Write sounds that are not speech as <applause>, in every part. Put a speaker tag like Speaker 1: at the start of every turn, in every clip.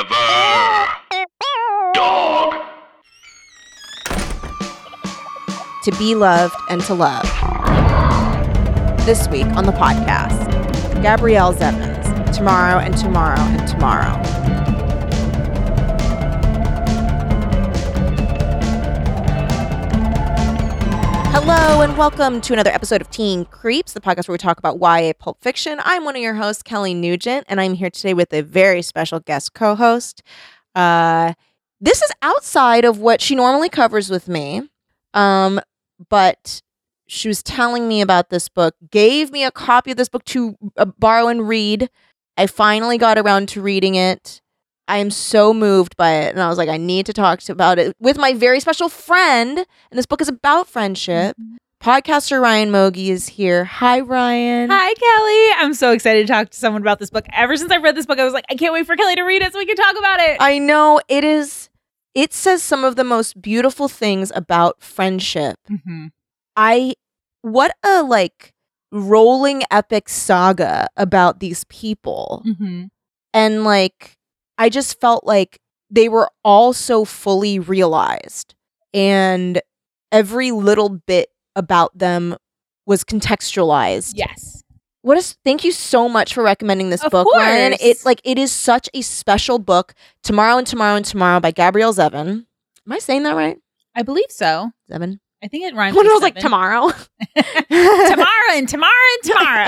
Speaker 1: Forever. Dog.
Speaker 2: to be loved and to love. This week on the podcast, Gabrielle Zevins, Tomorrow and Tomorrow and Tomorrow. Hello and welcome to another episode of Teen Creeps, the podcast where we talk about YA pulp fiction. I'm one of your hosts, Kelly Nugent, and I'm here today with a very special guest co-host. Uh, this is outside of what she normally covers with me. Um, but she was telling me about this book, gave me a copy of this book to uh, borrow and read. I finally got around to reading it. I am so moved by it. And I was like, I need to talk to about it with my very special friend. And this book is about friendship. Podcaster Ryan Mogi is here. Hi, Ryan.
Speaker 3: Hi, Kelly. I'm so excited to talk to someone about this book. Ever since I read this book, I was like, I can't wait for Kelly to read it so we can talk about it.
Speaker 2: I know it is, it says some of the most beautiful things about friendship.
Speaker 3: Mhm.
Speaker 2: I what a like rolling epic saga about these people.
Speaker 3: Mhm.
Speaker 2: And like I just felt like they were all so fully realized and every little bit about them was contextualized.
Speaker 3: Yes.
Speaker 2: What is thank you so much for recommending this
Speaker 3: Of
Speaker 2: book, Ryan.
Speaker 3: course.
Speaker 2: It's like it is such a special book. Tomorrow and Tomorrow and Tomorrow by Gabrielle Zevin. Am I saying that right?
Speaker 3: I believe so.
Speaker 2: Zevin.
Speaker 3: I think it
Speaker 2: I
Speaker 3: rhymes
Speaker 2: wonder if it was
Speaker 3: with
Speaker 2: like
Speaker 3: seven.
Speaker 2: tomorrow.
Speaker 3: <laughs>
Speaker 2: <laughs>
Speaker 3: Tamara and Tamara and Tamara.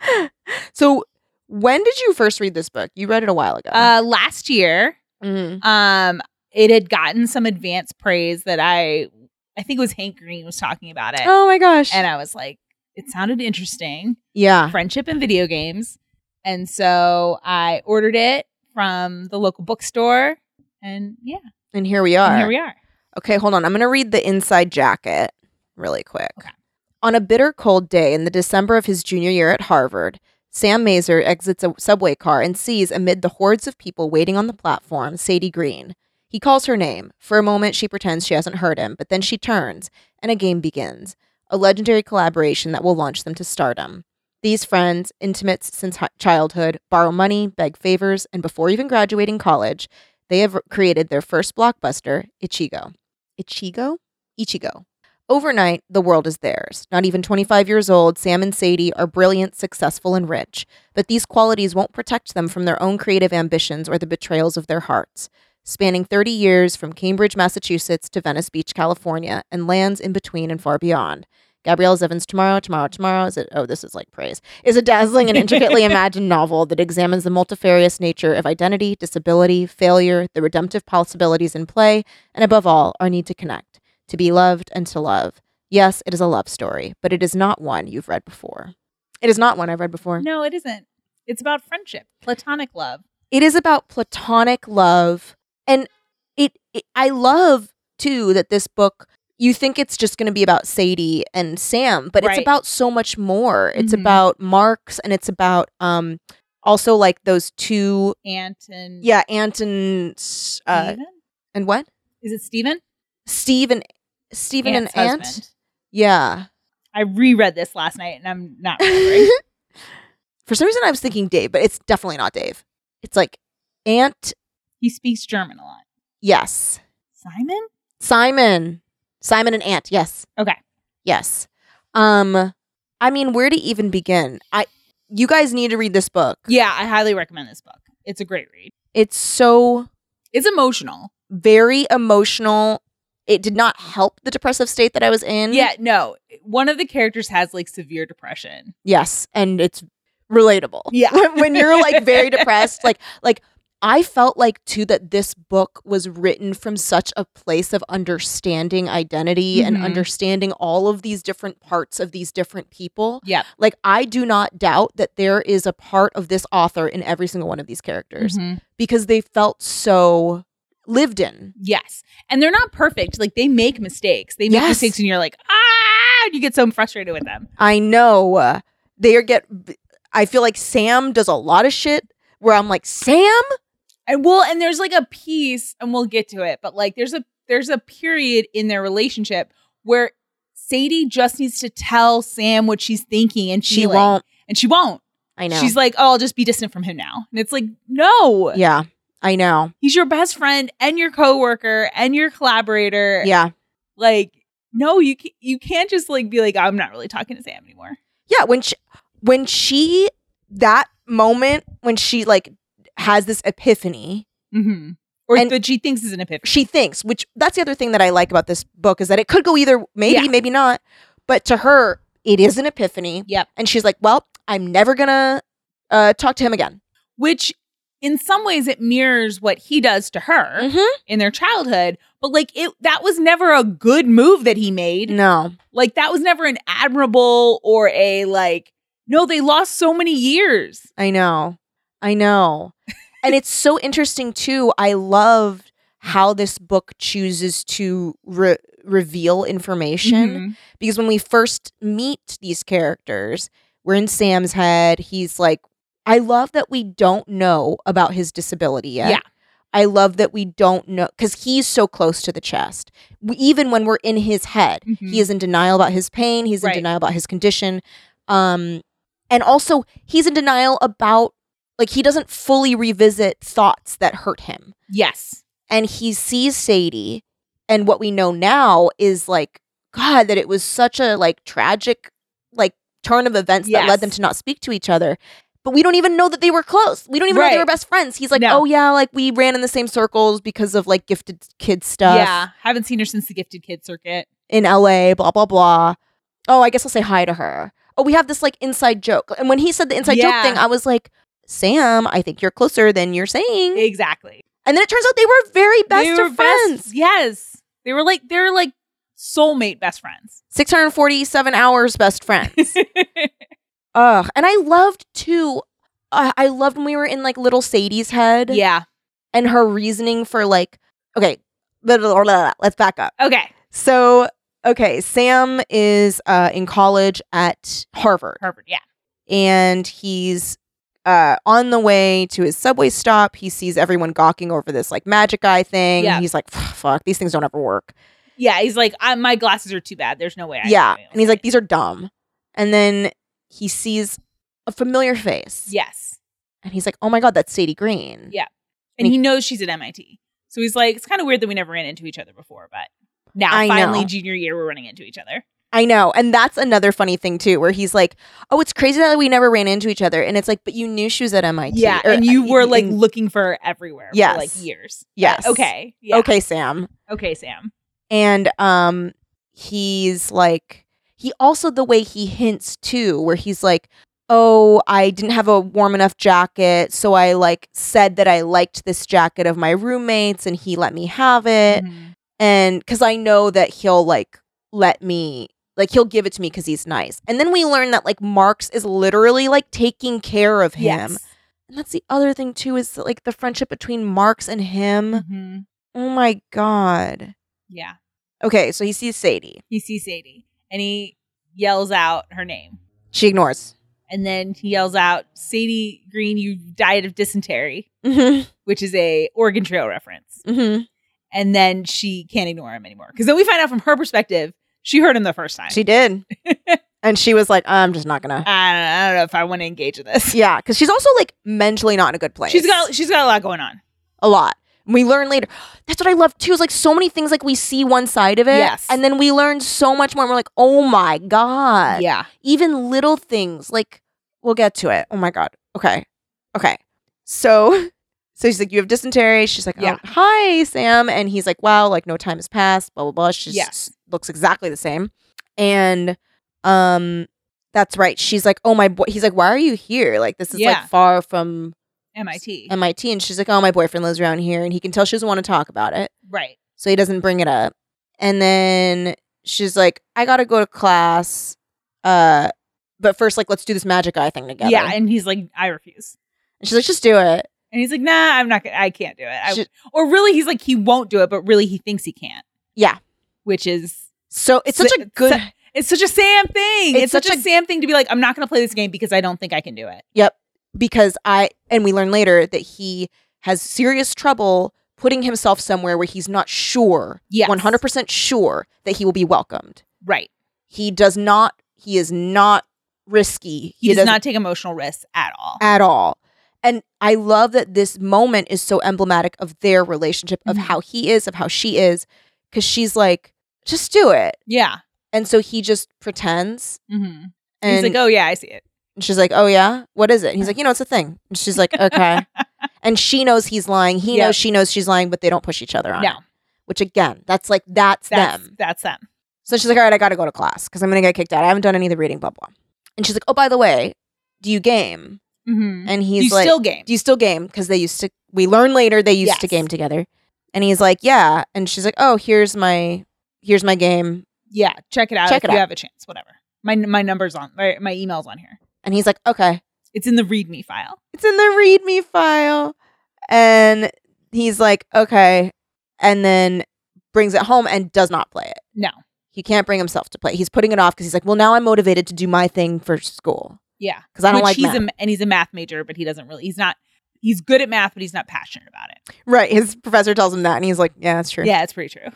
Speaker 2: <laughs> so when did you first read this book? You read it a while ago.
Speaker 3: uh, last year,
Speaker 2: Mhm.
Speaker 3: um, it had gotten some advance praise that I, I think it was Hank Green was talking about it.
Speaker 2: Oh my gosh.
Speaker 3: And I was like, it sounded interesting.
Speaker 2: yeah.
Speaker 3: friendship and video games. And so I ordered it from the local bookstore. And yeah,
Speaker 2: And here we are.
Speaker 3: and here we are.
Speaker 2: Okay, hold on. I'm going to read the inside jacket really quick.
Speaker 3: Okay.
Speaker 2: On a bitter cold day in the December of his junior year at Harvard, Sam Mazer exits a subway car and sees, amid the hordes of people waiting on the platform, Sadie Green. He calls her name. For a moment, she pretends she hasn't heard him, but then she turns, and a game begins a legendary collaboration that will launch them to stardom. These friends, intimates since hi- childhood, borrow money, beg favors, and before even graduating college, they have created their first blockbuster, Ichigo. Ichigo? Ichigo. Overnight, the world is theirs. Not even 25 years old, Sam and Sadie are brilliant, successful, and rich. But these qualities won't protect them from their own creative ambitions or the betrayals of their hearts. Spanning 30 years from Cambridge, Massachusetts to Venice Beach, California, and lands in between and far beyond. Gabrielle Zevins Tomorrow, Tomorrow, Tomorrow is it oh, this is like praise. Is a dazzling and intricately imagined novel that examines the multifarious nature of identity, disability, failure, the redemptive possibilities in play, and above all, our need to connect, to be loved, and to love. Yes, it is a love story, but it is not one you've read before. It is not one I've read before.
Speaker 3: No, it isn't. It's about friendship, platonic love.
Speaker 2: It is about platonic love, and it, it. I love too that this book. You think it's just going to be about Sadie and Sam, but it's
Speaker 3: Right.
Speaker 2: about so much more. It's
Speaker 3: Mhm.
Speaker 2: about marks, and it's about um also like those two.
Speaker 3: Aunt and
Speaker 2: Yeah, Ant and s- uh,
Speaker 3: Steven?
Speaker 2: and what?
Speaker 3: Is it Steven?
Speaker 2: Steve and Steven
Speaker 3: Ant's
Speaker 2: and Ant.
Speaker 3: husband.
Speaker 2: Yeah.
Speaker 3: I reread this last night and I'm
Speaker 2: <laughs>
Speaker 3: not remembering.
Speaker 2: For some reason, I was thinking Dave, but it's definitely not Dave. It's like Aunt.
Speaker 3: he speaks German a lot.
Speaker 2: Yes,
Speaker 3: Simon?
Speaker 2: Simon, Simon and Aunt. Yes.
Speaker 3: Okay.
Speaker 2: Yes. Um, I mean, where to even begin? I, you guys need to read this book.
Speaker 3: Yeah, I highly recommend this book. It's a great read.
Speaker 2: It's so
Speaker 3: It's emotional.
Speaker 2: very emotional. It did not help the depressive state that I was in.
Speaker 3: Yeah, no. One of the characters has like
Speaker 2: <laughs>
Speaker 3: severe depression.
Speaker 2: Yes, and it's relatable.
Speaker 3: Yeah.
Speaker 2: When, when you're like
Speaker 3: <laughs>
Speaker 2: very depressed, like like I felt like too that this book was written from such a place of understanding identity and
Speaker 3: Mhm.
Speaker 2: understanding all of these different parts of these different people.
Speaker 3: Yep.
Speaker 2: Like I do not doubt that there is a part of this author in every single one of these characters
Speaker 3: Mhm.
Speaker 2: because they felt so lived in.
Speaker 3: Yes. And they're not perfect. Like they make mistakes. They make
Speaker 2: Yes.
Speaker 3: mistakes and you're like, ah, and you get so frustrated with them.
Speaker 2: I know uh, they are get I feel like Sam does a lot of shit where I'm like, "Sam,
Speaker 3: And well, and there's like a piece, and we'll get to it, but like there's a there's a period in their relationship where Sadie just needs to tell Sam what she's thinking and
Speaker 2: she
Speaker 3: feeling,
Speaker 2: won't."
Speaker 3: And she won't.
Speaker 2: I know.
Speaker 3: She's like, Oh, I'll just be distant from him now. And it's like, no.
Speaker 2: Yeah. I know.
Speaker 3: He's your best friend and your coworker and your collaborator.
Speaker 2: Yeah.
Speaker 3: Like, no, you ca- you can't just like be like, I'm not really talking to Sam anymore.
Speaker 2: Yeah, when she, when she that moment when she like has this epiphany,
Speaker 3: Mm-hmm. Or
Speaker 2: And-
Speaker 3: that she thinks is an epiphany.
Speaker 2: she thinks, which that's the other thing that I like about this book is that it could go either maybe,
Speaker 3: Yeah.
Speaker 2: maybe not, but to her it is an epiphany.
Speaker 3: Yep.
Speaker 2: And she's like, "Well, I'm never going to uh talk to him again."
Speaker 3: Which in some ways it mirrors what he does to her in their childhood. But like it that was never a good move that he made.
Speaker 2: No.
Speaker 3: Like that was never an admirable or a like no, they lost so many years.
Speaker 2: I know. I
Speaker 3: <laughs>
Speaker 2: know. and it's so interesting too. I loved how this book chooses to re- reveal information
Speaker 3: Mhm.
Speaker 2: because when we first meet these characters, we're in Sam's head. He's like, I love that we don't know about his disability yet.
Speaker 3: Yeah.
Speaker 2: I love that we don't know because he's so close to the chest. We, even when we're in his head,
Speaker 3: Mhm.
Speaker 2: he is in denial about his pain. He's in
Speaker 3: Right.
Speaker 2: denial about his condition. Um, and also, he's in denial about, like, he doesn't fully revisit thoughts that hurt him
Speaker 3: Yes.
Speaker 2: and he sees Sadie and what we know now is like god that it was such a like tragic like turn of events that
Speaker 3: Yes.
Speaker 2: led them to not speak to each other but we don't even know that they were close we don't even know they
Speaker 3: Right.
Speaker 2: were best friends he's like
Speaker 3: No.
Speaker 2: oh yeah like we ran in the same circles because of like gifted kid stuff
Speaker 3: Yeah. Haven't seen her since the gifted kid circuit.
Speaker 2: in LA blah blah blah oh i guess i'll say hi to her oh we have this like inside joke and when he said the inside
Speaker 3: Yeah.
Speaker 2: joke thing i was like Sam, I think you're closer than you're saying.
Speaker 3: Exactly.
Speaker 2: And then it turns out they were very Mm-hmm. best
Speaker 3: They were
Speaker 2: of friends.
Speaker 3: yes. They were like they're like soulmate
Speaker 2: <laughs>
Speaker 3: best friends.
Speaker 2: 647 hours best friends.
Speaker 3: <laughs>
Speaker 2: Ugh. And I loved too. Uh, I loved when we were in like little Sadie's head
Speaker 3: yeah.
Speaker 2: and her reasoning for like, okay, blah, blah, blah, blah, blah. let's back up.
Speaker 3: Okay.
Speaker 2: So, okay, Sam is uh, in college at Harvard
Speaker 3: Harvard. Yeah.
Speaker 2: and he's uh, on the way to his subway stop. He sees everyone gawking over this like magic eye thing.
Speaker 3: Yeah.
Speaker 2: He's like, fuck, these things don't ever work.
Speaker 3: Yeah. He's like, I, my glasses are too bad. There's no way. I
Speaker 2: yeah.
Speaker 3: can do
Speaker 2: And he's
Speaker 3: it."
Speaker 2: like, these are dumb. And then he sees a familiar face.
Speaker 3: yes.
Speaker 2: And he's like, oh my God, that's Sadie Green.
Speaker 3: Yeah. And he knows she's at MIT. So he's like, it's kind of weird that we never ran into each other before, but now
Speaker 2: I
Speaker 3: finally
Speaker 2: know.
Speaker 3: junior year we're running into each other.
Speaker 2: I know. And that's another funny thing, too, where he's like, oh, it's crazy that we never ran into each other. And it's like, but you knew she was at MIT. or- uh,
Speaker 3: and you were like
Speaker 2: in-
Speaker 3: looking for her everywhere
Speaker 2: Yes.
Speaker 3: for like years.
Speaker 2: yes.
Speaker 3: Okay. Yeah. Okay.
Speaker 2: Okay, Sam.
Speaker 3: Okay, Sam.
Speaker 2: And um, he's like, he also, the way he hints, too, where he's like, oh, I didn't have a warm enough jacket. So I like said that I liked this jacket of my roommates and he let me have it.
Speaker 3: Mhm.
Speaker 2: and because I know that he'll like let me like he'll give it to me because he's nice. And then we learn that like Marx is literally like taking care of him.
Speaker 3: Yes.
Speaker 2: And that's the other thing too is that, like the friendship between Marx and him.
Speaker 3: Mhm.
Speaker 2: Oh my god.
Speaker 3: Yeah.
Speaker 2: Okay, so he sees Sadie.
Speaker 3: He sees Sadie and he yells out her name.
Speaker 2: She ignores.
Speaker 3: And then he yells out, Sadie Green, you died of dysentery,
Speaker 2: Mm-hmm.
Speaker 3: which is a Oregon Trail reference.
Speaker 2: Mm-hmm.
Speaker 3: And then she can't ignore him anymore. Because then we find out from her perspective, she heard him the first time.
Speaker 2: She
Speaker 3: <laughs>
Speaker 2: did. and she was like, I'm just not gonna.
Speaker 3: I don't, I don't know if I want to engage
Speaker 2: <laughs>
Speaker 3: in this.
Speaker 2: Yeah, because she's also like mentally not in a good place.
Speaker 3: She's got she's got a lot going on.
Speaker 2: a lot. We learn later. <gasps> That's what I love too. Is like so many things. Like we see one side of it,
Speaker 3: Yes.
Speaker 2: and then we learn so much more. And we're like, oh my god.
Speaker 3: yeah.
Speaker 2: Even little things. Like we'll get to it. Oh my god. Okay. Okay. So, <laughs> so she's like, you have dysentery. She's like,
Speaker 3: Yeah.
Speaker 2: "Oh, hi, Sam. And he's like, wow, like no time has passed. Blah blah blah. She
Speaker 3: Yes.
Speaker 2: looks exactly the same. And, um, that's right. She's like, oh my boy. He's like, why are you here? Like this is
Speaker 3: Yeah.
Speaker 2: like far from
Speaker 3: MIT.
Speaker 2: MIT. And she's like, oh, my boyfriend lives around here. And he can tell she doesn't want to talk about it.
Speaker 3: right.
Speaker 2: So he doesn't bring it up. And then she's like, I got to go to class. Uh, but first, like, let's do this magic eye thing together.
Speaker 3: Yeah, and he's like, I refuse.
Speaker 2: And she's like, just do it.
Speaker 3: And he's like, Nah, I'm not. gonna I can't do it. I,
Speaker 2: She-
Speaker 3: or really, he's like, he won't do it, but really, he thinks he can't.
Speaker 2: Yeah.
Speaker 3: Which is
Speaker 2: So it's such a
Speaker 3: Sa-
Speaker 2: good.
Speaker 3: sa- it's such a Sam thing. It's,
Speaker 2: It's
Speaker 3: such,
Speaker 2: such
Speaker 3: a,
Speaker 2: a-
Speaker 3: Sam thing to be like, I'm not going to play this game because I don't think I can do it.
Speaker 2: because I, and we learn later that he has serious trouble putting himself somewhere where he's not sure,
Speaker 3: Yes.
Speaker 2: 100% sure that he will be welcomed.
Speaker 3: Right.
Speaker 2: He does not, he is not risky.
Speaker 3: He does
Speaker 2: doesn't-
Speaker 3: not take emotional risks at all.
Speaker 2: at all. and I love that this moment is so emblematic of their relationship, of
Speaker 3: Mhm.
Speaker 2: how he is, of how she is, because she's like, just do it.
Speaker 3: Yeah.
Speaker 2: And so he just pretends.
Speaker 3: hmm
Speaker 2: And
Speaker 3: He's like, oh yeah, I see it.
Speaker 2: she's like, oh, yeah, what is it? And he's like, you know, it's a thing. And she's like,
Speaker 3: <laughs>
Speaker 2: okay. and she knows he's lying. He
Speaker 3: Yeah.
Speaker 2: knows she knows she's lying, but they don't push each other on.
Speaker 3: No.
Speaker 2: it. Which again, that's like, that's,
Speaker 3: That's
Speaker 2: them.
Speaker 3: that's them.
Speaker 2: So she's like, all right, I got to go to class because I'm going to get kicked out. I haven't done any of the reading, blah, blah. And she's like, oh, by the way, do you game?
Speaker 3: Mm-hmm.
Speaker 2: And he's
Speaker 3: you
Speaker 2: like,
Speaker 3: still game.
Speaker 2: do you still game? Because they used to, we learn later they used to
Speaker 3: Yes.
Speaker 2: game together. And he's like, yeah. And she's like, oh, here's my, here's my game.
Speaker 3: yeah, check it out
Speaker 2: Check
Speaker 3: if
Speaker 2: it
Speaker 3: you
Speaker 2: out.
Speaker 3: have a chance. Whatever. My my number's on. My, my email's on here.
Speaker 2: And he's like, okay,
Speaker 3: It's in the README file.
Speaker 2: it's in the README file. And he's like, okay. And then brings it home and does not play it.
Speaker 3: No.
Speaker 2: He can't bring himself to play. He's putting it off because he's like, well, now I'm motivated to do my thing for school
Speaker 3: Yeah,
Speaker 2: because I don't
Speaker 3: Which
Speaker 2: like
Speaker 3: he's
Speaker 2: math.
Speaker 3: a, and he's a math major, but he doesn't really. He's not. He's good at math, but he's not passionate about it.
Speaker 2: Right. His professor tells him that, and he's like, "Yeah, that's true."
Speaker 3: Yeah, it's pretty true.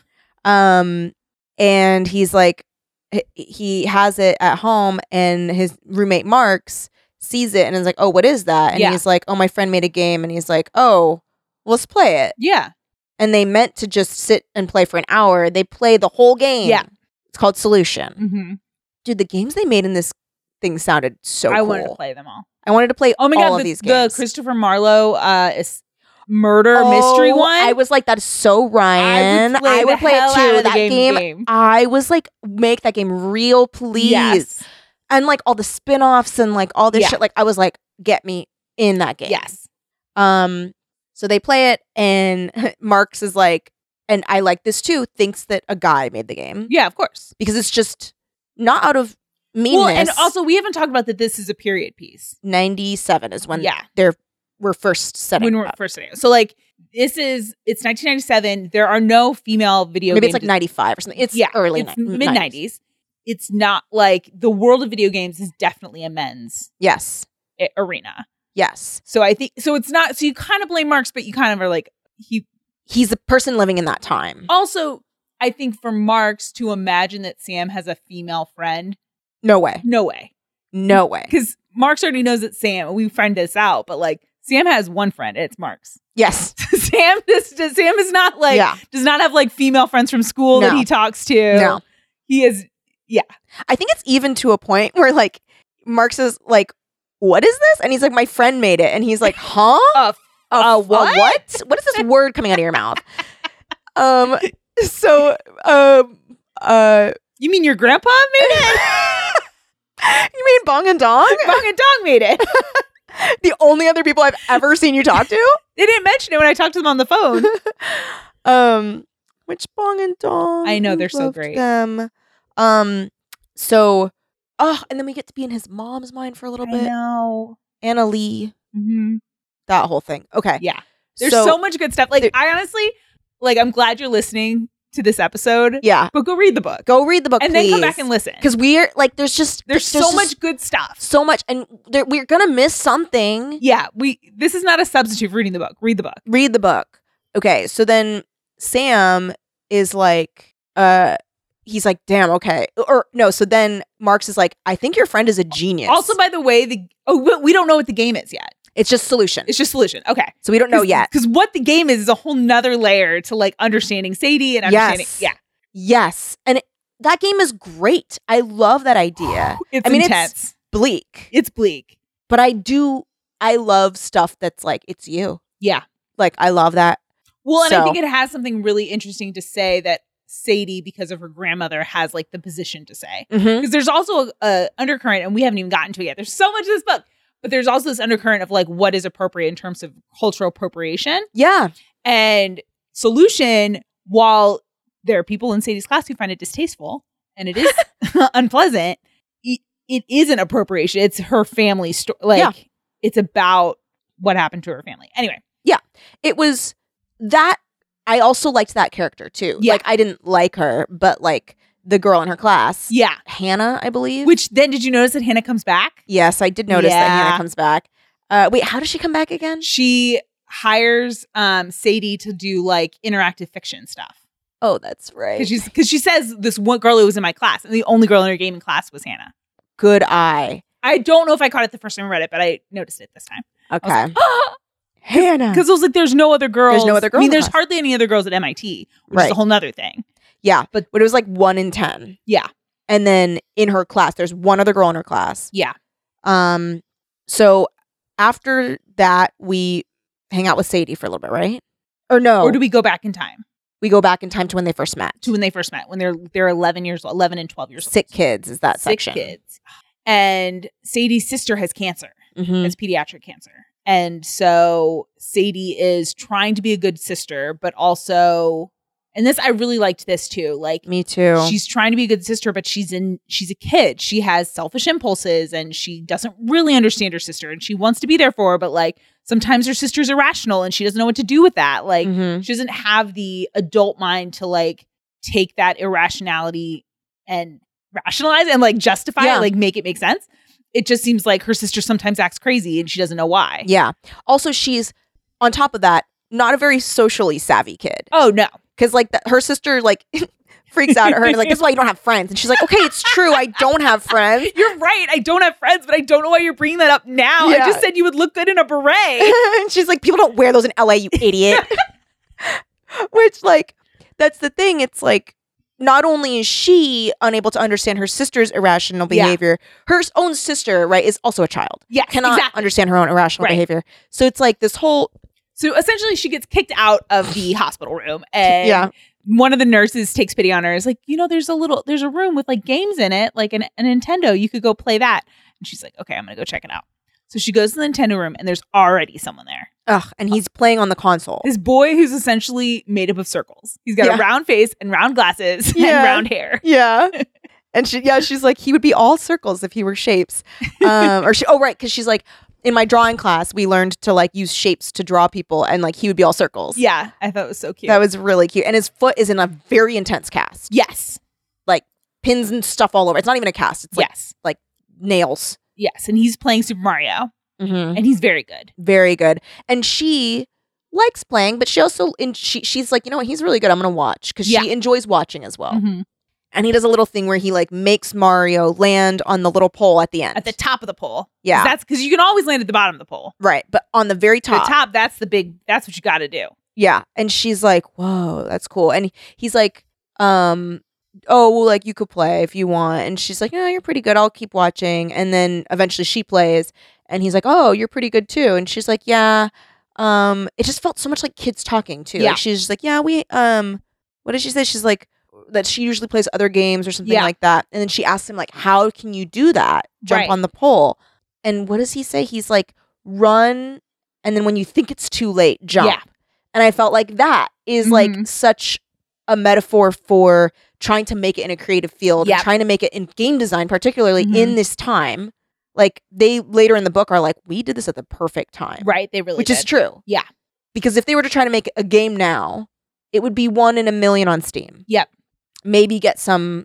Speaker 2: Um, and he's like, h- he has it at home, and his roommate Marks sees it and is like, "Oh, what is that?" And
Speaker 3: Yeah.
Speaker 2: he's like, "Oh, my friend made a game," and he's like, "Oh, let's play it."
Speaker 3: Yeah,
Speaker 2: And they meant to just sit and play for an hour. They play the whole game.
Speaker 3: Yeah.
Speaker 2: It's called Solution.
Speaker 3: hmm
Speaker 2: Dude, the games they made in this thing sounded so
Speaker 3: I
Speaker 2: cool.
Speaker 3: wanted to play them all.
Speaker 2: I wanted to play
Speaker 3: Oh my
Speaker 2: all
Speaker 3: god,
Speaker 2: of
Speaker 3: the,
Speaker 2: these
Speaker 3: the
Speaker 2: games.
Speaker 3: Christopher Marlowe uh, is murder mystery
Speaker 2: Oh,
Speaker 3: one.
Speaker 2: I was like, that's so Ryan. I would
Speaker 3: the
Speaker 2: play,
Speaker 3: hell
Speaker 2: it
Speaker 3: out
Speaker 2: too.
Speaker 3: of the
Speaker 2: That game, I was like, make that game real, please.
Speaker 3: Yes.
Speaker 2: And like all the spin-offs and like all this
Speaker 3: Yeah.
Speaker 2: shit. Like I was like, get me in that game.
Speaker 3: Yes.
Speaker 2: Um, so they play it and <laughs> Marks is like, and I like this too, thinks that a guy made the game.
Speaker 3: Yeah, of course.
Speaker 2: Because it's just not out of meanness.
Speaker 3: Well, and also we haven't talked about that this is a period piece.
Speaker 2: 97 is when
Speaker 3: yeah.
Speaker 2: we're first setting
Speaker 3: When we're
Speaker 2: up.
Speaker 3: first starting. So like this is it's 1997. There are no female video
Speaker 2: Maybe
Speaker 3: game
Speaker 2: it's like
Speaker 3: de-
Speaker 2: 95 or something. It's early
Speaker 3: it's
Speaker 2: ni-
Speaker 3: mid 90s. It's not like the world of video games is definitely a men's
Speaker 2: Yes.
Speaker 3: eh, arena.
Speaker 2: Yes.
Speaker 3: So I think so it's not so you kind of blame Marks but you kind of are like he
Speaker 2: he's the person living in that time.
Speaker 3: Oh. also I think for Marks to imagine that Sam has a female friend,
Speaker 2: No way.
Speaker 3: no way.
Speaker 2: No way.
Speaker 3: because Marks already knows that Sam. We find this out, but like Sam has one friend. It's Marks. <laughs>
Speaker 2: Yes.
Speaker 3: Sam this does, Sam is not like
Speaker 2: yeah.
Speaker 3: does not have like female friends from school that
Speaker 2: No.
Speaker 3: he talks to.
Speaker 2: No.
Speaker 3: He is
Speaker 2: I think it's even to a point where like Marx is like, what is this? And he's like, my friend made it. And he's like, huh?
Speaker 3: A-
Speaker 2: A-
Speaker 3: <laughs> a
Speaker 2: a
Speaker 3: what?
Speaker 2: what? What is
Speaker 3: <laughs>
Speaker 2: this word coming out of your mouth? Um. So um uh. <laughs>
Speaker 3: you mean your grandpa made it?
Speaker 2: You mean Bong and Dong?
Speaker 3: Bong and Dong made it.
Speaker 2: The only other people I've ever seen you talk to.
Speaker 3: They didn't mention it when I talked to them on
Speaker 2: <laughs>
Speaker 3: the phone.
Speaker 2: um which bong and dong
Speaker 3: I know,
Speaker 2: we
Speaker 3: they're so
Speaker 2: loved
Speaker 3: great.
Speaker 2: them um so oh and then we get to be in his mom's mind for a little bit
Speaker 3: know.
Speaker 2: anna lee
Speaker 3: hmm
Speaker 2: that whole thing okay
Speaker 3: Yeah. There's so, much good stuff. Like
Speaker 2: There-
Speaker 3: I honestly, like I'm glad you're listening to this episode,
Speaker 2: yeah
Speaker 3: but go read the book
Speaker 2: go read the book
Speaker 3: and then come back and listen
Speaker 2: because we're like there's just
Speaker 3: there's so
Speaker 2: just
Speaker 3: much good stuff.
Speaker 2: so much and there, we're gonna miss something
Speaker 3: yeah, we this is not a substitute for reading the book. Read the book.
Speaker 2: read the book. Okay, so then Sam is like, uh, he's like, damn, okay, or no. So then Marx is like, I think your friend is a genius.
Speaker 3: Also, by the way, the oh, we- we don't know what the game is yet.
Speaker 2: it's just solution.
Speaker 3: It's just solution. Okay.
Speaker 2: so we don't know yet.
Speaker 3: Because what the game is is a whole nother layer to like understanding Sadie and understanding.
Speaker 2: Yes.
Speaker 3: Yeah.
Speaker 2: Yes, and it, that game is great. I love that
Speaker 3: <gasps>
Speaker 2: idea.
Speaker 3: It's
Speaker 2: I mean, it's-
Speaker 3: intense. It's,
Speaker 2: Bleak,
Speaker 3: bleak.
Speaker 2: but I do. I love stuff that's like it's you.
Speaker 3: Yeah.
Speaker 2: Like I love that.
Speaker 3: Well, and I
Speaker 2: So-
Speaker 3: think it has something really interesting to say that Sadie, because of her grandmother, has like the position to say.
Speaker 2: Mm-hmm.
Speaker 3: Because there's also a, a undercurrent, and we haven't even gotten to it yet. There's so much of this book, but there's also this undercurrent of like what is appropriate in terms of cultural appropriation.
Speaker 2: Yeah.
Speaker 3: And solution, while there are people in Sadie's class who find it distasteful and it is
Speaker 2: <laughs>
Speaker 3: <laughs> unpleasant, it, it is an appropriation. It's her family story. Like,
Speaker 2: Yeah.
Speaker 3: it's about what happened to her family. Anyway,
Speaker 2: it was that I also liked that character too.
Speaker 3: Yeah.
Speaker 2: Like I didn't like her, but like the girl in her class,
Speaker 3: yeah.
Speaker 2: Hannah, I believe.
Speaker 3: Which then did you notice that Hannah comes back?
Speaker 2: yes, I did notice that
Speaker 3: Yeah.
Speaker 2: Hannah comes back. Uh, wait, how does she come back again?
Speaker 3: She hires um, Sadie to do like interactive fiction stuff.
Speaker 2: Oh, that's right.
Speaker 3: Because she's because she says this one girl who was in my class, and the only girl in her gaming class was Hannah.
Speaker 2: good eye.
Speaker 3: I don't know if I caught it the first time I read it, but I noticed it this time. <gasps> I was
Speaker 2: Okay.
Speaker 3: like, "Ah!"
Speaker 2: Hannah.
Speaker 3: Because it was like, there's no other girls.
Speaker 2: Mm. no other
Speaker 3: I
Speaker 2: girls in
Speaker 3: mean,
Speaker 2: the
Speaker 3: there's
Speaker 2: class.
Speaker 3: hardly any other girls at MIT, which is
Speaker 2: Right.
Speaker 3: a whole nother thing.
Speaker 2: Yeah. But it
Speaker 3: But-
Speaker 2: was like one in 10.
Speaker 3: Yeah.
Speaker 2: And then in her class, there's one other girl in her class.
Speaker 3: Yeah.
Speaker 2: Um, so after that, we hang out with Sadie for a little bit, right? Or no,
Speaker 3: Or do we go back in time
Speaker 2: we go back in time to when they first met.
Speaker 3: to when they first met, when they're they're 11 years old, 11 and 12 years
Speaker 2: Sick kids is
Speaker 3: old.
Speaker 2: that
Speaker 3: Sick
Speaker 2: section.
Speaker 3: kids. And Sadie's sister has cancer.
Speaker 2: Mhm.
Speaker 3: It's pediatric cancer. And so Sadie is trying to be a good sister, but also and this I really liked this too. Like
Speaker 2: Me too.
Speaker 3: she's trying to be a good sister, but she's in she's a kid. She has selfish impulses and she doesn't really understand her sister and she wants to be there for her, but like sometimes her sister's irrational and she doesn't know what to do with that. Like
Speaker 2: Mhm.
Speaker 3: she doesn't have the adult mind to like take that irrationality and rationalize and like justify
Speaker 2: Yeah.
Speaker 3: it, like make it make sense. It just seems like her sister sometimes acts crazy and she doesn't know why.
Speaker 2: Yeah. Also, she's on top of that, not a very socially savvy kid.
Speaker 3: Oh no.
Speaker 2: Because like the, her sister like <laughs> freaks out at her and like, that's why you don't have friends. And she's like, okay, it's true. I don't have
Speaker 3: <laughs>
Speaker 2: friends. <laughs>
Speaker 3: You're right. I don't have friends, but I don't know why you're bringing that up now. I
Speaker 2: Yeah.
Speaker 3: just said you would look good in
Speaker 2: <laughs>
Speaker 3: a beret.
Speaker 2: and she's like, people don't wear those in LA, you
Speaker 3: <laughs>
Speaker 2: idiot. <laughs> Which, like, that's the thing. It's like, not only is she unable to understand her sister's irrational
Speaker 3: Yeah.
Speaker 2: behavior, her s- own sister, right, is also a child,
Speaker 3: yes,
Speaker 2: cannot
Speaker 3: exactly.
Speaker 2: understand her own irrational
Speaker 3: Right.
Speaker 2: behavior. So it's like this whole,
Speaker 3: So essentially, she gets kicked out
Speaker 2: <sighs>
Speaker 3: of the hospital room, and
Speaker 2: Yeah.
Speaker 3: one of the nurses takes pity on her. Is like, you know, there's a little, there's a room with like games in it, like an, a Nintendo. You could go play that. And she's like, okay, I'm gonna go check it out. So she goes to the Nintendo room, and there's already someone there.
Speaker 2: ugh, and he's playing on the console.
Speaker 3: This boy who's essentially made up of circles. He's got
Speaker 2: Yeah.
Speaker 3: a round face and round glasses <laughs>
Speaker 2: Yeah.
Speaker 3: and round hair. <laughs>
Speaker 2: Yeah. And she, yeah, she's like, he would be all circles if he were shapes. Um, or she, oh, right. Cause she's like, in my drawing class, we learned to like use shapes to draw people and like he would be all circles.
Speaker 3: Yeah, I thought it was so cute.
Speaker 2: That was really cute. And his foot is in a very intense cast.
Speaker 3: yes,
Speaker 2: Pins and stuff all over. It's not even a cast. It's like
Speaker 3: yes,
Speaker 2: nails.
Speaker 3: yes. And he's playing Super Mario,
Speaker 2: Mm-hmm.
Speaker 3: and he's very good.
Speaker 2: Very good. And she likes playing, but she also and she she's like, you know what? He's really good. I'm gonna watch because
Speaker 3: Yeah.
Speaker 2: she enjoys watching as well.
Speaker 3: Mhm.
Speaker 2: And he does a little thing where he like makes Mario land on the little pole at the end.
Speaker 3: At the top of the pole, 'Cause
Speaker 2: Yeah.
Speaker 3: that's because you can always land at the bottom of the pole.
Speaker 2: right, but on the very
Speaker 3: The top, that's the big, that's what you got to do.
Speaker 2: Yeah. And she's like, whoa, that's cool. And he's like, um, oh, well, like you could play if you want. And she's like, no, you're pretty good. I'll keep watching. And then eventually she plays and he's like, oh, you're pretty good too. And she's like, yeah. Um, it just felt so much like kids talking too.
Speaker 3: Yeah.
Speaker 2: Like she's just like, yeah, we, um, what did she say? She's like, that she usually plays other games or something
Speaker 3: Yeah.
Speaker 2: like that. And then she asks him like, how can you do that? Jump
Speaker 3: Right.
Speaker 2: on the pole. And what does he say? He's like, run. And then when you think it's too late, jump.
Speaker 3: Yeah.
Speaker 2: And I felt like that is, like
Speaker 3: Mhm.
Speaker 2: such a metaphor for trying to make it in a creative field, and
Speaker 3: Yep.
Speaker 2: trying to make it in game design, particularly in
Speaker 3: Mhm.
Speaker 2: this time. Like they later in the book are like, we did this at the perfect time,
Speaker 3: Right. They really
Speaker 2: which is
Speaker 3: did.
Speaker 2: true.
Speaker 3: Yeah.
Speaker 2: Because if they were to try to make a game now, it would be one in a million on Steam.
Speaker 3: Yep.
Speaker 2: Maybe get some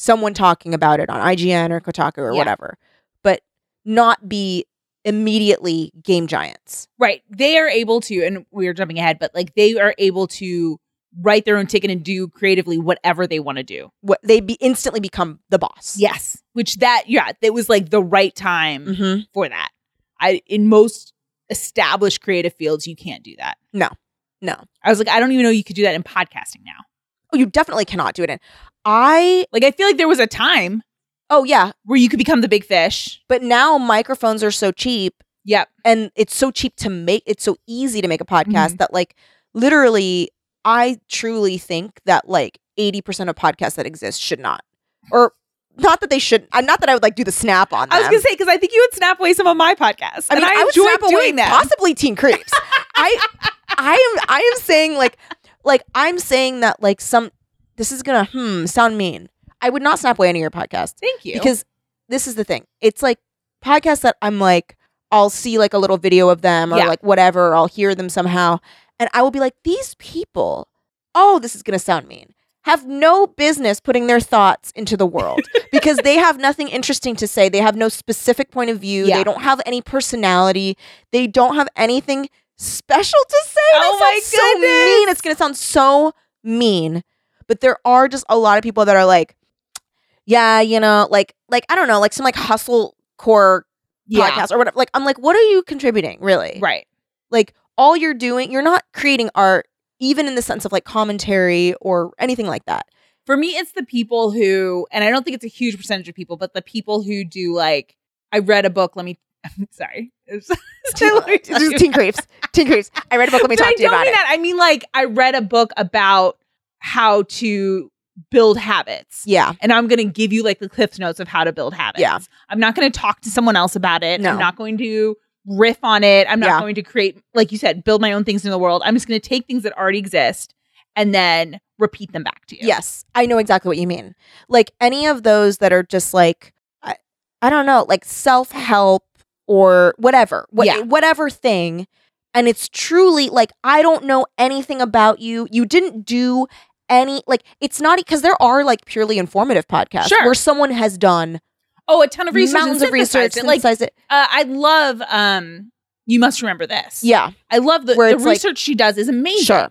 Speaker 2: someone talking about it on IGN or Kotaku or
Speaker 3: Yeah.
Speaker 2: whatever, but not be immediately game giants.
Speaker 3: Right. They are able to, and we are jumping ahead, but like they are able to write their own ticket and do creatively whatever they want to do.
Speaker 2: What they be instantly become the boss.
Speaker 3: Yes. Which that, yeah, that was like the right time
Speaker 2: Mm-hmm.
Speaker 3: for that. I, in most established creative fields, you can't do that.
Speaker 2: No. No.
Speaker 3: I was like, I don't even know you could do that in podcasting now.
Speaker 2: Oh, you definitely cannot do it in. I
Speaker 3: Like, I feel like there was a time
Speaker 2: oh yeah,
Speaker 3: where you could become the big fish.
Speaker 2: but now microphones are so cheap
Speaker 3: Yep.
Speaker 2: and it's so cheap to make it's so easy to make a
Speaker 3: Mm-hmm.
Speaker 2: podcast that like literally I truly think that like 80% of podcasts that exist should not or not that they should uh, not that I would like do the snap on them.
Speaker 3: I was going to say, because I think you would snap away some of my podcasts.
Speaker 2: I mean,
Speaker 3: and I,
Speaker 2: I, would
Speaker 3: enjoy
Speaker 2: snap away
Speaker 3: doing that.
Speaker 2: Possibly Teen Creeps. I, I am, I am saying like, like I'm saying that like some. This is gonna hmm sound mean. I would not snap away any of your podcasts
Speaker 3: Thank you.
Speaker 2: because this is the thing. It's like podcasts that I'm like, I'll see like a little video of them or
Speaker 3: Yeah.
Speaker 2: like whatever. Or I'll hear them somehow, and I will be like, these people. Oh, this is gonna sound mean. Have no business putting their thoughts into the
Speaker 3: <laughs>
Speaker 2: world because they have nothing interesting to say. They have no specific point of view.
Speaker 3: Yeah.
Speaker 2: They don't have any personality. They don't have anything special to say. And
Speaker 3: Oh
Speaker 2: it
Speaker 3: my
Speaker 2: sounds so mean. It's gonna sound so mean. But there are just a lot of people that are like, yeah, you know, like like I don't know, like some like hustle core
Speaker 3: Yeah.
Speaker 2: podcast or whatever. Like, I'm like, what are you contributing, really?
Speaker 3: Right.
Speaker 2: Like, all you're doing, you're not creating art, even in the sense of like commentary or anything like
Speaker 3: <laughs>
Speaker 2: that.
Speaker 3: For me, it's the people who, and I don't think it's a huge percentage of people, but the people who do like, I read a book. Let me. <laughs> I'm sorry.
Speaker 2: <laughs>
Speaker 3: It's- let <laughs> me tell you.
Speaker 2: Teen creeps. Teen creeps. I read a book. Let me
Speaker 3: But
Speaker 2: talk
Speaker 3: I
Speaker 2: to you
Speaker 3: don't
Speaker 2: about
Speaker 3: mean
Speaker 2: it.
Speaker 3: that. I mean like I read a book about how to build habits.
Speaker 2: Yeah.
Speaker 3: And I'm going to give you like the cliff notes of how to build habits.
Speaker 2: Yeah.
Speaker 3: I'm not going to talk to someone else about it.
Speaker 2: No.
Speaker 3: I'm not going to riff on it. I'm not
Speaker 2: Yeah.
Speaker 3: going to create, like you said, build my own things in the world. I'm just going to take things that already exist and then repeat them back to you.
Speaker 2: Yes, I know exactly what you mean. Like any of those that are just like I, I don't know, like self help or whatever, what,
Speaker 3: Yeah.
Speaker 2: whatever thing. And it's truly like I don't know anything about you. You didn't do any like it's not because there are like purely informative podcasts
Speaker 3: Sure.
Speaker 2: where someone has done
Speaker 3: Oh, a ton of research.
Speaker 2: mountains of research,
Speaker 3: And synthesized it. like,
Speaker 2: synthesize it.
Speaker 3: uh, I love, um, you must remember this.
Speaker 2: Yeah,
Speaker 3: I love the,
Speaker 2: Where
Speaker 3: the
Speaker 2: it's like-
Speaker 3: research she does is amazing.
Speaker 2: sure.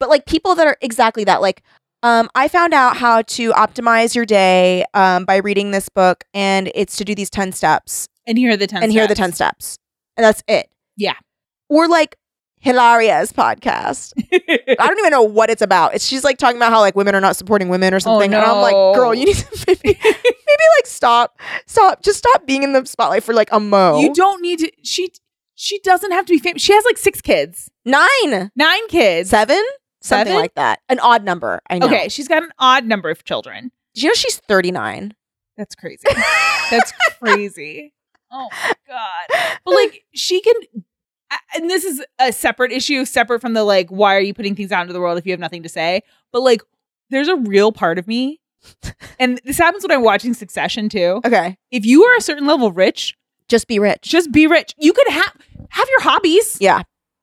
Speaker 2: But like people that are exactly that, like um, I found out how to optimize your day um, by reading this book, and it's to do these ten steps.
Speaker 3: And here are the 10
Speaker 2: and here are the
Speaker 3: steps.
Speaker 2: 10 steps. And that's it.
Speaker 3: Yeah.
Speaker 2: Or like Hilaria's
Speaker 3: <laughs>
Speaker 2: podcast. I don't even know what it's about. It's, she's like talking about how like women are not supporting women or something. And I'm like, girl,
Speaker 3: Oh, no.
Speaker 2: you need to <laughs> maybe, maybe like stop, stop, just stop being in the spotlight for like a mo.
Speaker 3: You don't need to. She she doesn't have to be famous. She has like six kids,
Speaker 2: Nine,
Speaker 3: nine kids.
Speaker 2: seven, something
Speaker 3: Seven?
Speaker 2: like that. An odd number. I know.
Speaker 3: Okay, she's got an odd number of children.
Speaker 2: Did you know she's 39? <laughs>
Speaker 3: That's crazy. <laughs> That's crazy. Oh my god! But like, she can. a- And this is a separate issue, separate from the like, why are you putting things out into the world if you have nothing to say? But like, there's a real part of me, and this happens when I'm watching Succession too.
Speaker 2: okay.
Speaker 3: If you are a certain level of rich,
Speaker 2: Just be rich.
Speaker 3: just be rich. You could have have your hobbies.
Speaker 2: Yeah.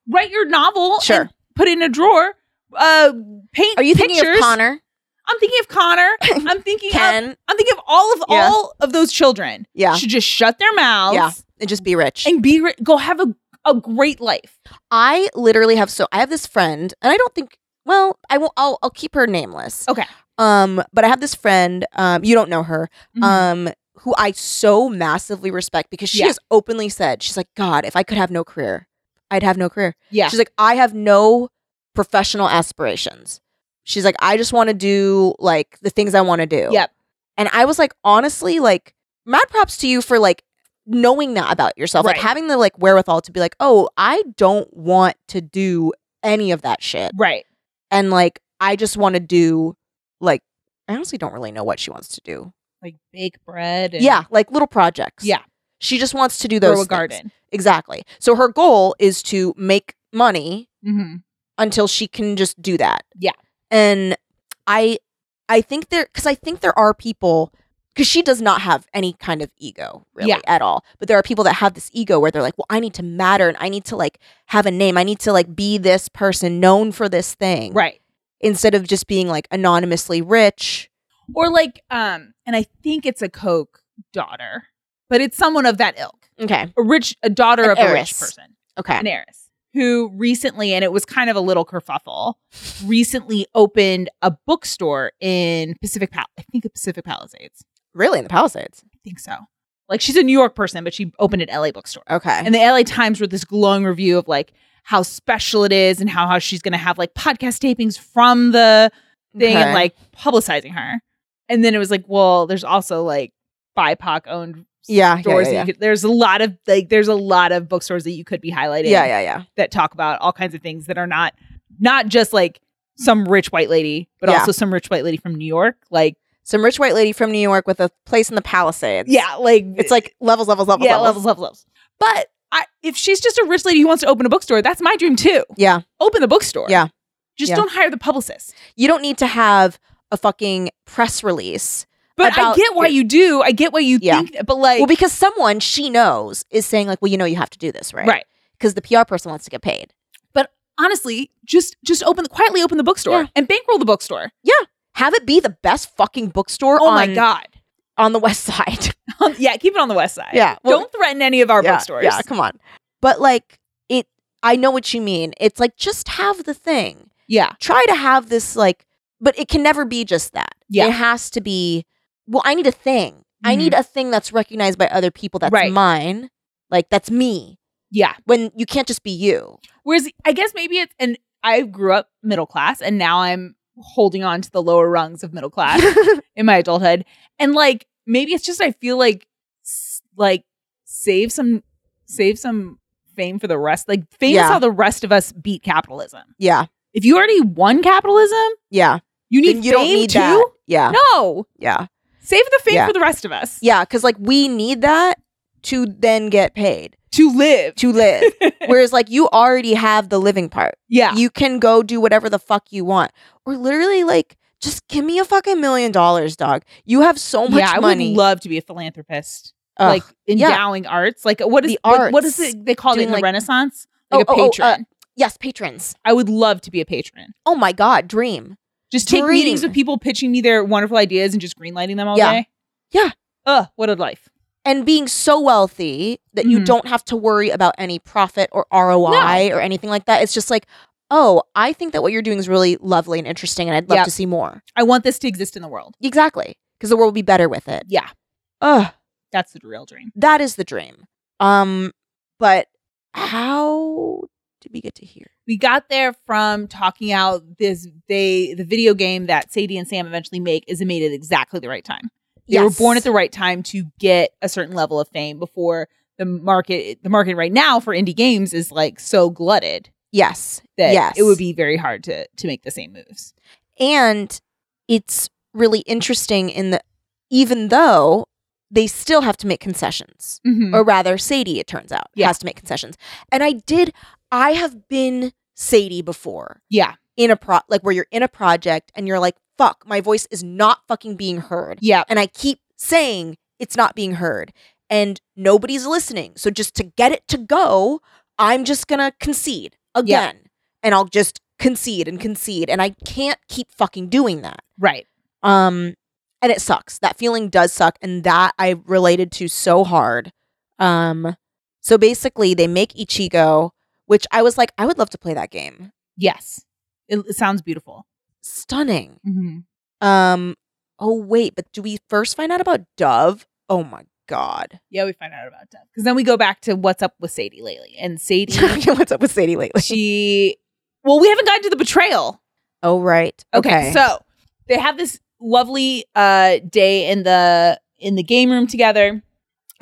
Speaker 3: Write your novel.
Speaker 2: Sure.
Speaker 3: and put it in a drawer. Uh, paint.
Speaker 2: Are you thinking
Speaker 3: pictures.
Speaker 2: of Connor?
Speaker 3: I'm thinking
Speaker 2: <laughs>
Speaker 3: of Connor. I'm thinking. Of,
Speaker 2: Ken?
Speaker 3: I'm thinking of all of
Speaker 2: Yeah.
Speaker 3: all of those children.
Speaker 2: Yeah.
Speaker 3: Should just shut their mouths.
Speaker 2: Yeah. And just be rich.
Speaker 3: And be ri- go have a a great life.
Speaker 2: I literally have so I have this friend, and I don't think well, I will I'll, I'll keep her nameless.
Speaker 3: Okay.
Speaker 2: Um, but I have this friend, um, you don't know her,
Speaker 3: Mm-hmm.
Speaker 2: um, who I so massively respect because she
Speaker 3: Yeah.
Speaker 2: has openly said, she's like, God, if I could have no career, I'd have no career.
Speaker 3: yeah.
Speaker 2: She's like, I have no professional aspirations. She's like, I just want to do like the things I want to do.
Speaker 3: Yep.
Speaker 2: And I was like, honestly, like, mad props to you for like knowing that about yourself, like
Speaker 3: Right.
Speaker 2: having the like wherewithal to be like, oh, I don't want to do any of that shit.
Speaker 3: Right.
Speaker 2: And like, I just want to do like, I honestly don't really know what she wants to do.
Speaker 3: Like bake bread. And
Speaker 2: Yeah, like little projects.
Speaker 3: Yeah.
Speaker 2: She just wants to do those.
Speaker 3: Grow a
Speaker 2: things.
Speaker 3: garden.
Speaker 2: Exactly. So her goal is to make money
Speaker 3: Mm-hmm.
Speaker 2: Mm. until she can just do that.
Speaker 3: Yeah.
Speaker 2: And I I think there cuz I think there are people cuz she does not have any kind of ego really
Speaker 3: Yeah.
Speaker 2: at all. But there are people that have this ego where they're like, "Well, I need to matter and I need to like have a name. I need to like be this person known for this thing."
Speaker 3: Right.
Speaker 2: Instead of just being like anonymously rich.
Speaker 3: Or like um, and I think it's a Coke daughter, but it's someone of that ilk,
Speaker 2: Okay.
Speaker 3: a rich, a daughter
Speaker 2: An
Speaker 3: of a
Speaker 2: heiress.
Speaker 3: rich person.
Speaker 2: Okay.
Speaker 3: an heiress who recently, and it was kind of a little kerfuffle, recently opened a bookstore in Pacific Pal. I think Pacific Palisades.
Speaker 2: Really in the Palisades.
Speaker 3: I think so. Like she's a New York person, but she opened an LA bookstore.
Speaker 2: Okay.
Speaker 3: And the LA Times wrote this glowing review of like how special it is and how how she's going to have like podcast tapings from the thing and
Speaker 2: Okay.
Speaker 3: like publicizing her. And then it was like, well, there's also like BIPOC owned
Speaker 2: yeah, yeah,
Speaker 3: stores.
Speaker 2: yeah,
Speaker 3: that
Speaker 2: yeah.
Speaker 3: You could, there's a lot of like there's a lot of bookstores that you could be highlighting
Speaker 2: yeah, yeah, yeah.
Speaker 3: that talk about all kinds of things that are not not just like some rich white lady, but
Speaker 2: Yeah.
Speaker 3: also some rich white lady from New York. Like
Speaker 2: Some rich white lady from New York with a place in the Palisades.
Speaker 3: yeah, like
Speaker 2: It's like levels, levels, levels,
Speaker 3: yeah,
Speaker 2: levels.
Speaker 3: levels, levels, levels. But I, if she's just a rich lady who wants to open a bookstore, that's my dream too.
Speaker 2: Yeah.
Speaker 3: Open the bookstore.
Speaker 2: Yeah.
Speaker 3: Just
Speaker 2: Yeah.
Speaker 3: don't hire the publicist.
Speaker 2: You don't need to have a fucking press release.
Speaker 3: But I
Speaker 2: About-
Speaker 3: get why you do. I get why you
Speaker 2: Yeah.
Speaker 3: think. But like,
Speaker 2: well, because someone she knows is saying, like, well, you know, you have to do this, right?
Speaker 3: right.
Speaker 2: Because the PR person wants to get paid.
Speaker 3: Honestly, just just open quietly open the bookstore
Speaker 2: Yeah.
Speaker 3: and bankroll the bookstore.
Speaker 2: Have it be the best fucking bookstore
Speaker 3: Oh
Speaker 2: on,
Speaker 3: my god.
Speaker 2: on the West <laughs> Side.
Speaker 3: yeah, keep it on the west side.
Speaker 2: Yeah, well-
Speaker 3: don't threaten any of our
Speaker 2: yeah,
Speaker 3: bookstores.
Speaker 2: Yeah, come on. But like, it, I know what you mean. It's like, just have the thing.
Speaker 3: yeah.
Speaker 2: Try to have this, like, but it can never be just that.
Speaker 3: Yeah.
Speaker 2: It has to be, well, I need a thing. I
Speaker 3: Mhm.
Speaker 2: need a thing that's recognized by other people that's
Speaker 3: Right.
Speaker 2: mine. Like that's me.
Speaker 3: Yeah.
Speaker 2: When you can't just be you.
Speaker 3: Whereas I guess maybe it's and I grew up middle class and now I'm holding on to the lower rungs of middle class in my adulthood. And like maybe it's just I feel like s- like save some save some fame for the rest. Like fame
Speaker 2: Yeah.
Speaker 3: is how the rest of us beat capitalism.
Speaker 2: <laughs> yeah.
Speaker 3: If you already won capitalism,
Speaker 2: Yeah.
Speaker 3: you need
Speaker 2: Then you
Speaker 3: fame
Speaker 2: don't need
Speaker 3: too.
Speaker 2: that. Yeah.
Speaker 3: No.
Speaker 2: Yeah.
Speaker 3: Save the fame
Speaker 2: Yeah.
Speaker 3: for the rest of us
Speaker 2: Yeah. Cause like we need that to then get paid
Speaker 3: to live.
Speaker 2: to
Speaker 3: <laughs>
Speaker 2: live. Whereas like you already have the living part.
Speaker 3: yeah.
Speaker 2: You can go do whatever the fuck you want. Or literally like just give me a fucking million dollars, dog. You have so much
Speaker 3: yeah, I
Speaker 2: money.
Speaker 3: would love to be a philanthropist,
Speaker 2: Ugh.
Speaker 3: like endowing arts. Like what is
Speaker 2: The
Speaker 3: what- what
Speaker 2: arts.
Speaker 3: is it they called it
Speaker 2: Doing,
Speaker 3: in the
Speaker 2: like-
Speaker 3: Renaissance? Like
Speaker 2: Oh,
Speaker 3: a
Speaker 2: oh, oh,
Speaker 3: patron.
Speaker 2: uh, yes, patrons.
Speaker 3: I would love to be a patron.
Speaker 2: Oh my god, dream.
Speaker 3: Just take meetings
Speaker 2: Dream.
Speaker 3: with people pitching me their wonderful ideas and just greenlighting them all
Speaker 2: Yeah.
Speaker 3: day.
Speaker 2: Yeah.
Speaker 3: Ugh, what a life.
Speaker 2: and being so wealthy that you
Speaker 3: Mhm.
Speaker 2: don't have to worry about any profit or ROI or anything like that. It's just like, oh, I think that what you're doing is really lovely and interesting, and I'd love
Speaker 3: Yep.
Speaker 2: to see more.
Speaker 3: I want this to exist in the world.
Speaker 2: Exactly, because the world will be better with it.
Speaker 3: Yeah.
Speaker 2: Ugh,
Speaker 3: That's the real dream.
Speaker 2: that is the dream. Um, but how did we get to here?
Speaker 3: we got there from talking out this they the video game that Sadie and Sam eventually make is made at exactly the right time. They were
Speaker 2: Yes.
Speaker 3: born at the right time to get a certain level of fame before the market the market right now for indie games is like so glutted
Speaker 2: Yes,
Speaker 3: that
Speaker 2: yes,
Speaker 3: it would be very hard to to make the same moves.
Speaker 2: and it's really interesting in the even though they still have to make concessions. or rather Sadie, it turns out,
Speaker 3: Mm-hmm. Yeah.
Speaker 2: has to make concessions. And I did, I have been Sadie before
Speaker 3: yeah.
Speaker 2: in a pro, like where you're in a project and you're like, fuck, my voice is not fucking being heard.
Speaker 3: Yeah.
Speaker 2: And I keep saying it's not being heard and nobody's listening. So just to get it to go, I'm just going to concede again and I'll just concede and concede. And I can't keep fucking doing that.
Speaker 3: Right.
Speaker 2: Um, and it sucks. That feeling does suck, and that I related to so hard. Um, so basically, they make Ichigo, which I was like, I would love to play that game.
Speaker 3: Yes. It, it sounds beautiful.
Speaker 2: Stunning.
Speaker 3: Mm-hmm.
Speaker 2: Um, oh wait, but do we first find out about Dove? Oh my <laughs> god,
Speaker 3: Yeah, we find out about that because then we go back to what's up with Sadie lately and Sadie
Speaker 2: <laughs> what's up with Sadie lately?
Speaker 3: she well we haven't gotten to the betrayal
Speaker 2: Oh right,
Speaker 3: Okay, so they have this lovely uh day in the in the game room together,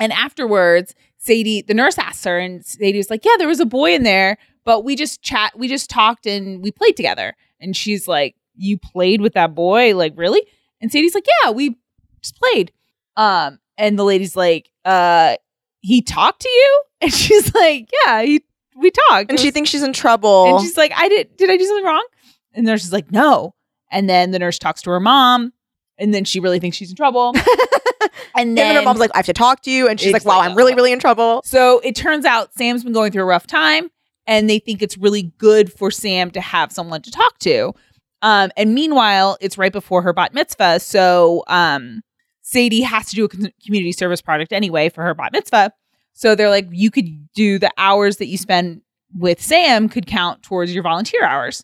Speaker 3: and afterwards, Sadie, the nurse, asks her, and Sadie was like, "Yeah, there was a boy in there, but we just chat, we just talked, and we played together." And she's like, "You played with that boy? Like really?" And Sadie's like, "Yeah, we just played." Um, and the lady's like, "Uh, he talked to you?" <laughs> And she's like, "Yeah, he we talked."
Speaker 2: and
Speaker 3: It
Speaker 2: she
Speaker 3: was-
Speaker 2: thinks she's in trouble.
Speaker 3: and she's like, I did did I do something wrong? And the nurse is like, no. And then the nurse talks to her mom, and then she really thinks she's in trouble. and
Speaker 2: <laughs> and
Speaker 3: then
Speaker 2: then her mom's like, I have to talk to you, and she's like,
Speaker 3: It's
Speaker 2: Wow,
Speaker 3: like,
Speaker 2: I'm really,
Speaker 3: uh,
Speaker 2: really in trouble.
Speaker 3: So it turns out Sam's been going through a rough time, and they think it's really good for Sam to have someone to talk to. Um, and meanwhile, it's right before her bat mitzvah, so um, Sadie has to do a con- community service project anyway for her bat mitzvah. So they're like, you could do the hours that you spend with Sam could count towards your volunteer hours.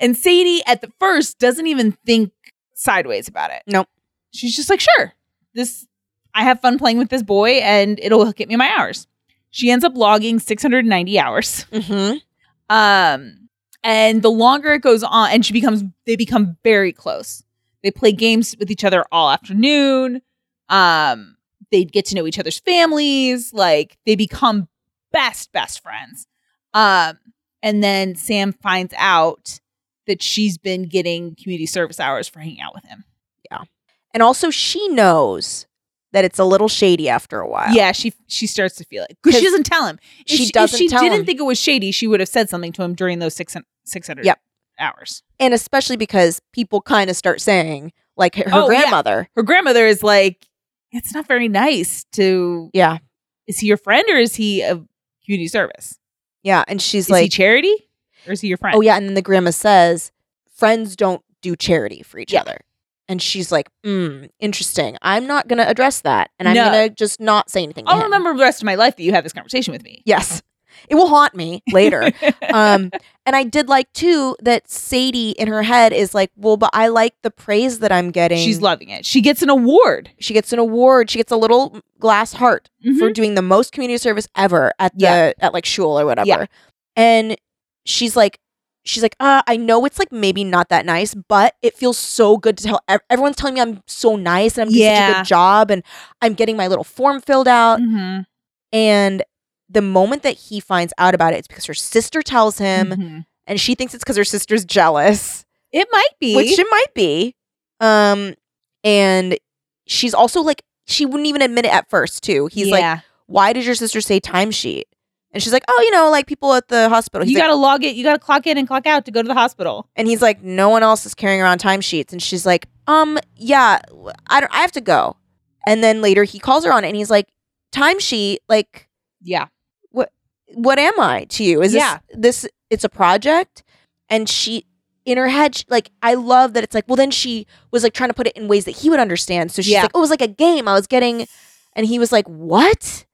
Speaker 3: And Sadie at the first doesn't even think sideways about it.
Speaker 2: Nope.
Speaker 3: She's just like, sure, this I have fun playing with this boy and it'll get me my hours. She ends up logging 690 hours.
Speaker 2: Mm-hmm.
Speaker 3: Um, and the longer it goes on, and she becomes, they become very close. They play games with each other all afternoon. Um, they get to know each other's families. Like they become best, best friends. Um, and then Sam finds out that she's been getting community service hours for hanging out with him.
Speaker 2: And also, she knows that it's a little shady after a while.
Speaker 3: Yeah, she she starts to feel it because she
Speaker 2: 'Cause
Speaker 3: doesn't tell him. If
Speaker 2: she
Speaker 3: if
Speaker 2: doesn't
Speaker 3: she
Speaker 2: tell
Speaker 3: didn't
Speaker 2: him.
Speaker 3: think it was shady, she would have said something to him during those six six hundred
Speaker 2: Yep.
Speaker 3: hours.
Speaker 2: and especially because people kind of start saying like her
Speaker 3: Oh, yeah.
Speaker 2: grandmother
Speaker 3: Her grandmother is like, it's not very nice to.
Speaker 2: yeah.
Speaker 3: Is he your friend or is he a community service?
Speaker 2: yeah and she's
Speaker 3: Is he
Speaker 2: like
Speaker 3: charity or is he your friend?
Speaker 2: oh yeah and then the grandma says friends don't do charity for each
Speaker 3: Yeah.
Speaker 2: other and she's like mm, interesting i'm not gonna address that and i'm
Speaker 3: No. Oh,
Speaker 2: gonna just not say anything to
Speaker 3: I'll
Speaker 2: him."
Speaker 3: remember the rest of my life that you had this conversation with me.
Speaker 2: yes It will haunt me
Speaker 3: <laughs>
Speaker 2: later. um, and I did like too that Sadie in her head is like, well, but I like the praise that I'm getting.
Speaker 3: She's loving it. She gets an award.
Speaker 2: she gets an award. She gets a little glass heart for doing the most community service ever at the
Speaker 3: Mm-hmm. Yeah.
Speaker 2: at like shul or whatever.
Speaker 3: Yeah.
Speaker 2: And she's like, she's like, uh, I know it's like maybe not that nice, but it feels so good to tell. ev- Everyone's telling me I'm so nice and I'm doing such a
Speaker 3: Yeah.
Speaker 2: good job, and I'm getting my little form filled out.
Speaker 3: Mhm.
Speaker 2: And the moment that he finds out about it, it's because her sister tells him,
Speaker 3: Mhm.
Speaker 2: and she thinks it's because her sister's jealous
Speaker 3: It might be.
Speaker 2: which it might be. Um, and she's also like, she wouldn't even admit it at first, too. He's like,
Speaker 3: Yeah.
Speaker 2: "Why did your sister say timesheet?" And she's like, "Oh, you know, like people at the hospital." He's
Speaker 3: you
Speaker 2: like,
Speaker 3: got to log it. You got to clock in and clock out to go to the hospital.
Speaker 2: and he's like, "No one else is carrying around timesheets." And she's like, "Um, yeah, I don't. I have to go." And then later he calls her on, it and he's like, "Timesheet, like."
Speaker 3: Yeah.
Speaker 2: what am I to you? Is
Speaker 3: Yeah.
Speaker 2: this this it's a project? And she in her head, she, like I love that it's like, well, then she was like trying to put it in ways that he would understand. So she's
Speaker 3: Yeah.
Speaker 2: like, oh, it was like a game. I was getting and he was like,
Speaker 3: <sighs>
Speaker 2: What?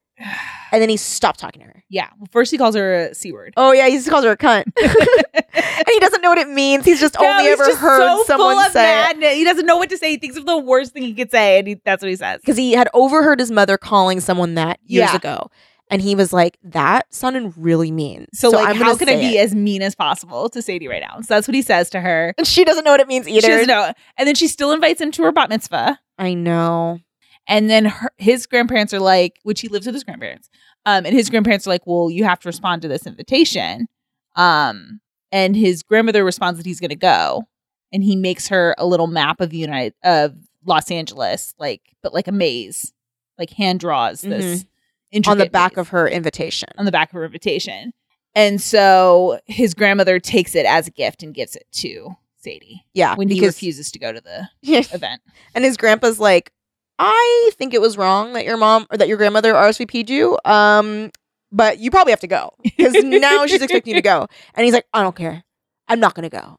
Speaker 2: And then he stopped talking to her.
Speaker 3: Yeah. Well, first he calls her a C word.
Speaker 2: Oh yeah, he just calls her a
Speaker 3: <laughs>
Speaker 2: cunt. and he doesn't know what it means. He's just
Speaker 3: No,
Speaker 2: only
Speaker 3: he's
Speaker 2: ever
Speaker 3: just
Speaker 2: heard
Speaker 3: so
Speaker 2: someone
Speaker 3: full of
Speaker 2: say it.
Speaker 3: madness. He doesn't know what to say. He thinks of the worst thing he could say, and he, that's what he says.
Speaker 2: Because he had overheard his mother calling someone that years
Speaker 3: Yeah.
Speaker 2: ago. And he was like, That sounded really mean.
Speaker 3: So, like,
Speaker 2: I'm gonna
Speaker 3: how can I
Speaker 2: say
Speaker 3: be
Speaker 2: it."
Speaker 3: as mean as possible to Sadie right now? So that's what he says to her.
Speaker 2: And she doesn't know what it means either.
Speaker 3: She doesn't know. And then she still invites him to her bat mitzvah.
Speaker 2: I know.
Speaker 3: And then her, his grandparents are like, which he lives with his grandparents. Um, and his grandparents are like, well, you have to respond to this invitation. Um, and his grandmother responds that he's going to go, and he makes her a little map of the United of Los Angeles, like but like a maze, like hand draws this
Speaker 2: Mm-hmm. on the
Speaker 3: intricate
Speaker 2: back
Speaker 3: maze
Speaker 2: of her invitation.
Speaker 3: on the back of her invitation. And so his grandmother takes it as a gift and gives it to Sadie
Speaker 2: Yeah,
Speaker 3: when he
Speaker 2: Uh, because-
Speaker 3: refuses to go to the
Speaker 2: <laughs>
Speaker 3: event.
Speaker 2: and his grandpa's like, I think it was wrong that your mom or that your grandmother RSVP'd you. Um, but you probably have to go because now she's expecting you to go, and he's like, I don't care, I'm not gonna go.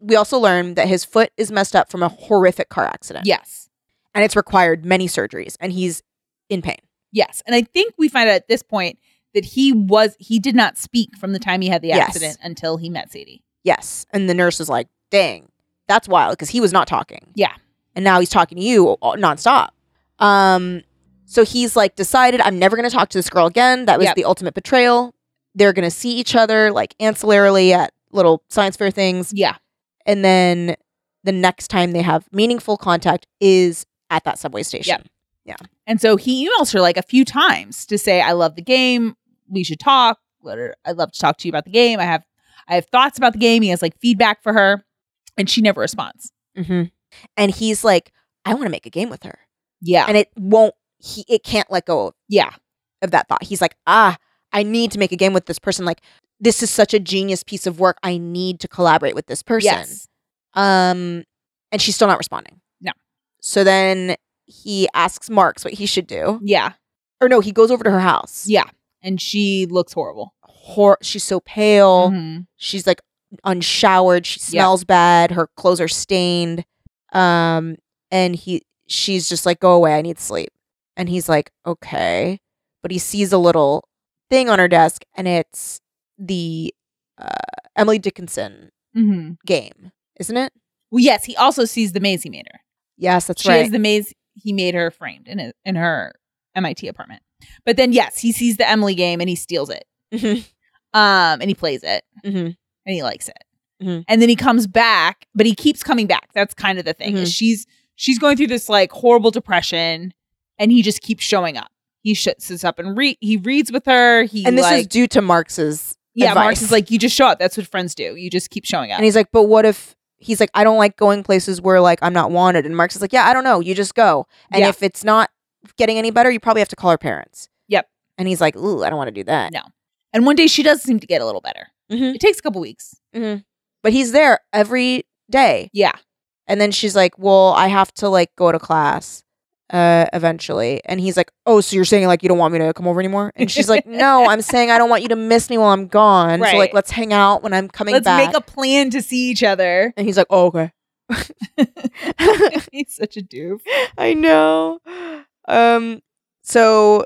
Speaker 2: We also learn that his foot is messed up from a horrific car accident.
Speaker 3: Yes.
Speaker 2: and it's required many surgeries, and he's in pain.
Speaker 3: Yes. And I think we find out at this point that he was he did not speak from the time he had the
Speaker 2: Yes.
Speaker 3: accident until he met Sadie.
Speaker 2: Yes, and the nurse is like, dang, that's wild because he was not talking.
Speaker 3: Yeah.
Speaker 2: and now he's talking to you all- nonstop. Um, so he's like decided, I'm never going to talk to this girl again. That was
Speaker 3: Yep.
Speaker 2: the ultimate betrayal. They're going to see each other like ancillarily at little science fair things,
Speaker 3: Yeah.
Speaker 2: and then the next time they have meaningful contact is at that subway station.
Speaker 3: Yep. And so he emails her like a few times to say, I love the game. We should talk. Let her- I'd love to talk to you about the game. I have I have thoughts about the game. He has like feedback for her. And she never responds.
Speaker 2: Mm-hmm. And he's like, I want to make a game with her,
Speaker 3: Yeah.
Speaker 2: and it won't. He it can't let go
Speaker 3: yeah.
Speaker 2: of that thought. He's like, ah, I need to make a game with this person. Like, this is such a genius piece of work. I need to collaborate with this person.
Speaker 3: Yes.
Speaker 2: Um, and she's still not responding.
Speaker 3: No.
Speaker 2: So then he asks Marks what he should do,
Speaker 3: Yeah.
Speaker 2: or no, he goes over to her house.
Speaker 3: Yeah. And she looks horrible.
Speaker 2: Hor- she's so pale.
Speaker 3: Mhm.
Speaker 2: She's like unshowered. She
Speaker 3: Yeah.
Speaker 2: smells bad. Her clothes are stained. Um, and he, she's just like, go away. I need sleep. And he's like, okay. But he sees a little thing on her desk, and it's the uh, Emily Dickinson
Speaker 3: Mhm.
Speaker 2: game, isn't it?
Speaker 3: Well, yes, he also sees the maze he made her.
Speaker 2: Yes, that's
Speaker 3: she
Speaker 2: right.
Speaker 3: has the maze he made her framed in his, in her MIT apartment. But then yes, he sees the Emily game and he steals it.
Speaker 2: <laughs>
Speaker 3: <laughs>
Speaker 2: Mhm.
Speaker 3: Um, and he plays it
Speaker 2: Mhm.
Speaker 3: and he likes it.
Speaker 2: Mhm.
Speaker 3: And then he comes back, but he keeps coming back. That's kind of the thing.
Speaker 2: Mm-hmm.
Speaker 3: Is she's she's going through this like horrible depression, and he just keeps showing up. He sh- sits up and re- he reads with her. He
Speaker 2: and this
Speaker 3: like,
Speaker 2: is due to Marx's
Speaker 3: yeah. Marx
Speaker 2: advice.
Speaker 3: is like you just show up. That's what friends do. You just keep showing up.
Speaker 2: and he's like, but what if he's like, I don't like going places where like I'm not wanted. And Marx is like, yeah, I don't know. You just go. And
Speaker 3: Yeah.
Speaker 2: if it's not getting any better, you probably have to call her parents.
Speaker 3: Yep.
Speaker 2: And he's like, ooh, I don't want to do that.
Speaker 3: and one day she does seem to get a little better.
Speaker 2: Mhm.
Speaker 3: It takes a couple weeks.
Speaker 2: But he's there every day.
Speaker 3: Yeah.
Speaker 2: And then she's like, well, I have to like go to class uh eventually. And he's like, oh, so you're saying like you don't want me to come over anymore? And she's like, no,
Speaker 3: <laughs>
Speaker 2: I'm saying I don't want you to miss me while I'm gone. So like,
Speaker 3: Right.
Speaker 2: let's hang out when I'm coming
Speaker 3: Let's
Speaker 2: back.
Speaker 3: make a plan to see each other.
Speaker 2: and he's like, oh, okay.
Speaker 3: <laughs> He's such a doof.
Speaker 2: I know. Um, so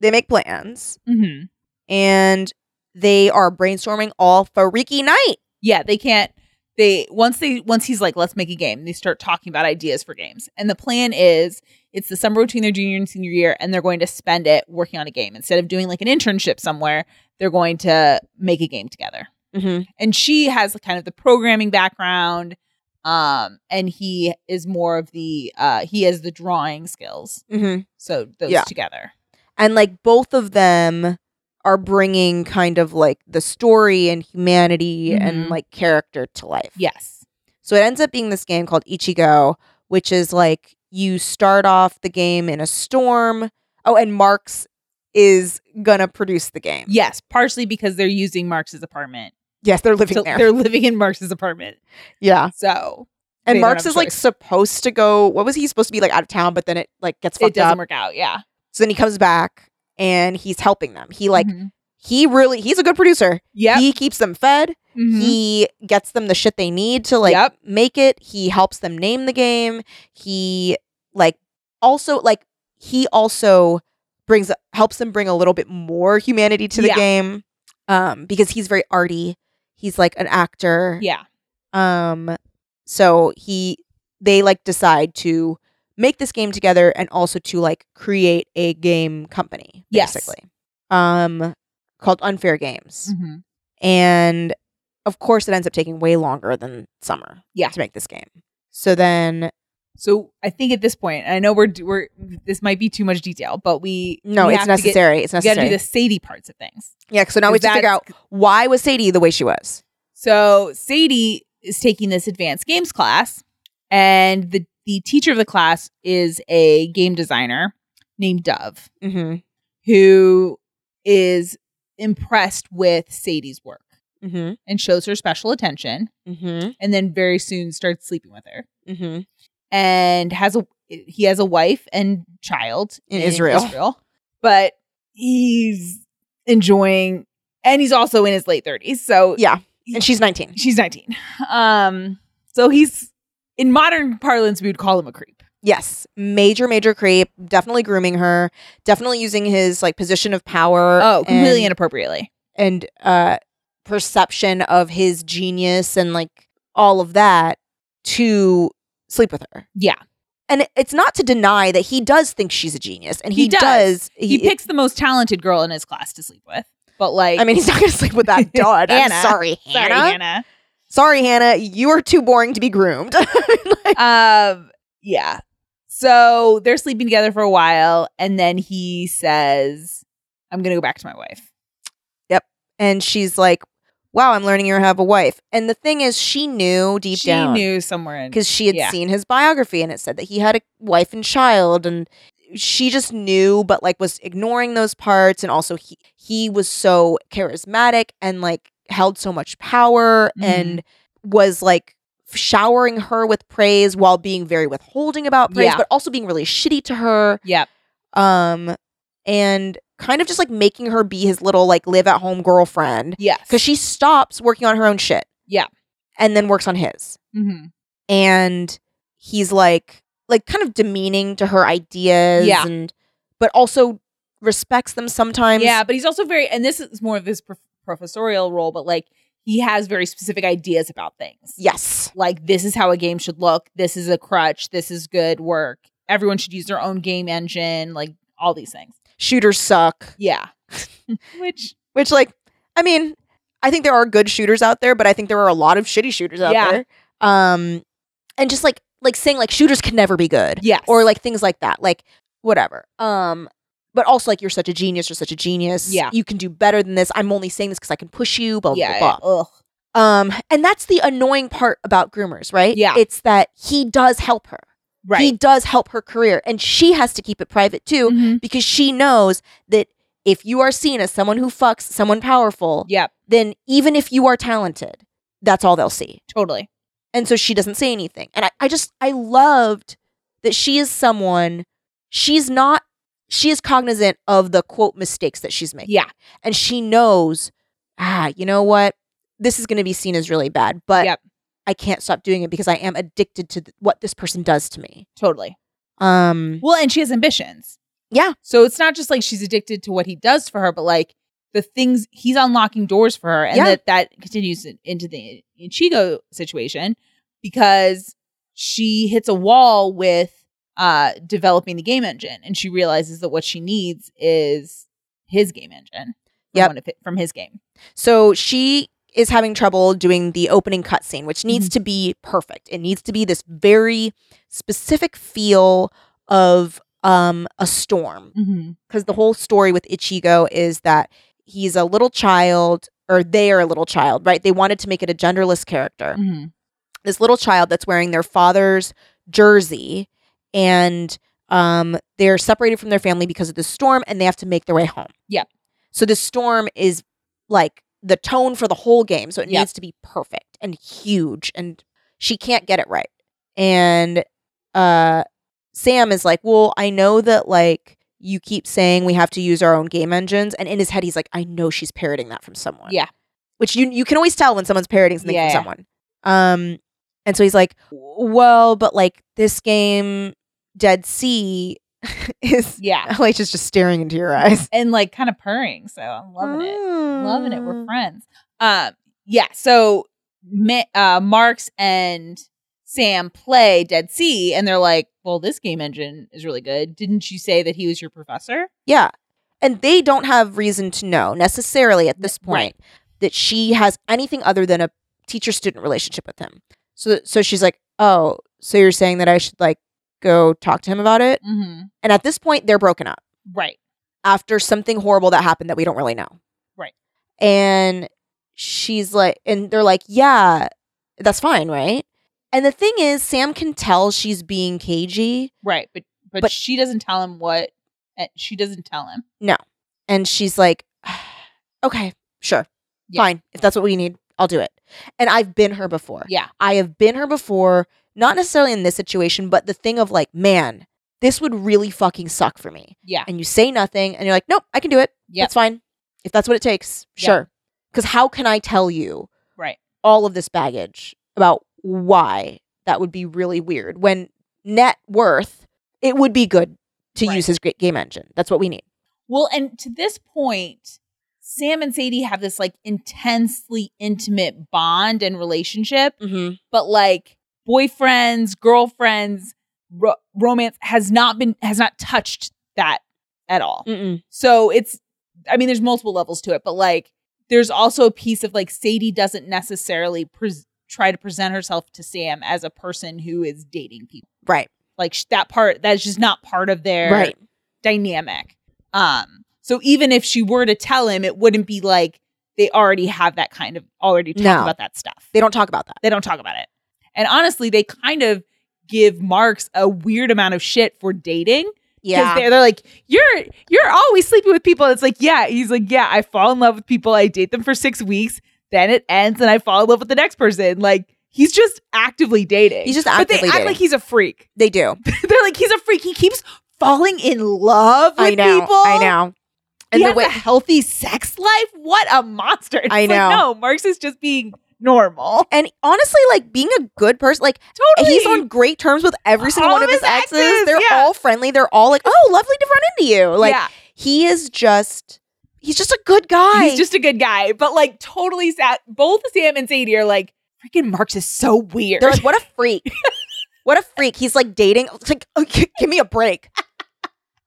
Speaker 2: they make plans,
Speaker 3: Mm-hmm.
Speaker 2: and They are brainstorming all freaky night.
Speaker 3: Yeah, they can't. They once they once he's like, let's make a game. They start talking about ideas for games, and the plan is it's the summer between their junior and senior year, and they're going to spend it working on a game instead of doing like an internship somewhere. They're going to make a game together,
Speaker 2: Mm-hmm.
Speaker 3: and she has kind of the programming background, um, and he is more of the uh, he has the drawing skills.
Speaker 2: Mm-hmm.
Speaker 3: So those
Speaker 2: Yeah.
Speaker 3: together,
Speaker 2: And like both of them are bringing kind of like the story and humanity and
Speaker 3: Mhm.
Speaker 2: like character to life.
Speaker 3: yes,
Speaker 2: So it ends up being this game called Ichigo, which is like you start off the game in a storm. Oh, and Marx is gonna produce the game.
Speaker 3: yes, partially because they're using Marx's apartment.
Speaker 2: Yes, they're living
Speaker 3: So
Speaker 2: there.
Speaker 3: They're living in Marx's apartment.
Speaker 2: yeah.
Speaker 3: So
Speaker 2: And
Speaker 3: they don't
Speaker 2: Marx
Speaker 3: have a
Speaker 2: is like
Speaker 3: choice.
Speaker 2: supposed to go what was he supposed to be like out of town, but then it like gets
Speaker 3: it
Speaker 2: fucked
Speaker 3: doesn't
Speaker 2: up.
Speaker 3: work out. Yeah.
Speaker 2: So then he comes back and he's helping them. He like
Speaker 3: Mhm.
Speaker 2: he really he's a good producer.
Speaker 3: yep.
Speaker 2: He keeps them fed.
Speaker 3: Mhm.
Speaker 2: He gets them the shit they need to like
Speaker 3: Yep.
Speaker 2: make it. He helps them name the game. He like also like he also brings helps them bring a little bit more humanity to the
Speaker 3: Yeah.
Speaker 2: game um because he's very arty. He's like an actor.
Speaker 3: yeah.
Speaker 2: Um so he they like decide to make this game together and also to like create a game company
Speaker 3: Yes.
Speaker 2: basically. Um called Unfair Games
Speaker 3: Mhm.
Speaker 2: and of course it ends up taking way longer than summer
Speaker 3: Yeah.
Speaker 2: to make this game so then
Speaker 3: So I think at this point, I know we're do- we're this might be too much detail, but we
Speaker 2: no
Speaker 3: we
Speaker 2: it's
Speaker 3: have to get-
Speaker 2: necessary it's
Speaker 3: We got to
Speaker 2: necessary
Speaker 3: do the Sadie parts of things.
Speaker 2: yeah so now we have to figure out
Speaker 3: That's-
Speaker 2: why was sadie the way she was
Speaker 3: So Sadie is taking this advanced games class, and the the teacher of the class is a game designer named Dove,
Speaker 2: mm-hmm
Speaker 3: who is impressed with Sadie's work
Speaker 2: mm-hmm
Speaker 3: and shows her special attention,
Speaker 2: mm-hmm
Speaker 3: and then very soon starts sleeping with her.
Speaker 2: mm-hmm
Speaker 3: and has a he has a wife and child
Speaker 2: In Israel.
Speaker 3: but he's enjoying, and he's also in his late thirties. So
Speaker 2: Yeah. and she's 19
Speaker 3: she's nineteen. Um, so he's in modern parlance, we would call him a creep.
Speaker 2: yes major major creep definitely grooming her definitely using his like position of power
Speaker 3: Oh, completely
Speaker 2: and,
Speaker 3: inappropriately.
Speaker 2: and uh perception of his genius and like all of that to sleep with her
Speaker 3: Yeah,
Speaker 2: and it- it's not to deny that he does think she's a genius and he,
Speaker 3: He
Speaker 2: does,
Speaker 3: does. he,
Speaker 2: he,
Speaker 3: picks the most talented girl in his class to sleep with. But like,
Speaker 2: i mean he's not gonna sleep with
Speaker 3: <laughs>
Speaker 2: that dud i'm
Speaker 3: Hannah.
Speaker 2: sorry
Speaker 3: sorry,
Speaker 2: hannah
Speaker 3: Hannah.
Speaker 2: sorry hannah you are too boring to be groomed <laughs> Like,
Speaker 3: um yeah so they're sleeping together for a while and then he says i'm gonna go back to my wife
Speaker 2: and she's like wow i'm learning you have a wife and the thing is she knew deep
Speaker 3: she
Speaker 2: down
Speaker 3: knew somewhere in
Speaker 2: because she had
Speaker 3: Yeah.
Speaker 2: seen his biography and it said that he had a wife and child and she just knew but like was ignoring those parts and also he he was so charismatic and like held so much power
Speaker 3: Mhm.
Speaker 2: and was like showering her with praise while being very withholding about praise
Speaker 3: Yeah.
Speaker 2: but also being really shitty to her
Speaker 3: yep
Speaker 2: um and kind of just like making her be his little like live at home girlfriend
Speaker 3: yes
Speaker 2: cuz she stops working on her own shit
Speaker 3: Yeah.
Speaker 2: and then works on his
Speaker 3: Mhm.
Speaker 2: and he's like like kind of demeaning to her ideas
Speaker 3: Yeah.
Speaker 2: and but also respects them sometimes
Speaker 3: yeah but he's also very and this is more of his prof- professorial role but like he has very specific ideas about things
Speaker 2: yes
Speaker 3: like this is how a game should look this is a crutch this is good work everyone should use their own game engine like all these things
Speaker 2: shooters suck <laughs>
Speaker 3: yeah <laughs> which
Speaker 2: which like i mean i think there are good shooters out there but i think there are a lot of shitty shooters out
Speaker 3: Yeah.
Speaker 2: there um and just like like saying like shooters can never be good
Speaker 3: yes
Speaker 2: or like things like that like whatever um but also like you're such a genius you're such a genius
Speaker 3: Yeah.
Speaker 2: you can do better than this i'm only saying this because i can push you blah blah
Speaker 3: yeah,
Speaker 2: blah
Speaker 3: yeah ugh.
Speaker 2: Um, and that's the annoying part about groomers, right?
Speaker 3: Yeah.
Speaker 2: It's that he does help her.
Speaker 3: right
Speaker 2: He does help her career. And she has to keep it private too,
Speaker 3: Mhm.
Speaker 2: because she knows that if you are seen as someone who fucks someone powerful,
Speaker 3: yep
Speaker 2: then even if you are talented, that's all they'll see.
Speaker 3: totally
Speaker 2: And so she doesn't say anything. And I, I just I loved that she is someone she's not she is cognizant of the quote mistakes that she's making.
Speaker 3: yeah
Speaker 2: and she knows, ah, you know what? This is going to be seen as really bad, but
Speaker 3: Yep.
Speaker 2: I can't stop doing it because I am addicted to th- what this person does to me.
Speaker 3: totally
Speaker 2: Um,
Speaker 3: well and she has ambitions
Speaker 2: yeah,
Speaker 3: so it's not just like she's addicted to what he does for her but like the things he's unlocking doors for her, and
Speaker 2: Yeah.
Speaker 3: that that continues in- into the Ichigo situation because she hits a wall with uh developing the game engine, and she realizes that what she needs is his game engine. from
Speaker 2: Yep.
Speaker 3: one of hi- from his game.
Speaker 2: So she is having trouble doing the opening cutscene, which needs to be perfect. It needs to be this very specific feel of um, a storm
Speaker 3: Mm-hmm.
Speaker 2: because the whole story with Ichigo is that he's a little child, or they are a little child, right? They wanted to make it a genderless character.
Speaker 3: Mm-hmm.
Speaker 2: This little child that's wearing their father's jersey, and um, they're separated from their family because of the storm, and they have to make their way home.
Speaker 3: Yep.
Speaker 2: So the storm is like the tone for the whole game, so it
Speaker 3: Yep.
Speaker 2: needs to be perfect and huge, and she can't get it right. And uh Sam is like, "Well, I know that like you keep saying we have to use our own game engines." And in his head he's like, "I know she's parroting that from someone."
Speaker 3: Yeah.
Speaker 2: Which you you can always tell when someone's parroting something
Speaker 3: Yeah.
Speaker 2: from someone. Um and so he's like, "Well, but like this game Dead Sea <laughs> is <laughs>
Speaker 3: Yeah.
Speaker 2: LH is just staring into your eyes.
Speaker 3: And like kind of purring. So I'm loving it. loving it.
Speaker 2: Oh.
Speaker 3: We're friends. Um, yeah. So Ma- uh, Marks and Sam play Dead Sea, and they're like, "Well, this game engine is really good. Didn't you say that he was your professor?"
Speaker 2: Yeah. And they don't have reason to know necessarily at this
Speaker 3: Right.
Speaker 2: point that she has anything other than a teacher student relationship with him. So so she's like, "Oh, so you're saying that I should like go talk to him about it?"
Speaker 3: Mm-hmm.
Speaker 2: And at this point they're broken up
Speaker 3: Right.
Speaker 2: after something horrible that happened that we don't really know.
Speaker 3: Right.
Speaker 2: And she's like and they're like, "Yeah, that's fine, right?" And the thing is, Sam can tell she's being cagey.
Speaker 3: Right. But but,
Speaker 2: But-
Speaker 3: she doesn't tell him what. eh, She doesn't tell him.
Speaker 2: And she's like, <sighs> okay, sure.
Speaker 3: Yeah.
Speaker 2: Fine. If that's what we need, I'll do it. And I've been her before.
Speaker 3: Yeah.
Speaker 2: I have been her before, not necessarily in this situation, but the thing of like, man, this would really fucking suck for me.
Speaker 3: Yeah.
Speaker 2: And you say nothing and you're like, nope, I can do it.
Speaker 3: Yep.
Speaker 2: It's fine. If that's what it takes,
Speaker 3: Yeah.
Speaker 2: sure. Because how can I tell you
Speaker 3: Right.
Speaker 2: all of this baggage about why that would be really weird when net worth, it would be good to
Speaker 3: Right.
Speaker 2: use his great game engine. That's what we need.
Speaker 3: Well, and to this point, Sam and Sadie have this like intensely intimate bond and relationship
Speaker 2: Mm-hmm.
Speaker 3: but like boyfriends, girlfriends, ro- romance has not been has not touched that at all.
Speaker 2: Mm-mm.
Speaker 3: So it's I mean there's multiple levels to it, but like there's also a piece of like Sadie doesn't necessarily pres try to present herself to Sam as a person who is dating people.
Speaker 2: Right.
Speaker 3: Like sh- that part that's just not part of their
Speaker 2: Right.
Speaker 3: dynamic. Um so even if she were to tell him it wouldn't be like they already have that kind of already talked
Speaker 2: No.
Speaker 3: about that stuff.
Speaker 2: They don't talk about that.
Speaker 3: They don't talk about it. And honestly, they kind of give Marks a weird amount of shit for dating. 'Cause They're, they're like, you're you're always sleeping with people. It's like, yeah. He's like, yeah, I fall in love with people. I date them for six weeks. Then it ends and I fall in love with the next person. Like, he's just actively dating.
Speaker 2: He's just
Speaker 3: But they
Speaker 2: actively
Speaker 3: act
Speaker 2: dating.
Speaker 3: like he's a freak. <laughs>
Speaker 2: They do.
Speaker 3: they're like, he's a freak. He keeps falling in love with
Speaker 2: I know.
Speaker 3: people.
Speaker 2: I know. And
Speaker 3: And he
Speaker 2: the
Speaker 3: has
Speaker 2: way
Speaker 3: a healthy sex life. What a monster. <laughs> It's
Speaker 2: I
Speaker 3: like,
Speaker 2: know.
Speaker 3: no, Marks is just being normal.
Speaker 2: and honestly, like being a good person, like
Speaker 3: Totally.
Speaker 2: he's on great terms with every single
Speaker 3: All
Speaker 2: one
Speaker 3: of
Speaker 2: of his
Speaker 3: his
Speaker 2: exes.
Speaker 3: exes,
Speaker 2: They're
Speaker 3: yeah.
Speaker 2: all friendly. They're all like, "Oh, lovely to run into you." Like
Speaker 3: Yeah.
Speaker 2: he is just, he's just a good guy.
Speaker 3: He's just a good guy, but like totally sad. Both Sam and Sadie are like, freaking Marks is so weird.
Speaker 2: They're like, "What a freak! what a freak!" He's like dating. It's like, <laughs> oh, gi- give me a
Speaker 3: <laughs>
Speaker 2: break.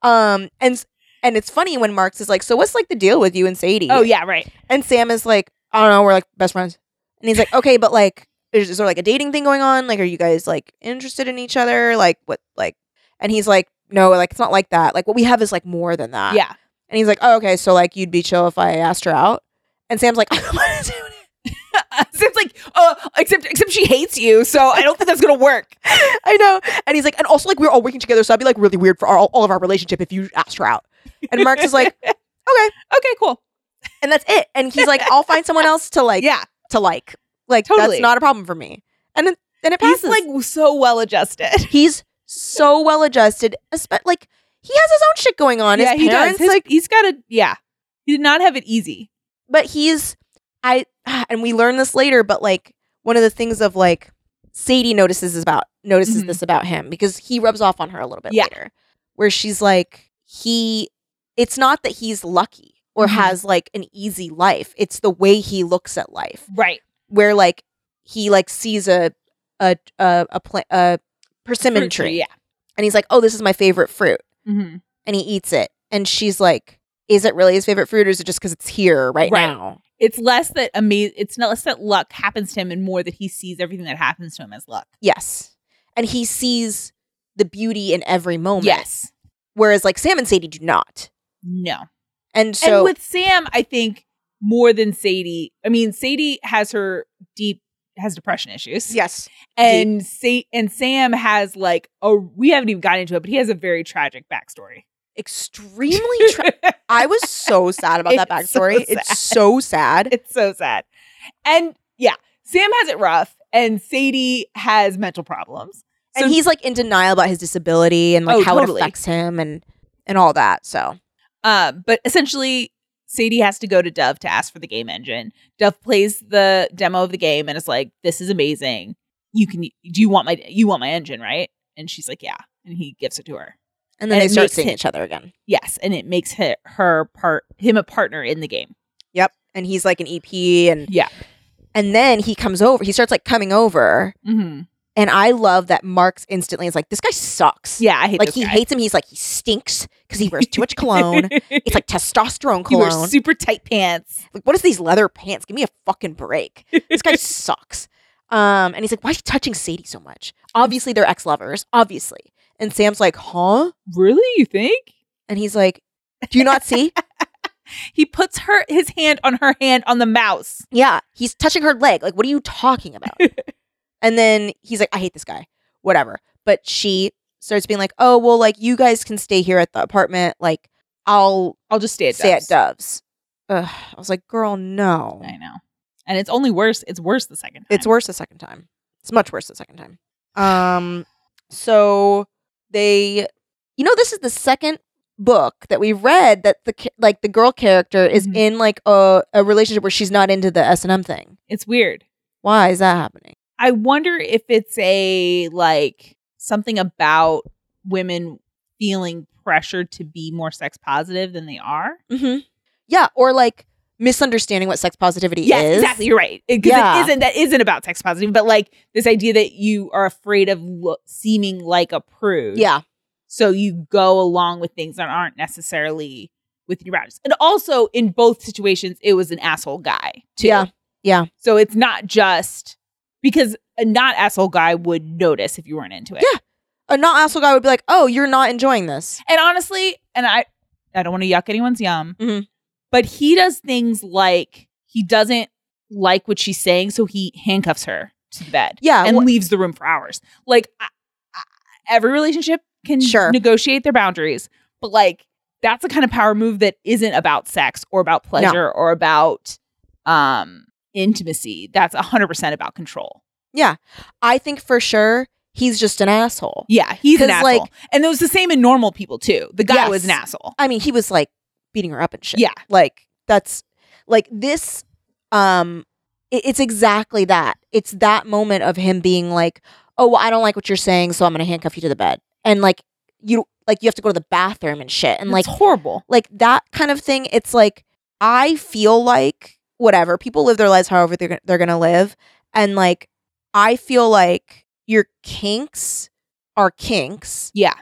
Speaker 2: um, and and it's funny when Marx is like, "So what's like the deal with you and Sadie?"
Speaker 3: <laughs> oh yeah, right.
Speaker 2: And Sam is like, I don't know, we're like best friends. And he's like, okay, but like, is, is there like a dating thing going on? Like, are you guys like interested in each other? Like, what, like, and he's like, no, like, it's not like that. Like, what we have is like more than that.
Speaker 3: Yeah.
Speaker 2: And he's like, oh, okay, so like, you'd be chill if I asked her out. And Sam's like, <laughs> I don't want to do it.
Speaker 3: <laughs> Sam's like, uh, except except she hates you, so I don't think that's gonna work.
Speaker 2: I know. And he's like, and also like, we we're all working together, so that'd be like really weird for our, all of our relationship if you asked her out. And Marx is
Speaker 3: <laughs>
Speaker 2: like,
Speaker 3: Okay, cool.
Speaker 2: and that's it. And he's like, I'll find someone else to like,
Speaker 3: yeah,
Speaker 2: to like. Like,
Speaker 3: Totally.
Speaker 2: that's not a problem for me. And then, then it passes.
Speaker 3: he's like so well adjusted.
Speaker 2: He's so well adjusted. Espe- like he has his own shit going on.
Speaker 3: yeah,
Speaker 2: his
Speaker 3: he does.
Speaker 2: parents,
Speaker 3: His-
Speaker 2: like,
Speaker 3: he's got a yeah. He did not have it easy.
Speaker 2: but he's I <sighs> and we learn this later. But like one of the things of like Sadie notices is about notices
Speaker 3: Mhm.
Speaker 2: this about him because he rubs off on her a little bit
Speaker 3: Yeah.
Speaker 2: later, where she's like he. It's not that he's lucky or
Speaker 3: Mhm.
Speaker 2: has like an easy life. It's the way he looks at life,
Speaker 3: Right.
Speaker 2: where like he like sees a a a a, pla- a persimmon
Speaker 3: Fruit
Speaker 2: tree,
Speaker 3: Yeah.
Speaker 2: and he's like, "Oh, this is my favorite fruit,"
Speaker 3: Mhm.
Speaker 2: and he eats it, and she's like, "Is it really his favorite fruit, or is it just because it's here right,
Speaker 3: Right.
Speaker 2: now?"
Speaker 3: It's less that amaz- It's not less that luck happens to him, and more that he sees everything that happens to him as luck.
Speaker 2: Yes, and he sees the beauty in every moment.
Speaker 3: Yes.
Speaker 2: whereas like Sam and Sadie do not,
Speaker 3: No.
Speaker 2: and so
Speaker 3: and with Sam, I think more than Sadie. I mean, Sadie has her deep has depression issues.
Speaker 2: yes,
Speaker 3: and Sa- and Sam has like a we haven't even gotten into it, but he has a very tragic backstory. <laughs>
Speaker 2: extremely. Tra- I was so sad about that
Speaker 3: It's so
Speaker 2: backstory.
Speaker 3: sad.
Speaker 2: <laughs> it's so sad.
Speaker 3: it's so sad, and yeah, Sam has it rough, and Sadie has mental problems. So-
Speaker 2: and he's like in denial about his disability and like
Speaker 3: Oh,
Speaker 2: how
Speaker 3: totally.
Speaker 2: it affects him and and all that. So
Speaker 3: Um, but essentially, Sadie has to go to Dove to ask for the game engine. Dove plays the demo of the game and is like, "This is amazing. You can. Do you want my? You want my engine, right?" And she's like, "Yeah." And he gives it to her.
Speaker 2: and then
Speaker 3: And
Speaker 2: they
Speaker 3: it
Speaker 2: start
Speaker 3: makes
Speaker 2: seeing
Speaker 3: him-
Speaker 2: each other again.
Speaker 3: Yes, and it makes her, her part him a partner in the game.
Speaker 2: Yep. And he's like an EP and
Speaker 3: Yeah.
Speaker 2: And then he comes over. He starts like coming over,
Speaker 3: Mm-hmm.
Speaker 2: and I love that Marks instantly is like, "This guy sucks."
Speaker 3: Yeah, I hate
Speaker 2: Like
Speaker 3: this
Speaker 2: he
Speaker 3: guy.
Speaker 2: hates him. He's like he stinks because he wears too
Speaker 3: <laughs>
Speaker 2: much cologne. It's like testosterone
Speaker 3: he
Speaker 2: cologne.
Speaker 3: wears super tight pants.
Speaker 2: like what is these leather pants? Give me a fucking break. This
Speaker 3: <laughs>
Speaker 2: guy sucks. Um, and he's like, why is he touching Sadie so much? Obviously, they're ex lovers. Obviously. And Sam's like, huh?
Speaker 3: really, you think?
Speaker 2: And he's like, do you not see?
Speaker 3: He puts her his hand on her hand on the mouse.
Speaker 2: yeah, he's touching her leg. Like, what are you talking
Speaker 3: <laughs>
Speaker 2: about? and then he's like, I hate this guy. Whatever. But she starts being like, oh, well, like, you guys can stay here at the apartment. Like, I'll
Speaker 3: I'll just stay at
Speaker 2: stay
Speaker 3: Dove's.
Speaker 2: at Dove's. Ugh. I was like, girl, no.
Speaker 3: I know, and it's only worse. It's worse the second. Time.
Speaker 2: It's worse the second time. It's much worse the second time. Um, so they, you know, this is the second book that we read that the ca- like the girl character is
Speaker 3: Mhm.
Speaker 2: in like a a relationship where she's not into the S and M thing.
Speaker 3: it's weird.
Speaker 2: Why is that happening?
Speaker 3: I wonder if it's a like something about women feeling pressured to be more sex positive than they are.
Speaker 2: Mm-hmm. Yeah, or like misunderstanding what sex positivity is.
Speaker 3: exactly. You're right. Because
Speaker 2: Yeah.
Speaker 3: it isn't that isn't about sex positive, but like this idea that you are afraid of lo- seeming like a prude.
Speaker 2: Yeah,
Speaker 3: So you go along with things that aren't necessarily within your boundaries. And also in both situations, it was an asshole guy too.
Speaker 2: Yeah. Yeah.
Speaker 3: So it's not just because a not asshole guy would notice if you weren't into it.
Speaker 2: Yeah. a not asshole guy would be like, "Oh, you're not enjoying this."
Speaker 3: And honestly, and I I don't want to yuck anyone's yum,
Speaker 2: Mhm.
Speaker 3: but he does things like he doesn't like what she's saying, so he handcuffs her to the bed
Speaker 2: Yeah,
Speaker 3: and
Speaker 2: wh-
Speaker 3: leaves the room for hours. Like I, I, every relationship can
Speaker 2: Sure.
Speaker 3: negotiate their boundaries, but like that's a kind of power move that isn't about sex or about pleasure or about um intimacy. That's 100% about control.
Speaker 2: I think for sure he's just an asshole.
Speaker 3: Yeah, he's an
Speaker 2: 'Cause,
Speaker 3: asshole.
Speaker 2: like-
Speaker 3: and it was the same in normal people too. The guy
Speaker 2: Yes.
Speaker 3: was an asshole.
Speaker 2: I mean, he was like beating her up and shit.
Speaker 3: Yeah.
Speaker 2: Like that's like this um it- it's exactly that. It's that moment of him being like, "Oh, well, I don't like what you're saying, so I'm going to handcuff you to the bed." And like you like you have to go to the bathroom and shit. And
Speaker 3: That's
Speaker 2: like
Speaker 3: horrible.
Speaker 2: like that kind of thing, it's like I feel like whatever. People live their lives however they're, they're going to live. And like I feel like your kinks are kinks
Speaker 3: Yeah.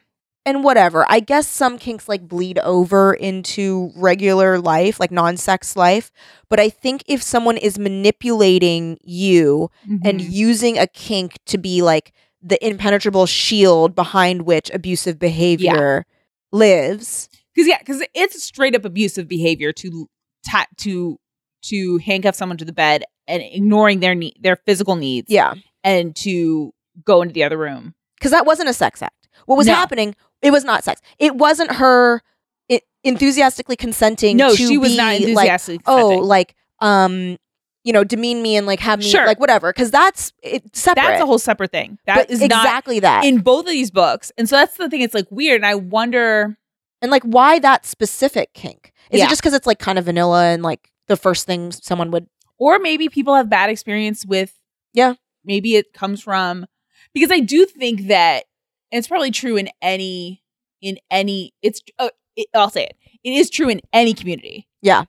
Speaker 2: and whatever. I guess some kinks like bleed over into regular life, like non sex life. But I think if someone is manipulating you and
Speaker 3: Mm-hmm.
Speaker 2: using a kink to be like the impenetrable shield behind which abusive behavior lives,
Speaker 3: because yeah, because it's straight up abusive behavior to ta- to to handcuff someone to the bed and ignoring their need their physical needs.
Speaker 2: yeah,
Speaker 3: and to go into the other room.
Speaker 2: because that wasn't a sex act. What was
Speaker 3: No.
Speaker 2: happening, it was not sex. It wasn't her it, enthusiastically consenting
Speaker 3: No,
Speaker 2: to
Speaker 3: she was not
Speaker 2: be, like,
Speaker 3: enthusiastic.
Speaker 2: oh like um you know demean me and like have me
Speaker 3: Sure.
Speaker 2: like whatever because that's it's separate
Speaker 3: that's a whole separate thing. That
Speaker 2: but
Speaker 3: is
Speaker 2: exactly that
Speaker 3: not in both of these books, and so that's the thing. It's like weird, and I wonder.
Speaker 2: and like why that specific kink is
Speaker 3: Yeah.
Speaker 2: it just because it's like kind of vanilla and like the first thing someone would
Speaker 3: or maybe people have bad experience with
Speaker 2: Yeah.
Speaker 3: maybe it comes from because i do think that and it's probably true in any in any it's uh, it, I'll say it. It is true in any community.
Speaker 2: Yeah.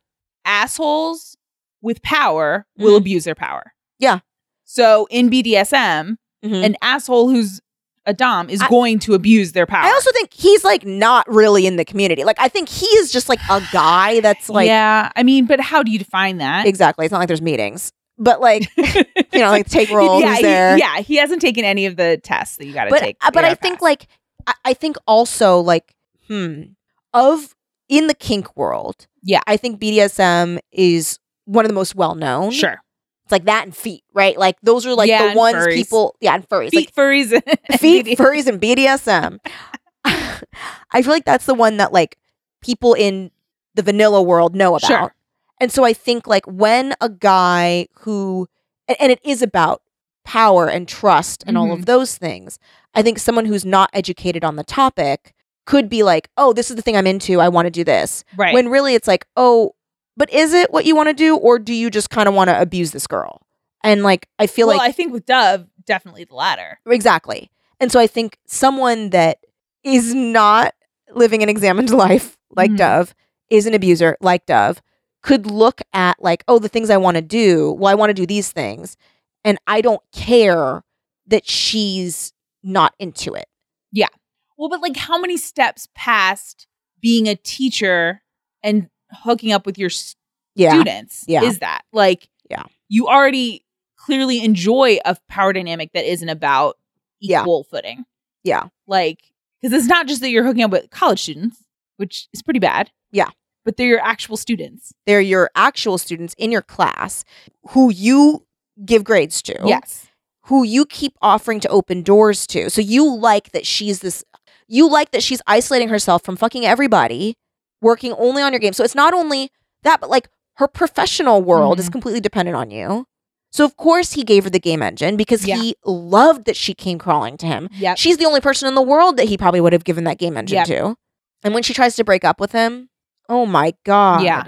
Speaker 3: Assholes with power will
Speaker 2: Mhm.
Speaker 3: abuse their power.
Speaker 2: Yeah.
Speaker 3: So in BDSM,
Speaker 2: Mhm.
Speaker 3: an asshole who's a dom is
Speaker 2: I-
Speaker 3: going to abuse their power.
Speaker 2: I also think he's like not really in the community. Like I think he is just like a guy that's like
Speaker 3: yeah, I mean, but how do you define that?
Speaker 2: exactly. It's not like there's meetings, but like <laughs> you know, like take roll.
Speaker 3: yeah,
Speaker 2: he's
Speaker 3: he,
Speaker 2: there.
Speaker 3: yeah, he hasn't taken any of the tests that you got to
Speaker 2: but
Speaker 3: take.
Speaker 2: uh, but
Speaker 3: in
Speaker 2: I
Speaker 3: our
Speaker 2: think
Speaker 3: past.
Speaker 2: like I, I think also like hmm of in the kink world.
Speaker 3: Yeah.
Speaker 2: I think BDSM is one of the most well known.
Speaker 3: sure,
Speaker 2: it's like that and feet, right? Like those are like
Speaker 3: Yeah,
Speaker 2: the
Speaker 3: and
Speaker 2: ones
Speaker 3: furries.
Speaker 2: people. Yeah, and furries.
Speaker 3: feet furries, <laughs>
Speaker 2: like <laughs>
Speaker 3: and
Speaker 2: feet,
Speaker 3: BD.
Speaker 2: furries, and BDSM. <laughs> I feel like that's the one that like people in the vanilla world know about.
Speaker 3: Sure.
Speaker 2: And so I think like when a guy who and, and it is about power and trust and
Speaker 3: Mm-hmm.
Speaker 2: all of those things, I think someone who's not educated on the topic could be like, "Oh, this is the thing I'm into. I want to do this."
Speaker 3: right?
Speaker 2: When really it's like, "Oh, but is it what you want to do or do you just kind of want to abuse this girl?" And like I feel
Speaker 3: well,
Speaker 2: like
Speaker 3: I think with Dove, definitely the latter.
Speaker 2: Exactly. And so I think someone that is not living an examined <laughs> life like
Speaker 3: Mhm.
Speaker 2: Dove, is an abuser like Dove, could look at like, oh, the things I want to do, well, I want to do these things. And I don't care that she's not into it.
Speaker 3: Well, but like, how many steps past being a teacher and hooking up with your
Speaker 2: Yeah.
Speaker 3: students
Speaker 2: Yeah.
Speaker 3: is that like
Speaker 2: Yeah.
Speaker 3: you already clearly enjoy a power dynamic that isn't about
Speaker 2: Yeah.
Speaker 3: equal footing
Speaker 2: Yeah.
Speaker 3: like because it's not just that you're hooking up with college students which is pretty bad
Speaker 2: Yeah.
Speaker 3: but they're your actual students
Speaker 2: They're your actual students in your class who you give grades to.
Speaker 3: yes
Speaker 2: who you keep offering to open doors to. So you like that she's this, you like that she's isolating herself from fucking everybody, working only on your game. So it's not only that, but like her professional world is
Speaker 3: Mhm.
Speaker 2: completely dependent on you. So of course he gave her the game engine because
Speaker 3: Yeah.
Speaker 2: he loved that she came crawling to him.
Speaker 3: yep
Speaker 2: She's the only person in the world that he probably would have given that game engine
Speaker 3: Yeah.
Speaker 2: to. And when she tries to break up with him, oh my God.
Speaker 3: Yeah.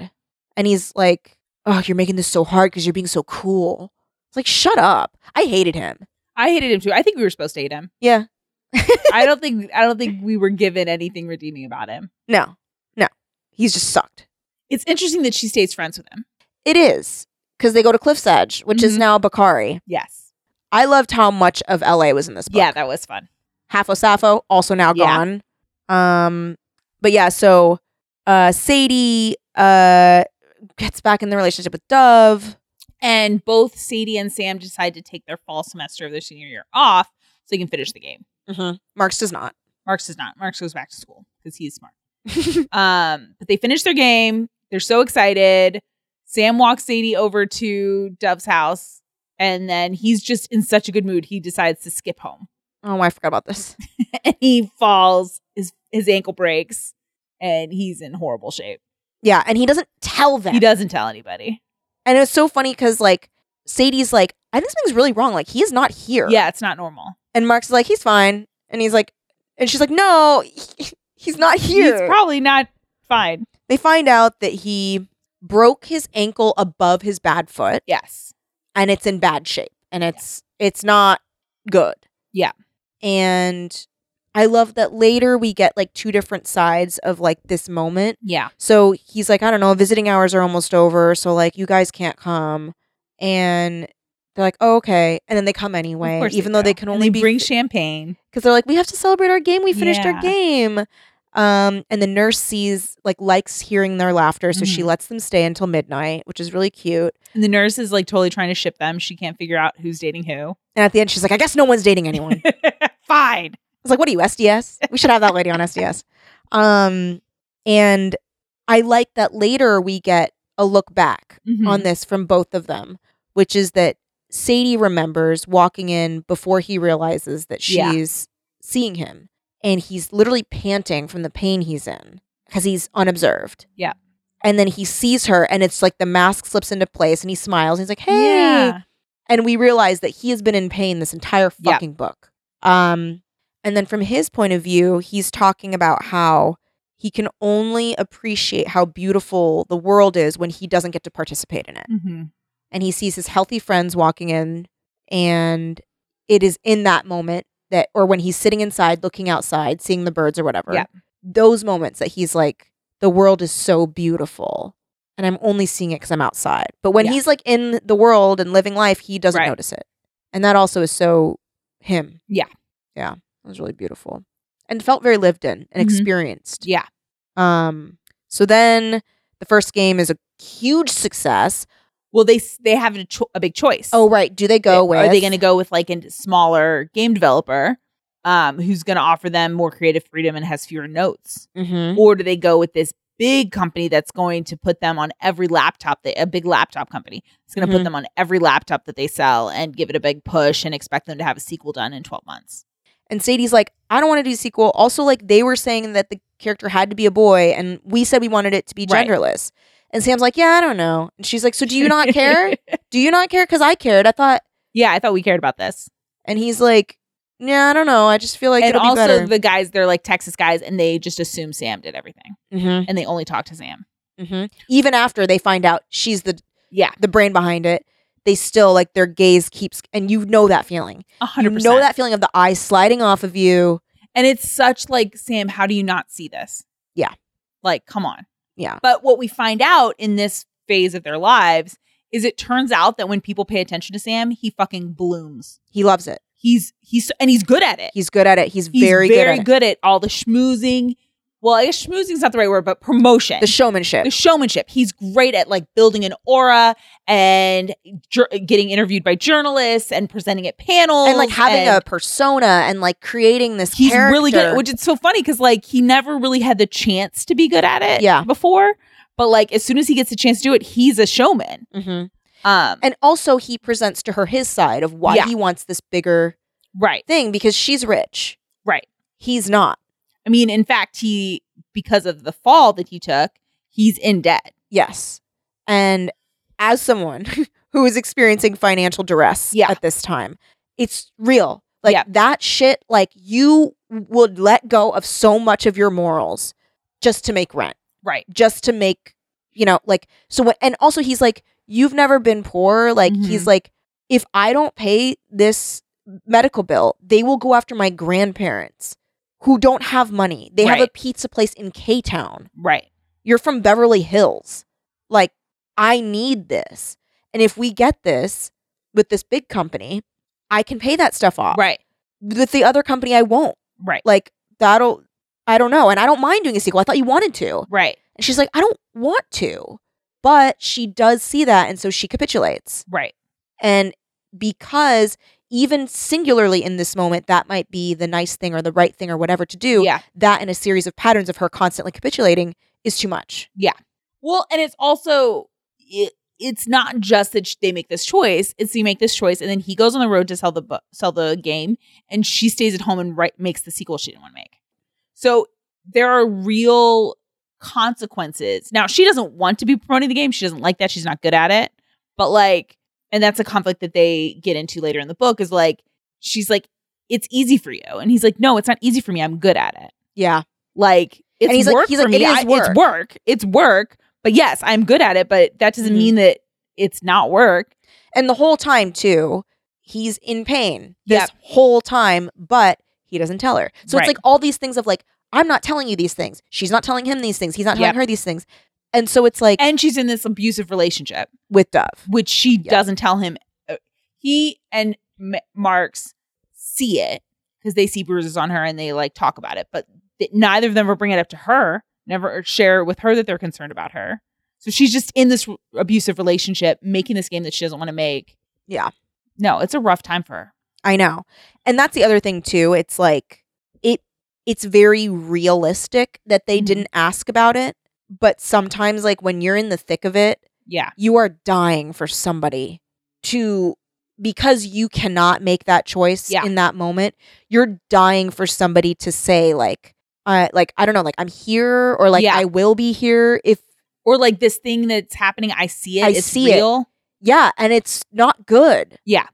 Speaker 2: And he's like, oh, you're making this so hard because you're being so cool. It's like, shut up. I hated him.
Speaker 3: i hated him too i think we were supposed to hate him
Speaker 2: Yeah.
Speaker 3: i don't think i don't think we were given anything redeeming about him
Speaker 2: No, no. He's just sucked.
Speaker 3: it's interesting that she stays friends with him
Speaker 2: It is because they go to Cliff's Edge, which is
Speaker 3: Mhm.
Speaker 2: now Bakari.
Speaker 3: yes
Speaker 2: I loved how much of LA was in this book.
Speaker 3: yeah that was fun
Speaker 2: Half of Sappho, also now
Speaker 3: Yeah.
Speaker 2: gone. Um, but yeah, so uh, Sadie uh, gets back in the relationship with Dove.
Speaker 3: and both sadie and sam decide to take their fall semester of their senior year off so they can finish the game Mm-hmm.
Speaker 2: Marks does not. <laughs>
Speaker 3: Marx does not. Marx goes back to school because he's smart. um, but they finish their game. They're so excited. Sam walks Sadie over to Dove's house, and then he's just in such a good mood. He decides to skip home, <laughs>
Speaker 2: Oh, I forgot about this.
Speaker 3: and he falls. His his ankle breaks, and he's in horrible shape.
Speaker 2: Yeah, and he doesn't tell them.
Speaker 3: He doesn't tell anybody.
Speaker 2: And it was so funny because like Sadie's like, I think something's really wrong. Like he is not here.
Speaker 3: Yeah, it's not normal.
Speaker 2: And Mark's like, he's fine. And he's like, and she's like, no, he- <laughs> he's not here.
Speaker 3: He's probably not fine.
Speaker 2: they find out that he broke his ankle above his bad foot
Speaker 3: Yes,
Speaker 2: and it's in bad shape and it's it's not good.
Speaker 3: Yeah.
Speaker 2: And I love that later we get like two different sides of like this moment
Speaker 3: yeah,
Speaker 2: so he's like, I don't know, visiting hours are almost over, so like you guys can't come. And they're like, oh, okay. And then they come anyway,
Speaker 3: course they
Speaker 2: even though they
Speaker 3: do.
Speaker 2: can
Speaker 3: And
Speaker 2: only
Speaker 3: they
Speaker 2: be
Speaker 3: bring champagne.
Speaker 2: because they're like, we have to celebrate our game. We finished our
Speaker 3: Yeah.
Speaker 2: game. Um, and the nurse sees like likes hearing their laughter, so she
Speaker 3: Mhm.
Speaker 2: lets them stay until midnight, which is really cute.
Speaker 3: And the nurse is like totally trying to ship them. She can't figure out who's dating who. <laughs>
Speaker 2: And at the end, she's like, I guess no one's dating anyone.
Speaker 3: Fine.
Speaker 2: I was like, what are you, SDS? We should have that lady on SDS. Um, and I like that later we get a look back
Speaker 3: Mm-hmm.
Speaker 2: on this from both of them, which is that Sadie remembers walking in before he realizes that she's
Speaker 3: Yeah.
Speaker 2: seeing him. And he's literally panting from the pain he's in because he's unobserved.
Speaker 3: Yeah.
Speaker 2: And then he sees her, and it's like the mask slips into place and he smiles. And he's like, hey.
Speaker 3: Yeah.
Speaker 2: And we realize that he has been in pain this entire
Speaker 3: Yeah.
Speaker 2: fucking book. Um, and then from his point of view, he's talking about how he can only appreciate how beautiful the world is when he doesn't get to participate in it
Speaker 3: Mhm.
Speaker 2: and he sees his healthy friends walking in and it is in that moment that or when he's sitting inside looking outside seeing the birds or whatever
Speaker 3: Yeah.
Speaker 2: those moments that he's like, the world is so beautiful. And I'm only seeing it because I'm outside. But when
Speaker 3: Yeah.
Speaker 2: he's like in the world and living life, he doesn't
Speaker 3: Right.
Speaker 2: notice it. And that also is so him.
Speaker 3: Yeah.
Speaker 2: Yeah. It was really beautiful and felt very lived in and
Speaker 3: Mhm.
Speaker 2: experienced.
Speaker 3: Yeah.
Speaker 2: Um, so then the first game is a huge success.
Speaker 3: Well, they s- they have a, cho- a big choice.
Speaker 2: Oh, right. Do they go with?
Speaker 3: Are they going to go with like a smaller game developer um, who's going to offer them more creative freedom and has fewer notes?
Speaker 2: Mm-hmm.
Speaker 3: Or do they go with this big company that's going to put them on every laptop, that, a big laptop company? It's going to
Speaker 2: Mhm.
Speaker 3: put them on every laptop that they sell and give it a big push and expect them to have a sequel done in 12 months.
Speaker 2: And Sadie's like, I don't want to do sequel. Also, like they were saying that the character had to be a boy, and we said we wanted it to be
Speaker 3: Right.
Speaker 2: genderless. And Sam's like, Yeah, I don't know. And she's like, So do you <laughs>
Speaker 3: <laughs>
Speaker 2: not care? do you not care? Because I cared. I thought.
Speaker 3: yeah, I thought we cared about this.
Speaker 2: And he's like, Yeah, I don't know. I just feel like
Speaker 3: and
Speaker 2: it'll
Speaker 3: also
Speaker 2: be better.
Speaker 3: the guys, they're like Texas guys and they just assume Sam did everything
Speaker 2: mm-hmm.
Speaker 3: and they only talk to Sam.
Speaker 2: Mm-hmm. Even after they find out she's the
Speaker 3: Yeah,
Speaker 2: the brain behind it, they still like their gaze keeps, and you know that feeling.
Speaker 3: 100%.
Speaker 2: You know that feeling of the eye sliding off of you.
Speaker 3: And it's such like, Sam, how do you not see this?
Speaker 2: Yeah.
Speaker 3: Like, come on.
Speaker 2: Yeah.
Speaker 3: But what we find out in this phase of their lives is it turns out that when people pay attention to Sam, he fucking blooms.
Speaker 2: He loves it.
Speaker 3: He's, he's, and he's good at it.
Speaker 2: He's good at it. He's,
Speaker 3: He's
Speaker 2: very, good at it.
Speaker 3: good at all the schmoozing. Well, I guess schmoozing's not the right word, but promotion.
Speaker 2: The showmanship.
Speaker 3: the showmanship. He's great at like building an aura and jur- getting interviewed by journalists and presenting at panels
Speaker 2: and like having
Speaker 3: and
Speaker 2: a persona and like creating this
Speaker 3: He's really good,
Speaker 2: character.
Speaker 3: which is so funny because like he never really had the chance to be good at it
Speaker 2: Yeah.
Speaker 3: before. But like as soon as he gets the chance to do it, he's a showman.
Speaker 2: Mhm.
Speaker 3: Um,
Speaker 2: and also he presents to her his side of why
Speaker 3: Yeah.
Speaker 2: he wants this bigger
Speaker 3: right,
Speaker 2: thing because she's rich
Speaker 3: right.
Speaker 2: he's not
Speaker 3: I mean, in fact, he because of the fall that he took, he's in debt.
Speaker 2: yes and as someone <laughs> who is experiencing financial duress
Speaker 3: Yeah.
Speaker 2: at this time it's real like
Speaker 3: Yeah.
Speaker 2: that shit like you would let go of so much of your morals just to make rent
Speaker 3: Right.
Speaker 2: just to make you know like so what and also he's like you've never been poor like
Speaker 3: Mm-hmm.
Speaker 2: he's like if i don't pay this medical bill they will go after my grandparents who don't have money they have a
Speaker 3: Right.
Speaker 2: pizza place in k town
Speaker 3: Right.
Speaker 2: you're from beverly hills like i need this and if we get this with this big company i can pay that stuff off
Speaker 3: Right.
Speaker 2: with the other company i won't
Speaker 3: Right.
Speaker 2: like that'll i don't know and i don't mind doing a sequel i thought you wanted to
Speaker 3: Right.
Speaker 2: and she's like, I don't want to. But she does see that. And so she capitulates.
Speaker 3: Right.
Speaker 2: And because even singularly in this moment, that might be the nice thing or the right thing or whatever to do,
Speaker 3: Yeah.
Speaker 2: that in a series of patterns of her constantly capitulating is too much.
Speaker 3: Well, and it's also it, it's not just that sh- they make this choice; it's you make this choice, and then he goes on the road to sell the book, sell the game, and she stays at home and write, makes the sequel she didn't want to make. So there are real consequences. Now she doesn't want to be promoting the game; she doesn't like that. She's not good at it, but like, and that's a conflict that they get into later in the book. Is like she's like, "It's easy for you," and he's like, "No, it's not easy for me. I'm good at it."
Speaker 2: Yeah.
Speaker 3: Like it's
Speaker 2: And he's like-
Speaker 3: work
Speaker 2: he's
Speaker 3: for
Speaker 2: like,
Speaker 3: me.
Speaker 2: it is
Speaker 3: I- It's work. It's work. But yes, I'm good at it. But that doesn't
Speaker 2: Mhm.
Speaker 3: mean that it's not work.
Speaker 2: And the whole time, too, he's in pain this
Speaker 3: Yep.
Speaker 2: whole time, but he doesn't tell her. So it's
Speaker 3: Right.
Speaker 2: like all these things of like, I'm not telling you these things. She's not telling him these things. He's not telling
Speaker 3: Yep.
Speaker 2: her these things. And so it's like
Speaker 3: And she's in this abusive relationship,
Speaker 2: with Dove.
Speaker 3: which she
Speaker 2: Yeah.
Speaker 3: doesn't tell him. Uh, He and M- Marks see it because they see bruises on her and they like talk about it. But th- neither of them ever bring it up to her. Never share with her that they're concerned about her. So she's just in this r- abusive relationship, making this game that she doesn't want to make.
Speaker 2: Yeah.
Speaker 3: No, it's a rough time for her.
Speaker 2: I know. And that's the other thing too. It's like it it's very realistic that they
Speaker 3: Mhm.
Speaker 2: didn't ask about it, but sometimes like when you're in the thick of it,
Speaker 3: Yeah.
Speaker 2: you are dying for somebody to because you cannot make that choice
Speaker 3: Yeah.
Speaker 2: in that moment, you're dying for somebody to say like uh, like I don't know, like I'm here or like
Speaker 3: Yeah.
Speaker 2: I will be here if
Speaker 3: or like this thing that's happening. I see it.
Speaker 2: I
Speaker 3: it's
Speaker 2: see it.
Speaker 3: real.
Speaker 2: yeah, and it's not good.
Speaker 3: Yeah.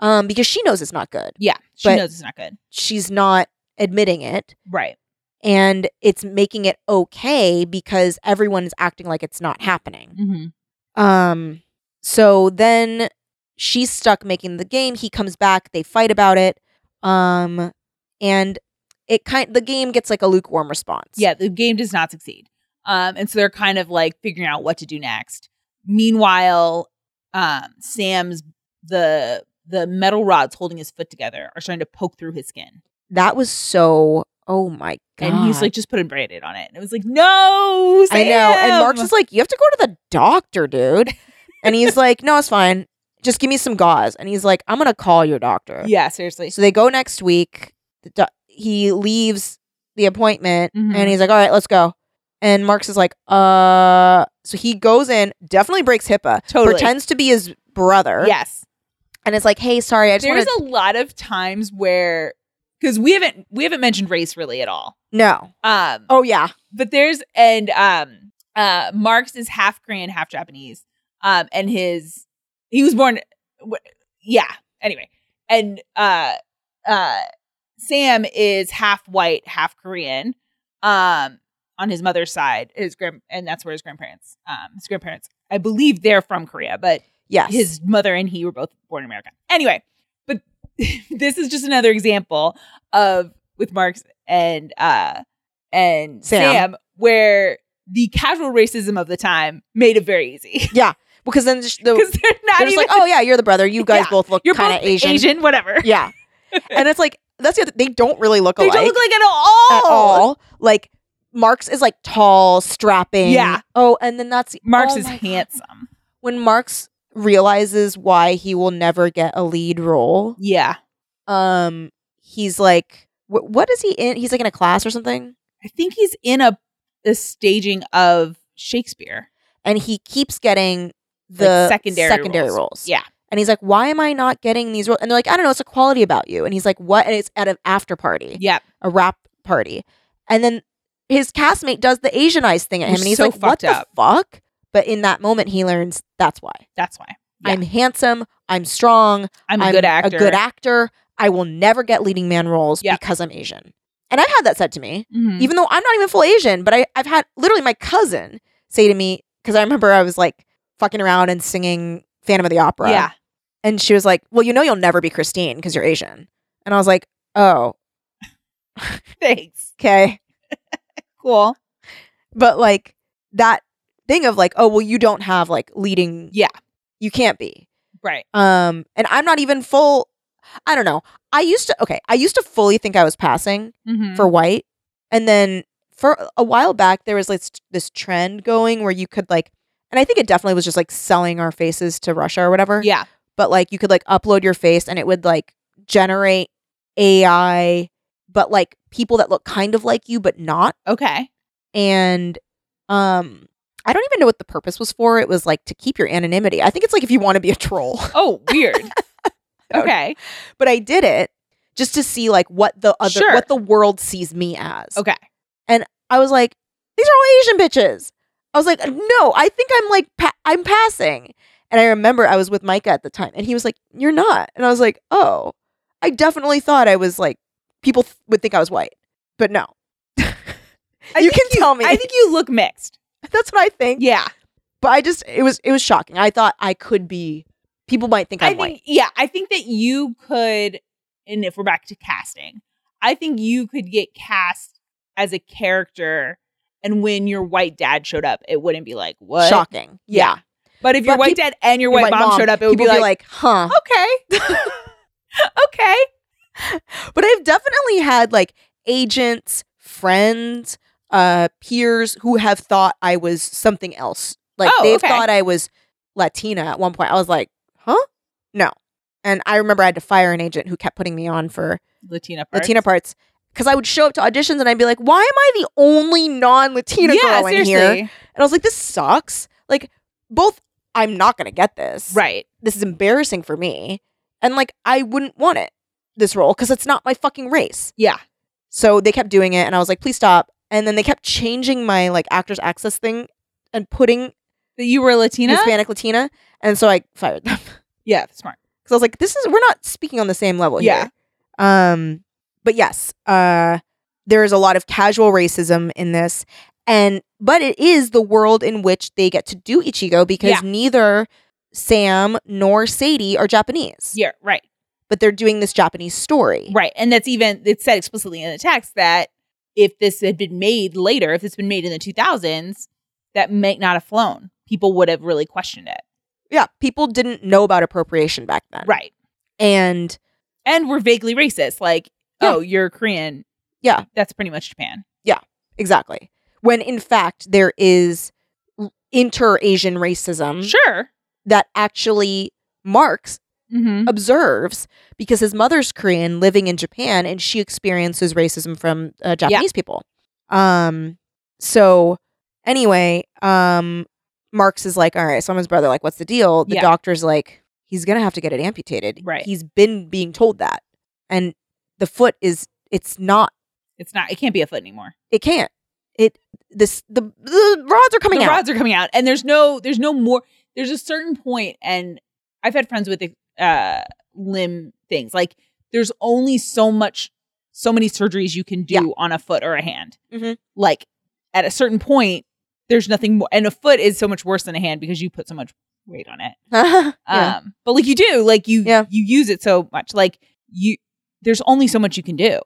Speaker 2: Um because she knows it's not good.
Speaker 3: Yeah, she
Speaker 2: But-
Speaker 3: knows it's not good.
Speaker 2: She's not admitting it.
Speaker 3: Right.
Speaker 2: and it's making it okay because everyone is acting like it's not happening.
Speaker 3: Mm-hmm.
Speaker 2: Um so then she's stuck making the game, he comes back, they fight about it. Um and it kind the game gets like a lukewarm response.
Speaker 3: Yeah, the game does not succeed. Um, and so they're kind of like figuring out what to do next. Meanwhile, um, Sam's the the metal rods holding his foot together are starting to poke through his skin.
Speaker 2: That was so oh my god.
Speaker 3: And he's like, just put a braided on it. And it was like, no,
Speaker 2: I know. And
Speaker 3: Sam!"
Speaker 2: Mark's is like, you have to go to the doctor, dude. And
Speaker 3: <laughs>
Speaker 2: he's like, no, it's fine. Just give me some gauze. And he's like, I'm gonna call your doctor.
Speaker 3: yeah, seriously.
Speaker 2: So they go next week. The doc- he leaves the appointment
Speaker 3: Mhm.
Speaker 2: and he's like, all right, let's go. And Marks is like, uh. So he goes in, definitely breaks HIPAA,
Speaker 3: Totally.
Speaker 2: pretends to be his brother.
Speaker 3: Yes.
Speaker 2: And it's like, hey, sorry, I just
Speaker 3: There's
Speaker 2: want to.
Speaker 3: a lot of times where because we haven't we haven't mentioned race really at all.
Speaker 2: No.
Speaker 3: Um,
Speaker 2: Oh, yeah.
Speaker 3: but there's and um uh Marx is half Korean, half Japanese. Um and his he was born wh- yeah, anyway. And uh uh Sam is half white, half Korean. Um on his mother's side, his grand and that's where his grandparents um his grandparents I believe they're from Korea, but
Speaker 2: Yes.
Speaker 3: his mother and he were both born in America. Anyway, but <laughs> this is just another example of with Marx and uh and
Speaker 2: Sam.
Speaker 3: Sam. where the casual racism of the time made it very easy <laughs>
Speaker 2: because then the, the,
Speaker 3: because they're not
Speaker 2: they're just
Speaker 3: even
Speaker 2: like, oh, yeah, you're the brother. You guys
Speaker 3: Yeah.
Speaker 2: both look
Speaker 3: you're
Speaker 2: kind
Speaker 3: both
Speaker 2: of Asian.
Speaker 3: Asian, whatever.
Speaker 2: <laughs> Yeah. and it's like, that's the other, they don't really look
Speaker 3: They
Speaker 2: alike.
Speaker 3: don't look like at all.
Speaker 2: at all. Like, Marks is like tall, strapping.
Speaker 3: Yeah.
Speaker 2: Oh, and then that's
Speaker 3: Marx
Speaker 2: oh
Speaker 3: is
Speaker 2: my God.
Speaker 3: handsome.
Speaker 2: when Marx realizes why he will never get a lead role,
Speaker 3: Yeah,
Speaker 2: um, he's like, wh- "What is he in? He's like in a class or something."
Speaker 3: I think he's in a, a staging of Shakespeare.
Speaker 2: And he keeps getting
Speaker 3: like
Speaker 2: the
Speaker 3: secondary
Speaker 2: secondary roles.
Speaker 3: roles. Yeah,
Speaker 2: And he's like, "Why am I not getting these roles?" And they're like, "I don't know. It's a quality about you." And he's like, "What?" And it's at an after party,
Speaker 3: yeah.
Speaker 2: a rap party, and then his castmate does the Asianized thing at him,
Speaker 3: You're
Speaker 2: and he's
Speaker 3: so
Speaker 2: like, "What
Speaker 3: fucked
Speaker 2: the
Speaker 3: up."
Speaker 2: fuck?" But in that moment, he learns that's why.
Speaker 3: That's why Yeah.
Speaker 2: I'm handsome. I'm strong.
Speaker 3: I'm a good actor.
Speaker 2: A good actor. I will never get leading man roles
Speaker 3: Yep.
Speaker 2: because I'm Asian. And I've had that said to me,
Speaker 3: Mhm.
Speaker 2: even though I'm not even full Asian, but I, I've had literally my cousin say to me, because I remember I was like fucking around and singing Phantom of the Opera.
Speaker 3: Yeah,
Speaker 2: And she was like, Well, you know, you'll never be Christine because you're Asian. And I was like, Oh,
Speaker 3: thanks.
Speaker 2: okay.
Speaker 3: Cool.
Speaker 2: But like that thing of like, Oh, well, you don't have like leading.
Speaker 3: Yeah.
Speaker 2: You can't be.
Speaker 3: Right.
Speaker 2: Um, and I'm not even full. I don't know. I used to, okay, I used to fully think I was passing.
Speaker 3: Mhm.
Speaker 2: for white. And then for a while back, there was like st- this trend going where you could like, and I think it definitely was just like selling our faces to Russia or whatever.
Speaker 3: yeah.
Speaker 2: But like you could like upload your face and it would like generate AI, but like people that look kind of like you, but not.
Speaker 3: Okay.
Speaker 2: And, um, I don't even know what the purpose was for. It was like to keep your anonymity. I think it's like if you want to be a troll. <laughs>
Speaker 3: Oh, weird. okay.
Speaker 2: but I did it just to see like what the other
Speaker 3: Sure.
Speaker 2: what the world sees me as.
Speaker 3: Okay.
Speaker 2: I was like, these are all Asian bitches. I was like, no, I think I'm like, pa- I'm passing. And I remember I was with Micah at the time, and he was like, you're not. And I was like, oh, I definitely thought I was like, people th- would think I was white, but no. you can tell me.
Speaker 3: I think you look mixed.
Speaker 2: <laughs> That's what I think.
Speaker 3: Yeah.
Speaker 2: But I just, it was, it was shocking. I thought I could be. People might think
Speaker 3: i
Speaker 2: I'm
Speaker 3: think
Speaker 2: white.
Speaker 3: yeah, I think that you could and if we're back to casting, I think you could get cast as a character and when your white dad showed up, it wouldn't be like, what?
Speaker 2: Shocking.
Speaker 3: Yeah. But if your
Speaker 2: But
Speaker 3: white
Speaker 2: peop-
Speaker 3: dad and your white, mom, showed up, it would be
Speaker 2: people
Speaker 3: like,
Speaker 2: huh?
Speaker 3: okay. <laughs> okay.
Speaker 2: But I've definitely had like agents, friends, uh, peers who have thought I was something else. Like
Speaker 3: Oh,
Speaker 2: they've
Speaker 3: okay.
Speaker 2: thought I was Latina at one point. I was like, huh? No. And I remember I had to fire an agent who kept putting me on for
Speaker 3: Latina parts.
Speaker 2: Latina parts because I would show up to auditions and I'd be like, why am I the only non Latina
Speaker 3: yeah,
Speaker 2: girl in
Speaker 3: seriously.
Speaker 2: here? And I was like, this sucks. Like, both, I'm not going to get this
Speaker 3: Right.
Speaker 2: this is embarrassing for me and like i wouldn't want it this role because it's not my fucking race
Speaker 3: Yeah.
Speaker 2: so they kept doing it and i was like please stop and then they kept changing my like actors access thing and putting
Speaker 3: That you were Latina?
Speaker 2: hispanic latina and so i fired them <laughs>
Speaker 3: Yeah, smart.
Speaker 2: because i was like this is we're not speaking on the same level
Speaker 3: Yeah.
Speaker 2: here um but yes uh there is a lot of casual racism in this and but it is the world in which they get to do ichigo because
Speaker 3: Yeah.
Speaker 2: neither sam nor sadie are japanese
Speaker 3: Yeah, right.
Speaker 2: but they're doing this Japanese story.
Speaker 3: Right. And that's even, it's said explicitly in the text that if this had been made later, if it's been made in the 2000s, that might not have flown. People would have really questioned it.
Speaker 2: Yeah, people didn't know about appropriation back then.
Speaker 3: Right.
Speaker 2: And
Speaker 3: And we're vaguely racist. Like,
Speaker 2: Yeah.
Speaker 3: oh, you're Korean.
Speaker 2: Yeah.
Speaker 3: That's pretty much Japan.
Speaker 2: exactly. When in fact there is inter Asian racism
Speaker 3: Sure.
Speaker 2: that actually Marx
Speaker 3: Mm-hmm.
Speaker 2: observes because his mother's Korean living in Japan and she experiences racism from uh, Japanese people. Um so anyway, um Marx is like, all right, someone's brother, like, what's the deal? The
Speaker 3: Yeah.
Speaker 2: doctor's like, he's gonna have to get it amputated.
Speaker 3: Right.
Speaker 2: He's been being told that. And the foot is it's not
Speaker 3: It's not, it can't be a foot anymore.
Speaker 2: it can't. It this the, the rods are coming
Speaker 3: the
Speaker 2: out.
Speaker 3: rods are coming out. And there's no, there's no more, there's a certain point, and I've had friends with uh, limb things. Like, there's only so much, so many surgeries you can do
Speaker 2: Yeah.
Speaker 3: on a foot or a hand.
Speaker 2: Mhm.
Speaker 3: Like, at a certain point, there's nothing more. And a foot is so much worse than a hand because you put so much weight on it.
Speaker 2: <laughs> Yeah.
Speaker 3: Um, but like you do, like you
Speaker 2: Yeah.
Speaker 3: you use it so much. Like you there's only so much you can do.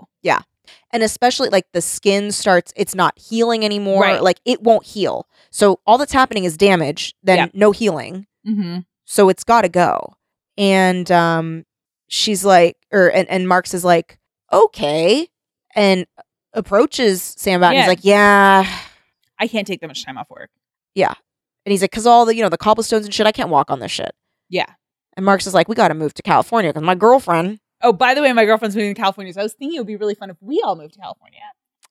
Speaker 2: and especially like the skin starts it's not healing anymore
Speaker 3: Right.
Speaker 2: like it won't heal so all that's happening is damage then
Speaker 3: Yeah.
Speaker 2: no healing
Speaker 3: Mm-hmm.
Speaker 2: so it's got to go and um she's like or and, and marx is like okay and approaches sam about it and
Speaker 3: Yeah.
Speaker 2: he's like yeah
Speaker 3: I can't take that much time off work.
Speaker 2: and he's like because all the you know the cobblestones and shit i can't walk on this shit
Speaker 3: Yeah.
Speaker 2: and marx is like we gotta move to california because my girlfriend
Speaker 3: Oh, by the way, my girlfriend's moving to California, so I was thinking it would be really fun if we all moved to California.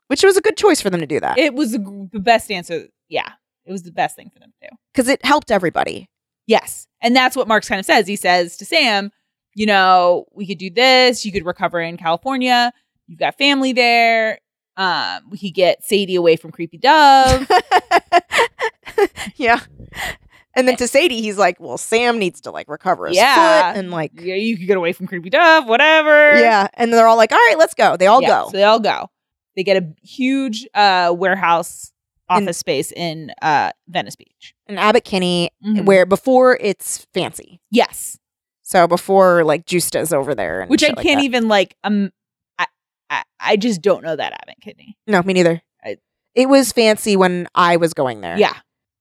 Speaker 2: which was a good choice for them to do that
Speaker 3: It was the g- the best answer. Yeah, it was the best thing for them to do.
Speaker 2: because it helped everybody
Speaker 3: Yes, and that's what Marx kind of says. He says to Sam, you know, we could do this. You could recover in California. You've got family there. Um, we could get Sadie away from Creepy Dove. <laughs>
Speaker 2: <laughs> yeah. And then to Sadie, he's like, "Well, Sam needs to like recover his
Speaker 3: Eh Yeah.
Speaker 2: foot," and like,
Speaker 3: yeah, you could get away from Creepy Dove. Whatever.
Speaker 2: yeah. And they're all like, "All right, let's go." They all
Speaker 3: Yeah,
Speaker 2: go.
Speaker 3: So they all go. They get a huge uh, warehouse
Speaker 2: In-
Speaker 3: office space in uh, Venice Beach.
Speaker 2: and Abbott Kinney,
Speaker 3: Mhm.
Speaker 2: where before it's fancy,
Speaker 3: yes,
Speaker 2: so before like Justa's over there, and
Speaker 3: which I
Speaker 2: shit like
Speaker 3: can't
Speaker 2: that.
Speaker 3: even like. Um, I, I I just don't know that Abbott Kidney.
Speaker 2: No, me neither.
Speaker 3: I-
Speaker 2: it was fancy when I was going there.
Speaker 3: Yeah,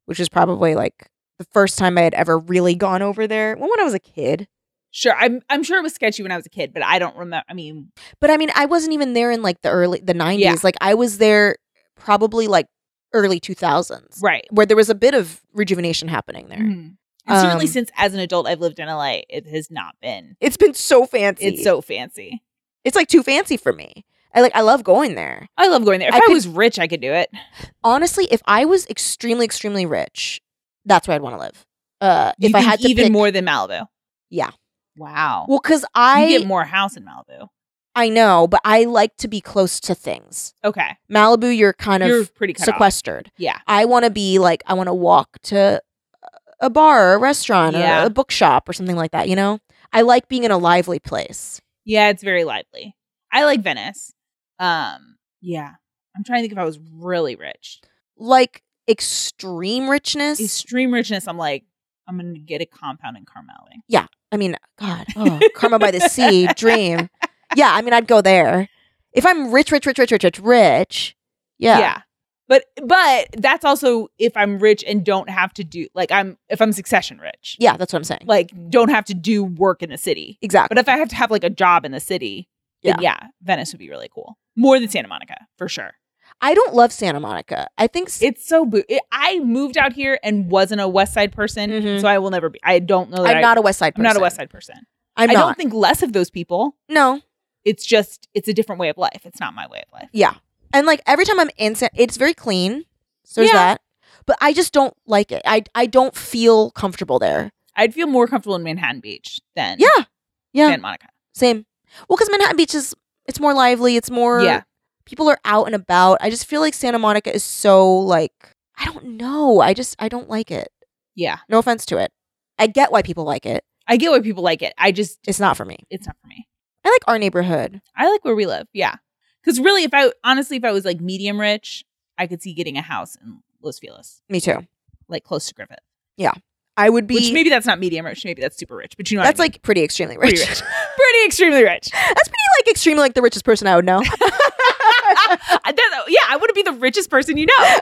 Speaker 2: which was probably like the first time I had ever really gone over there. Well, when I was a kid,
Speaker 3: sure. I'm I'm sure it was sketchy when I was a kid, but I don't remember. I mean,
Speaker 2: but I mean, I wasn't even there in like the early the nineties.
Speaker 3: Yeah.
Speaker 2: Like I was there probably like early two thousands.
Speaker 3: right.
Speaker 2: where there was a bit of rejuvenation happening there.
Speaker 3: Mhm. And certainly
Speaker 2: Um,
Speaker 3: since as an adult I've lived in LA, it has not been.
Speaker 2: It's been so fancy.
Speaker 3: It's so fancy.
Speaker 2: it's like too fancy for me. I like I love going there.
Speaker 3: I love going there. If
Speaker 2: I
Speaker 3: I,
Speaker 2: could-
Speaker 3: was rich, I could do it.
Speaker 2: Honestly, if I was extremely extremely rich, that's where I'd want to live. Uh
Speaker 3: You
Speaker 2: if I
Speaker 3: think
Speaker 2: had to
Speaker 3: even
Speaker 2: pick,
Speaker 3: more than Malibu.
Speaker 2: Yeah.
Speaker 3: Wow.
Speaker 2: Well, cuz
Speaker 3: you
Speaker 2: I
Speaker 3: get more house in Malibu.
Speaker 2: I know, but I like to be close to things.
Speaker 3: Okay.
Speaker 2: Malibu you're kind
Speaker 3: You're
Speaker 2: of
Speaker 3: pretty cut off.
Speaker 2: sequestered.
Speaker 3: Yeah.
Speaker 2: I want to be like I want to walk to a bar, or a restaurant,
Speaker 3: Yeah.
Speaker 2: or a bookshop or something like that, you know? I like being in a lively place.
Speaker 3: Yeah, it's very lively. I like Venice. Um, yeah. I'm trying to think if I was really rich.
Speaker 2: Like extreme richness.
Speaker 3: Extreme richness, I'm like, I'm gonna get a compound in Carmel.
Speaker 2: I mean, God, oh, <laughs> Karma by the
Speaker 3: <laughs>
Speaker 2: Sea, dream. Yeah, I mean, I'd go there if I'm rich, rich, rich, rich, rich, rich, rich. Yeah,
Speaker 3: But but that's also if I'm rich and don't have to do like I'm if I'm succession rich.
Speaker 2: yeah, that's what I'm saying.
Speaker 3: Like don't have to do work in the city.
Speaker 2: exactly.
Speaker 3: But if I have to have like a job in the city, then yeah, Venice would be really cool. More than Santa Monica, for sure.
Speaker 2: I don't love Santa Monica. I think s-
Speaker 3: It's so boo- it, I moved out here and wasn't a West Side person,
Speaker 2: Mhm.
Speaker 3: so I will never be. I don't know that
Speaker 2: I'm
Speaker 3: I-
Speaker 2: not a West Side. Person.
Speaker 3: I'm not a West Side person.
Speaker 2: I'm
Speaker 3: I
Speaker 2: not.
Speaker 3: don't think less of those people.
Speaker 2: no.
Speaker 3: It's just it's a different way of life. It's not my way of life.
Speaker 2: Yeah, and like every time I'm in, San- it's very clean. So there's
Speaker 3: Yeah.
Speaker 2: that. But I just don't like it. I I don't feel comfortable there.
Speaker 3: I'd feel more comfortable in Manhattan Beach than
Speaker 2: Yeah, yeah,
Speaker 3: Santa Monica.
Speaker 2: same. Well, because Manhattan Beach is it's more lively. It's more
Speaker 3: Yeah.
Speaker 2: people are out and about. I just feel like Santa Monica is so like I don't know. I just I don't like it.
Speaker 3: Yeah.
Speaker 2: No offense to it. I get why people like it.
Speaker 3: I get why people like it. I just
Speaker 2: It's not for me.
Speaker 3: it's not for me.
Speaker 2: I like our neighborhood.
Speaker 3: I like where we live. Yeah. Cause really if I honestly if I was like medium rich, I could see getting a house in Los Feliz,
Speaker 2: Me too.
Speaker 3: like close to Griffith.
Speaker 2: I would be
Speaker 3: Which maybe that's not medium rich, maybe that's super rich. But you know what
Speaker 2: that's
Speaker 3: I mean.
Speaker 2: <laughs> like pretty extremely rich.
Speaker 3: pretty rich. pretty extremely
Speaker 2: <laughs>
Speaker 3: rich. <laughs>
Speaker 2: That's pretty like extremely like the richest person I would know.
Speaker 3: I don't- yeah, I wouldn't be the richest person you know.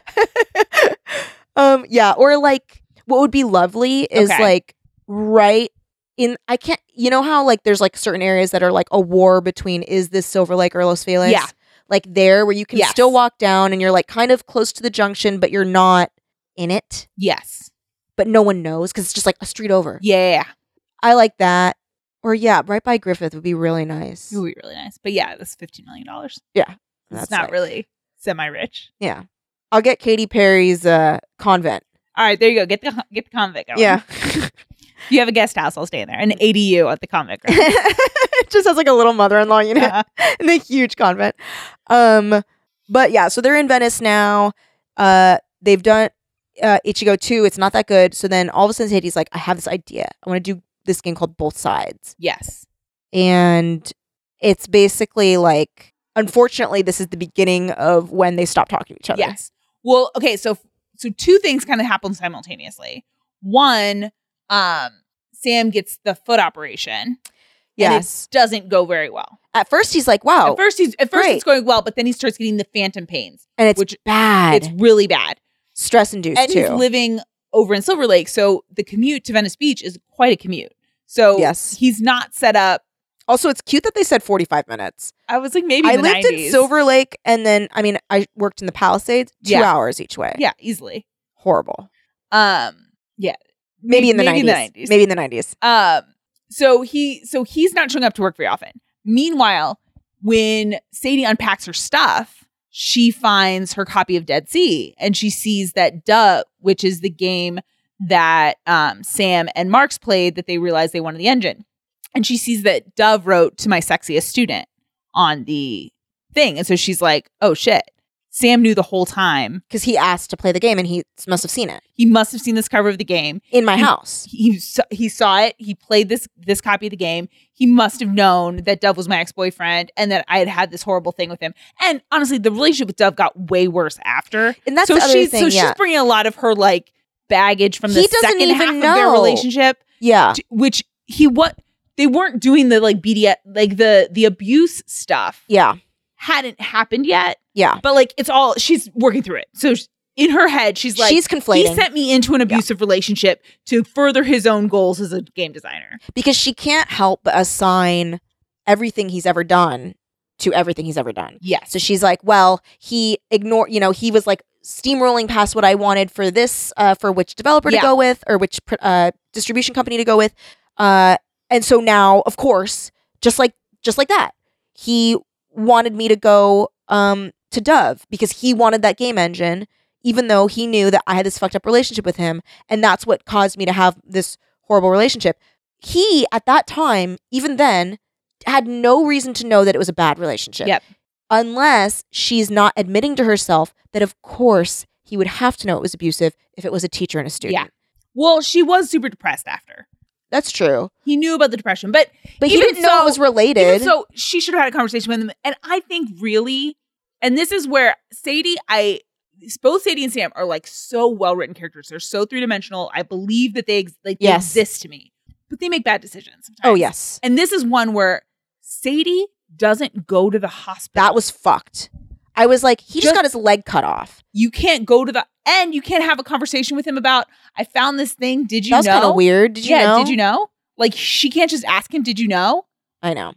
Speaker 2: <laughs> um, yeah, or like what would be lovely is
Speaker 3: Okay.
Speaker 2: like right in I can't you know how like there's like certain areas that are like a war between is this Silver Lake or Los Feliz?
Speaker 3: Yeah.
Speaker 2: Like there where you can
Speaker 3: Yes.
Speaker 2: still walk down and you're like kind of close to the junction, but you're not in it,
Speaker 3: Yes.
Speaker 2: but no one knows because it's just like a street over.
Speaker 3: Yeah.
Speaker 2: I like that. Or yeah, right by Griffith would be really nice.
Speaker 3: It would be really nice. But yeah, that's $15 million. It's
Speaker 2: That's
Speaker 3: not
Speaker 2: like-
Speaker 3: really semi rich.
Speaker 2: Yeah. I'll get Katy Perry's uh convent.
Speaker 3: All right, there you go. Get the get the convict. Going. <laughs>
Speaker 2: Yeah.
Speaker 3: you have a guest house. I'll stay in there. An ADU at
Speaker 2: <laughs>
Speaker 3: the convict. ground.
Speaker 2: it <laughs> just has like a little mother-in-law unit
Speaker 3: Uh-huh.
Speaker 2: <laughs> in a huge convent. Um, but yeah, so they're in Venice now. Uh, they've done uh, Ichigo two. It's not that good. So then all of a sudden, Sadie's like, I have this idea. I want to do this game called Both Sides,
Speaker 3: yes.
Speaker 2: and it's basically like, unfortunately, this is the beginning of when they stop talking to each other.
Speaker 3: Yes. Well, okay, so so two things kind of happen simultaneously. One, um, Sam gets the foot operation. and it
Speaker 2: Yes.
Speaker 3: doesn't go very well.
Speaker 2: At first, he's like, "Wow,"
Speaker 3: at first he's at first
Speaker 2: Oh, great.
Speaker 3: it's going well, but then he starts getting the phantom pains.
Speaker 2: and it's
Speaker 3: which-
Speaker 2: bad,
Speaker 3: It's really bad.
Speaker 2: stress induced
Speaker 3: and
Speaker 2: too.
Speaker 3: he's living over in Silver Lake, so the commute to Venice Beach is quite a commute. So
Speaker 2: Yes.
Speaker 3: he's not set up.
Speaker 2: also, it's cute that they said forty-five minutes.
Speaker 3: I was like, maybe
Speaker 2: I
Speaker 3: in the
Speaker 2: lived
Speaker 3: 90s.
Speaker 2: in Silver Lake, and then I mean, I worked in the Palisades. Two
Speaker 3: Yeah.
Speaker 2: hours each way.
Speaker 3: Yeah, easily.
Speaker 2: horrible.
Speaker 3: Um, yeah,
Speaker 2: Maybe, in the
Speaker 3: maybe
Speaker 2: nineties. Maybe in the nineties.
Speaker 3: Um, so he so he's not showing up to work very often. Meanwhile, when Sadie unpacks her stuff, she finds her copy of Dead Sea and she sees that Duh, which is the game that um, Sam and Marks played that they realized they wanted the engine. And she sees that Dove wrote to my sexiest student on the thing. And so she's like, oh shit. Sam knew the whole time.
Speaker 2: Because he asked to play the game, and he must have seen it
Speaker 3: He must have seen this cover of the game
Speaker 2: in my
Speaker 3: He-
Speaker 2: house.
Speaker 3: he saw, he saw it. He played this this copy of the game. He must have known that Dove was my ex boyfriend and that I had had this horrible thing with him. And honestly, the relationship with Dove got way worse after.
Speaker 2: And that's
Speaker 3: so
Speaker 2: the other
Speaker 3: she's
Speaker 2: thing.
Speaker 3: so
Speaker 2: yeah,
Speaker 3: she's bringing a lot of her like baggage from the
Speaker 2: He doesn't
Speaker 3: second
Speaker 2: even
Speaker 3: half of their
Speaker 2: know. Uh.
Speaker 3: relationship,
Speaker 2: yeah,
Speaker 3: t- which he what they weren't doing the like BDS like the the abuse stuff
Speaker 2: yeah,
Speaker 3: hadn't happened yet.
Speaker 2: yeah.
Speaker 3: But like it's all she's working through it. So sh- in her head, she's like
Speaker 2: she's conflating
Speaker 3: he sent me into an abusive relationship to further his own goals as a game designer.
Speaker 2: because she can't help but assign everything he's ever done to everything he's ever done.
Speaker 3: Yes.
Speaker 2: So she's like, well, he ignored, you know, he was like steamrolling past what I wanted for this, uh, for which developer
Speaker 3: Yeah.
Speaker 2: to go with or which pr- uh, distribution company to go with. Uh, and so now, of course, just like, just like that, he wanted me to go um, to Dove because he wanted that game engine, even though he knew that I had this fucked up relationship with him. And that's what caused me to have this horrible relationship. He, at that time, even then, had no reason to know that it was a bad relationship
Speaker 3: Yep.
Speaker 2: unless she's not admitting to herself that, of course, he would have to know it was abusive if it was a teacher and a student.
Speaker 3: Yeah. Well, she was super depressed after.
Speaker 2: That's true.
Speaker 3: He knew about the depression, but
Speaker 2: But he
Speaker 3: Even
Speaker 2: didn't know
Speaker 3: so-
Speaker 2: it was
Speaker 3: even
Speaker 2: related.
Speaker 3: so she should have had a conversation with him. And I think really, and this is where Sadie, I both Sadie and Sam are like so well written characters. They're so three dimensional. I believe that they ex- like they
Speaker 2: Yes.
Speaker 3: exist to me, but they make bad decisions. Sometimes.
Speaker 2: oh, yes.
Speaker 3: And this is one where Sadie doesn't go to the hospital.
Speaker 2: That was fucked. I was like, he just,
Speaker 3: Just-
Speaker 2: got his leg cut off.
Speaker 3: you can't go to the and you can't have a conversation with him about I found this thing. Did you
Speaker 2: That was
Speaker 3: know?
Speaker 2: kind of weird. Did you
Speaker 3: yeah,
Speaker 2: know?
Speaker 3: did you know? Like she can't just ask him, did you know?
Speaker 2: I know.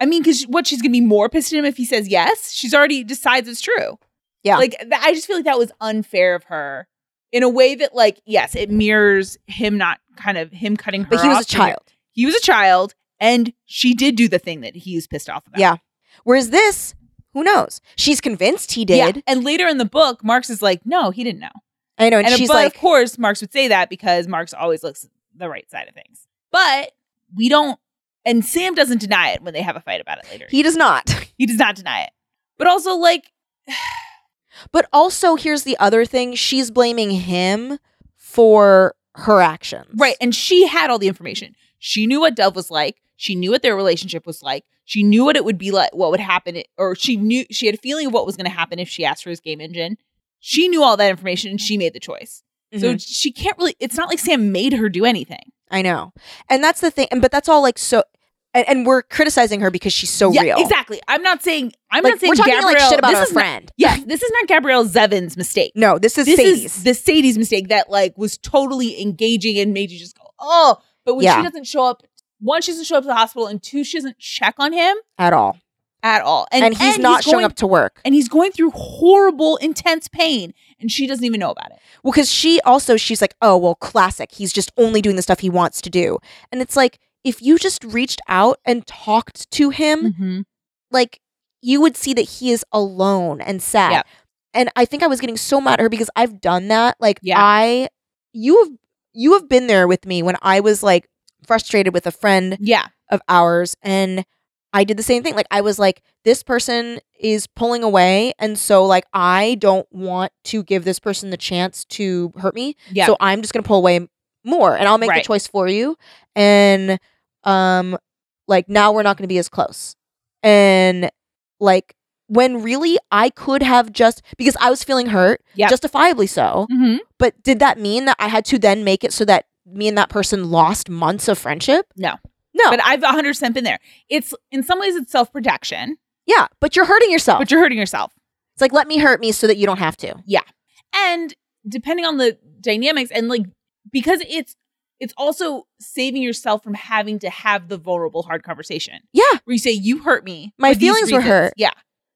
Speaker 3: I mean, because what she's gonna be more pissed at him if he says yes. She's already decides it's true.
Speaker 2: Yeah.
Speaker 3: like th- I just feel like that was unfair of her in a way that, like, yes, it mirrors him not kind of him cutting her.
Speaker 2: But he was
Speaker 3: off.
Speaker 2: a child.
Speaker 3: He was a child, and she did do the thing that he was pissed off about.
Speaker 2: Yeah, Whereas this, who knows? She's convinced he
Speaker 3: Yeah.
Speaker 2: did.
Speaker 3: And later in the book, Marx is like, no, he didn't know.
Speaker 2: I know. And,
Speaker 3: And, uh,
Speaker 2: she's
Speaker 3: but
Speaker 2: like,
Speaker 3: of course, Marx would say that because Marx always looks at the right side of things. But we don't, and Sam doesn't deny it when they have a fight about it later.
Speaker 2: he does not. <laughs>
Speaker 3: He does not deny it. But also, like,
Speaker 2: But also, here's the other thing she's blaming him for her actions.
Speaker 3: right. And she had all the information. She knew what Dove was like. She knew what their relationship was like. She knew what it would be like, what would happen, i- or she knew she had a feeling of what was going to happen if she asked for his game engine. She knew all that information and she made the choice. So
Speaker 2: Mhm.
Speaker 3: she can't really, it's not like Sam made her do anything.
Speaker 2: I know. And that's the thing. And but that's all like so and, and we're criticizing her because she's so
Speaker 3: yeah,
Speaker 2: real.
Speaker 3: exactly. I'm not saying I'm
Speaker 2: Like,
Speaker 3: not saying
Speaker 2: we're talking
Speaker 3: Gabrielle,
Speaker 2: like shit about
Speaker 3: this
Speaker 2: our
Speaker 3: is not-
Speaker 2: friend.
Speaker 3: yeah, this is not Gabrielle Zevin's mistake.
Speaker 2: no, this is
Speaker 3: this
Speaker 2: Sadie's.
Speaker 3: is the Sadie's mistake that like was totally engaging and made you just go, oh. But when
Speaker 2: Yeah.
Speaker 3: she doesn't show up, one, she doesn't show up to the hospital, and two, she doesn't check on him
Speaker 2: at all.
Speaker 3: at all.
Speaker 2: And, he's not showing
Speaker 3: going-
Speaker 2: up to work.
Speaker 3: and he's going through horrible, intense pain, and she doesn't even know about it.
Speaker 2: Well, because she also, she's like, oh, well, classic. He's just only doing the stuff he wants to do. And it's like, if you just reached out and talked to
Speaker 3: Mm-hmm.
Speaker 2: him, like, you would see that he is alone and sad.
Speaker 3: Yeah.
Speaker 2: And I think I was getting so mad at her because I've done that. Like,
Speaker 3: Yeah.
Speaker 2: I, you have, you have been there with me when I was like frustrated with a friend
Speaker 3: Yeah,
Speaker 2: of hours and I did the same thing. Like I was like this person is pulling away and so like I don't want to give this person the chance to hurt me.
Speaker 3: yeah,
Speaker 2: So I'm just going to pull away m- more and I'll make
Speaker 3: Right.
Speaker 2: the choice for you and um like now we're not going to be as close. And like when really I could have just because I was feeling hurt,
Speaker 3: Yep.
Speaker 2: justifiably so.
Speaker 3: mm-hmm.
Speaker 2: But did that mean that I had to then make it so that me and that person lost months of friendship?
Speaker 3: No.
Speaker 2: No.
Speaker 3: but I've 100 percent been there. It's in some ways it's self protection,
Speaker 2: Yeah, but you're hurting yourself.
Speaker 3: but you're hurting yourself.
Speaker 2: It's like let me hurt me so that you don't have to.
Speaker 3: and depending on the dynamics and like because it's it's also saving yourself from having to have the vulnerable hard conversation
Speaker 2: Yeah,
Speaker 3: where you say you hurt me
Speaker 2: My
Speaker 3: for these
Speaker 2: feelings were
Speaker 3: reasons."
Speaker 2: hurt.
Speaker 3: yeah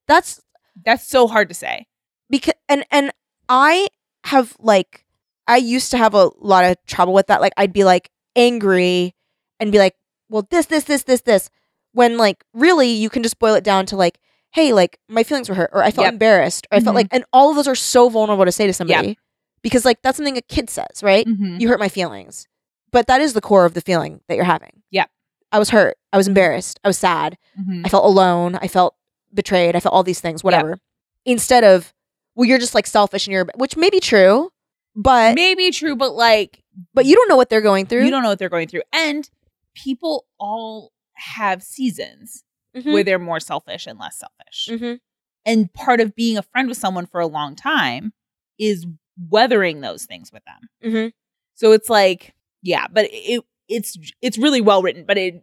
Speaker 2: that's
Speaker 3: that's so hard to say
Speaker 2: because and and I have like I used to have a lot of trouble with that. Like I'd be like angry and be like, well, this, this, this, this, this. When like really you can just boil it down to like, hey, like my feelings were hurt, or I felt
Speaker 3: Yep.
Speaker 2: embarrassed, or I
Speaker 3: Mhm.
Speaker 2: felt like, and all of those are so vulnerable to say to somebody because like that's something a kid says, right?
Speaker 3: Mm-hmm.
Speaker 2: You hurt my feelings, but that is the core of the feeling that you're having.
Speaker 3: Yep.
Speaker 2: I was hurt. I was embarrassed. I was sad.
Speaker 3: Mm-hmm.
Speaker 2: I felt alone. I felt betrayed. I felt all these things, whatever. Instead of, well, you're just like selfish and you're, which may be true, but
Speaker 3: maybe true but like
Speaker 2: but you don't know what they're going through.
Speaker 3: you don't know what they're going through and people all have seasons
Speaker 2: Mhm.
Speaker 3: where they're more selfish and less selfish
Speaker 2: Mhm.
Speaker 3: and part of being a friend with someone for a long time is weathering those things with them
Speaker 2: Mhm.
Speaker 3: So it's like, yeah, but it it's it's really well written. But it,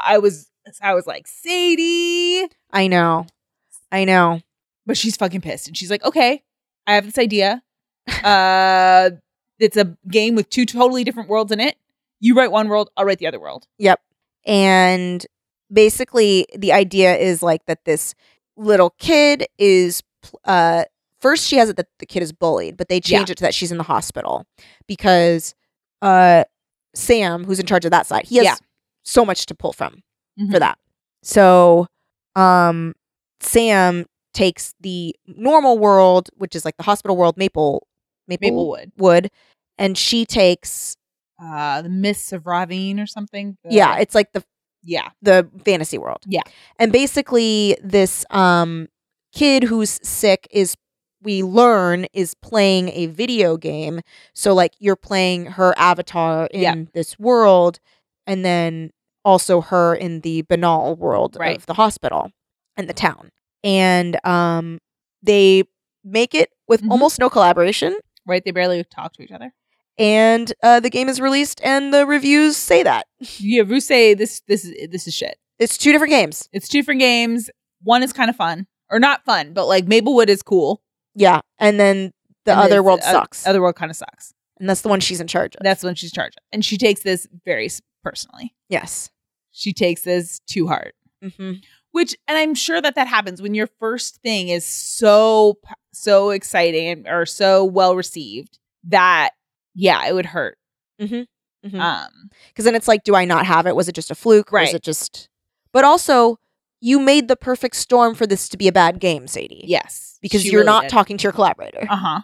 Speaker 3: I was I was like Sadie,
Speaker 2: I know, I know.
Speaker 3: but she's fucking pissed, and she's like, okay, I have this idea. Uh, it's a game with two totally different worlds in it. You write one world, I'll write the other world.
Speaker 2: And basically, the idea is like that this little kid is. pl- Uh, first, she has it that the kid is bullied, but they change it to that she's in the hospital because uh, Sam, who's in charge of that side, he has
Speaker 3: Yeah.
Speaker 2: so much to pull from. for that. So, um, Sam takes the normal world, which is like the hospital world, Maple, Maple,
Speaker 3: Maplewood,
Speaker 2: Wood, and she takes
Speaker 3: uh, the Mists of Ravine or something. The-
Speaker 2: yeah, it's like the
Speaker 3: yeah,
Speaker 2: the fantasy world.
Speaker 3: Yeah.
Speaker 2: and basically this um kid who's sick is we learn is playing a video game. So like you're playing her avatar in
Speaker 3: Yeah.
Speaker 2: this world, and then also her in the banal world
Speaker 3: Right.
Speaker 2: of the hospital and the town. And um, they make it with
Speaker 3: Mhm.
Speaker 2: almost no collaboration.
Speaker 3: right. They barely talk to each other.
Speaker 2: And uh, the game is released, and the reviews say that
Speaker 3: Yeah, Rusei, this this is this is shit.
Speaker 2: it's two different games.
Speaker 3: It's two different games. One is kind of fun, or not fun, but like Maplewood is cool.
Speaker 2: Yeah, and then the
Speaker 3: And uh,
Speaker 2: other
Speaker 3: this
Speaker 2: world
Speaker 3: oth-
Speaker 2: sucks,
Speaker 3: Other world kind of sucks.
Speaker 2: and that's the one she's in charge of.
Speaker 3: That's when she's charged. And she takes this very s- personally.
Speaker 2: yes.
Speaker 3: She takes this to heart, Mm-hmm.
Speaker 2: hmm
Speaker 3: which, and I'm sure that that happens when your first thing is so, p- so exciting and, or so well received that, yeah, it would hurt.
Speaker 2: Because
Speaker 3: Um,
Speaker 2: then it's like, do I not have it? Was it just a fluke? Or
Speaker 3: Right.
Speaker 2: is it just? But also, you made the perfect storm for this to be a bad game, Sadie.
Speaker 3: yes.
Speaker 2: Because you're not talking to your collaborator,
Speaker 3: Uh huh.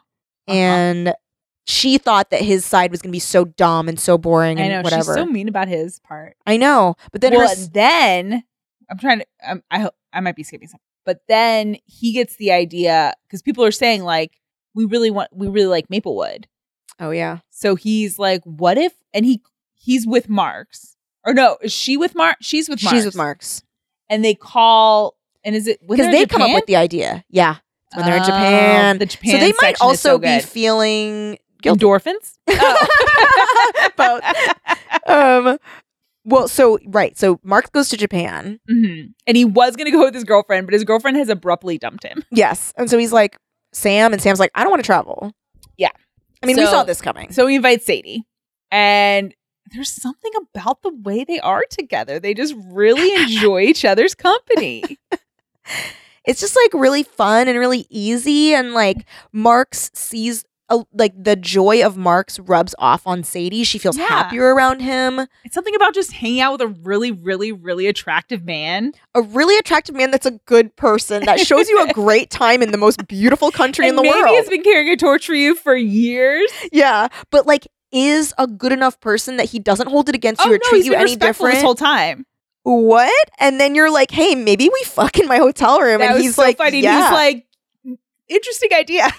Speaker 2: and she thought that his side was going to be so dumb and so boring
Speaker 3: I
Speaker 2: and
Speaker 3: know.
Speaker 2: whatever.
Speaker 3: She's so mean about his part.
Speaker 2: I know, but then
Speaker 3: Then well,
Speaker 2: her s-
Speaker 3: then I'm trying to. Um, I ho- I might be skipping something, but then he gets the idea because people are saying like we really want we really like Maplewood,
Speaker 2: oh yeah,
Speaker 3: so he's like, what if? And he he's with Marks or no? Is she with Mark? She's with Marks.
Speaker 2: she's with Marks
Speaker 3: And they call and is it
Speaker 2: because they come up with the idea. Yeah, It's when they're in Japan.
Speaker 3: Oh, The Japan
Speaker 2: so they might
Speaker 3: section is
Speaker 2: also
Speaker 3: so
Speaker 2: be
Speaker 3: good.
Speaker 2: <laughs> feeling guilty.
Speaker 3: Oh. <laughs> endorphins.
Speaker 2: Both. um Well, so right, so Mark goes to Japan.
Speaker 3: hmm And he was going to go with his girlfriend, but his girlfriend has abruptly dumped him.
Speaker 2: Yes, and so he's like Sam, and Sam's like, I don't want to travel.
Speaker 3: Yeah.
Speaker 2: I mean, we
Speaker 3: So-
Speaker 2: saw this coming.
Speaker 3: So he invites Sadie. And there's something about the way they are together. They just
Speaker 2: <laughs>
Speaker 3: really enjoy each other's company.
Speaker 2: It's just like really fun and really easy, and like Mark's sees. A, like the joy of Mark's rubs off on Sadie. She feels
Speaker 3: Yeah.
Speaker 2: happier around him.
Speaker 3: It's something about just hanging out with a really, really, really attractive man
Speaker 2: A really attractive man that's a good person that shows you
Speaker 3: <laughs>
Speaker 2: a great time in the most beautiful country in
Speaker 3: And
Speaker 2: the
Speaker 3: maybe
Speaker 2: world.
Speaker 3: has been carrying a torch for you for years.
Speaker 2: Yeah, but like is a good enough person that he doesn't hold it against you or treat
Speaker 3: Oh, he's
Speaker 2: you
Speaker 3: been
Speaker 2: any
Speaker 3: respectful
Speaker 2: different.
Speaker 3: this whole time.
Speaker 2: what? And then you're like, hey, maybe we fuck in my hotel room,
Speaker 3: that
Speaker 2: and
Speaker 3: was
Speaker 2: he's
Speaker 3: so
Speaker 2: like,
Speaker 3: funny.
Speaker 2: yeah.
Speaker 3: He's like, interesting idea.
Speaker 2: <laughs> and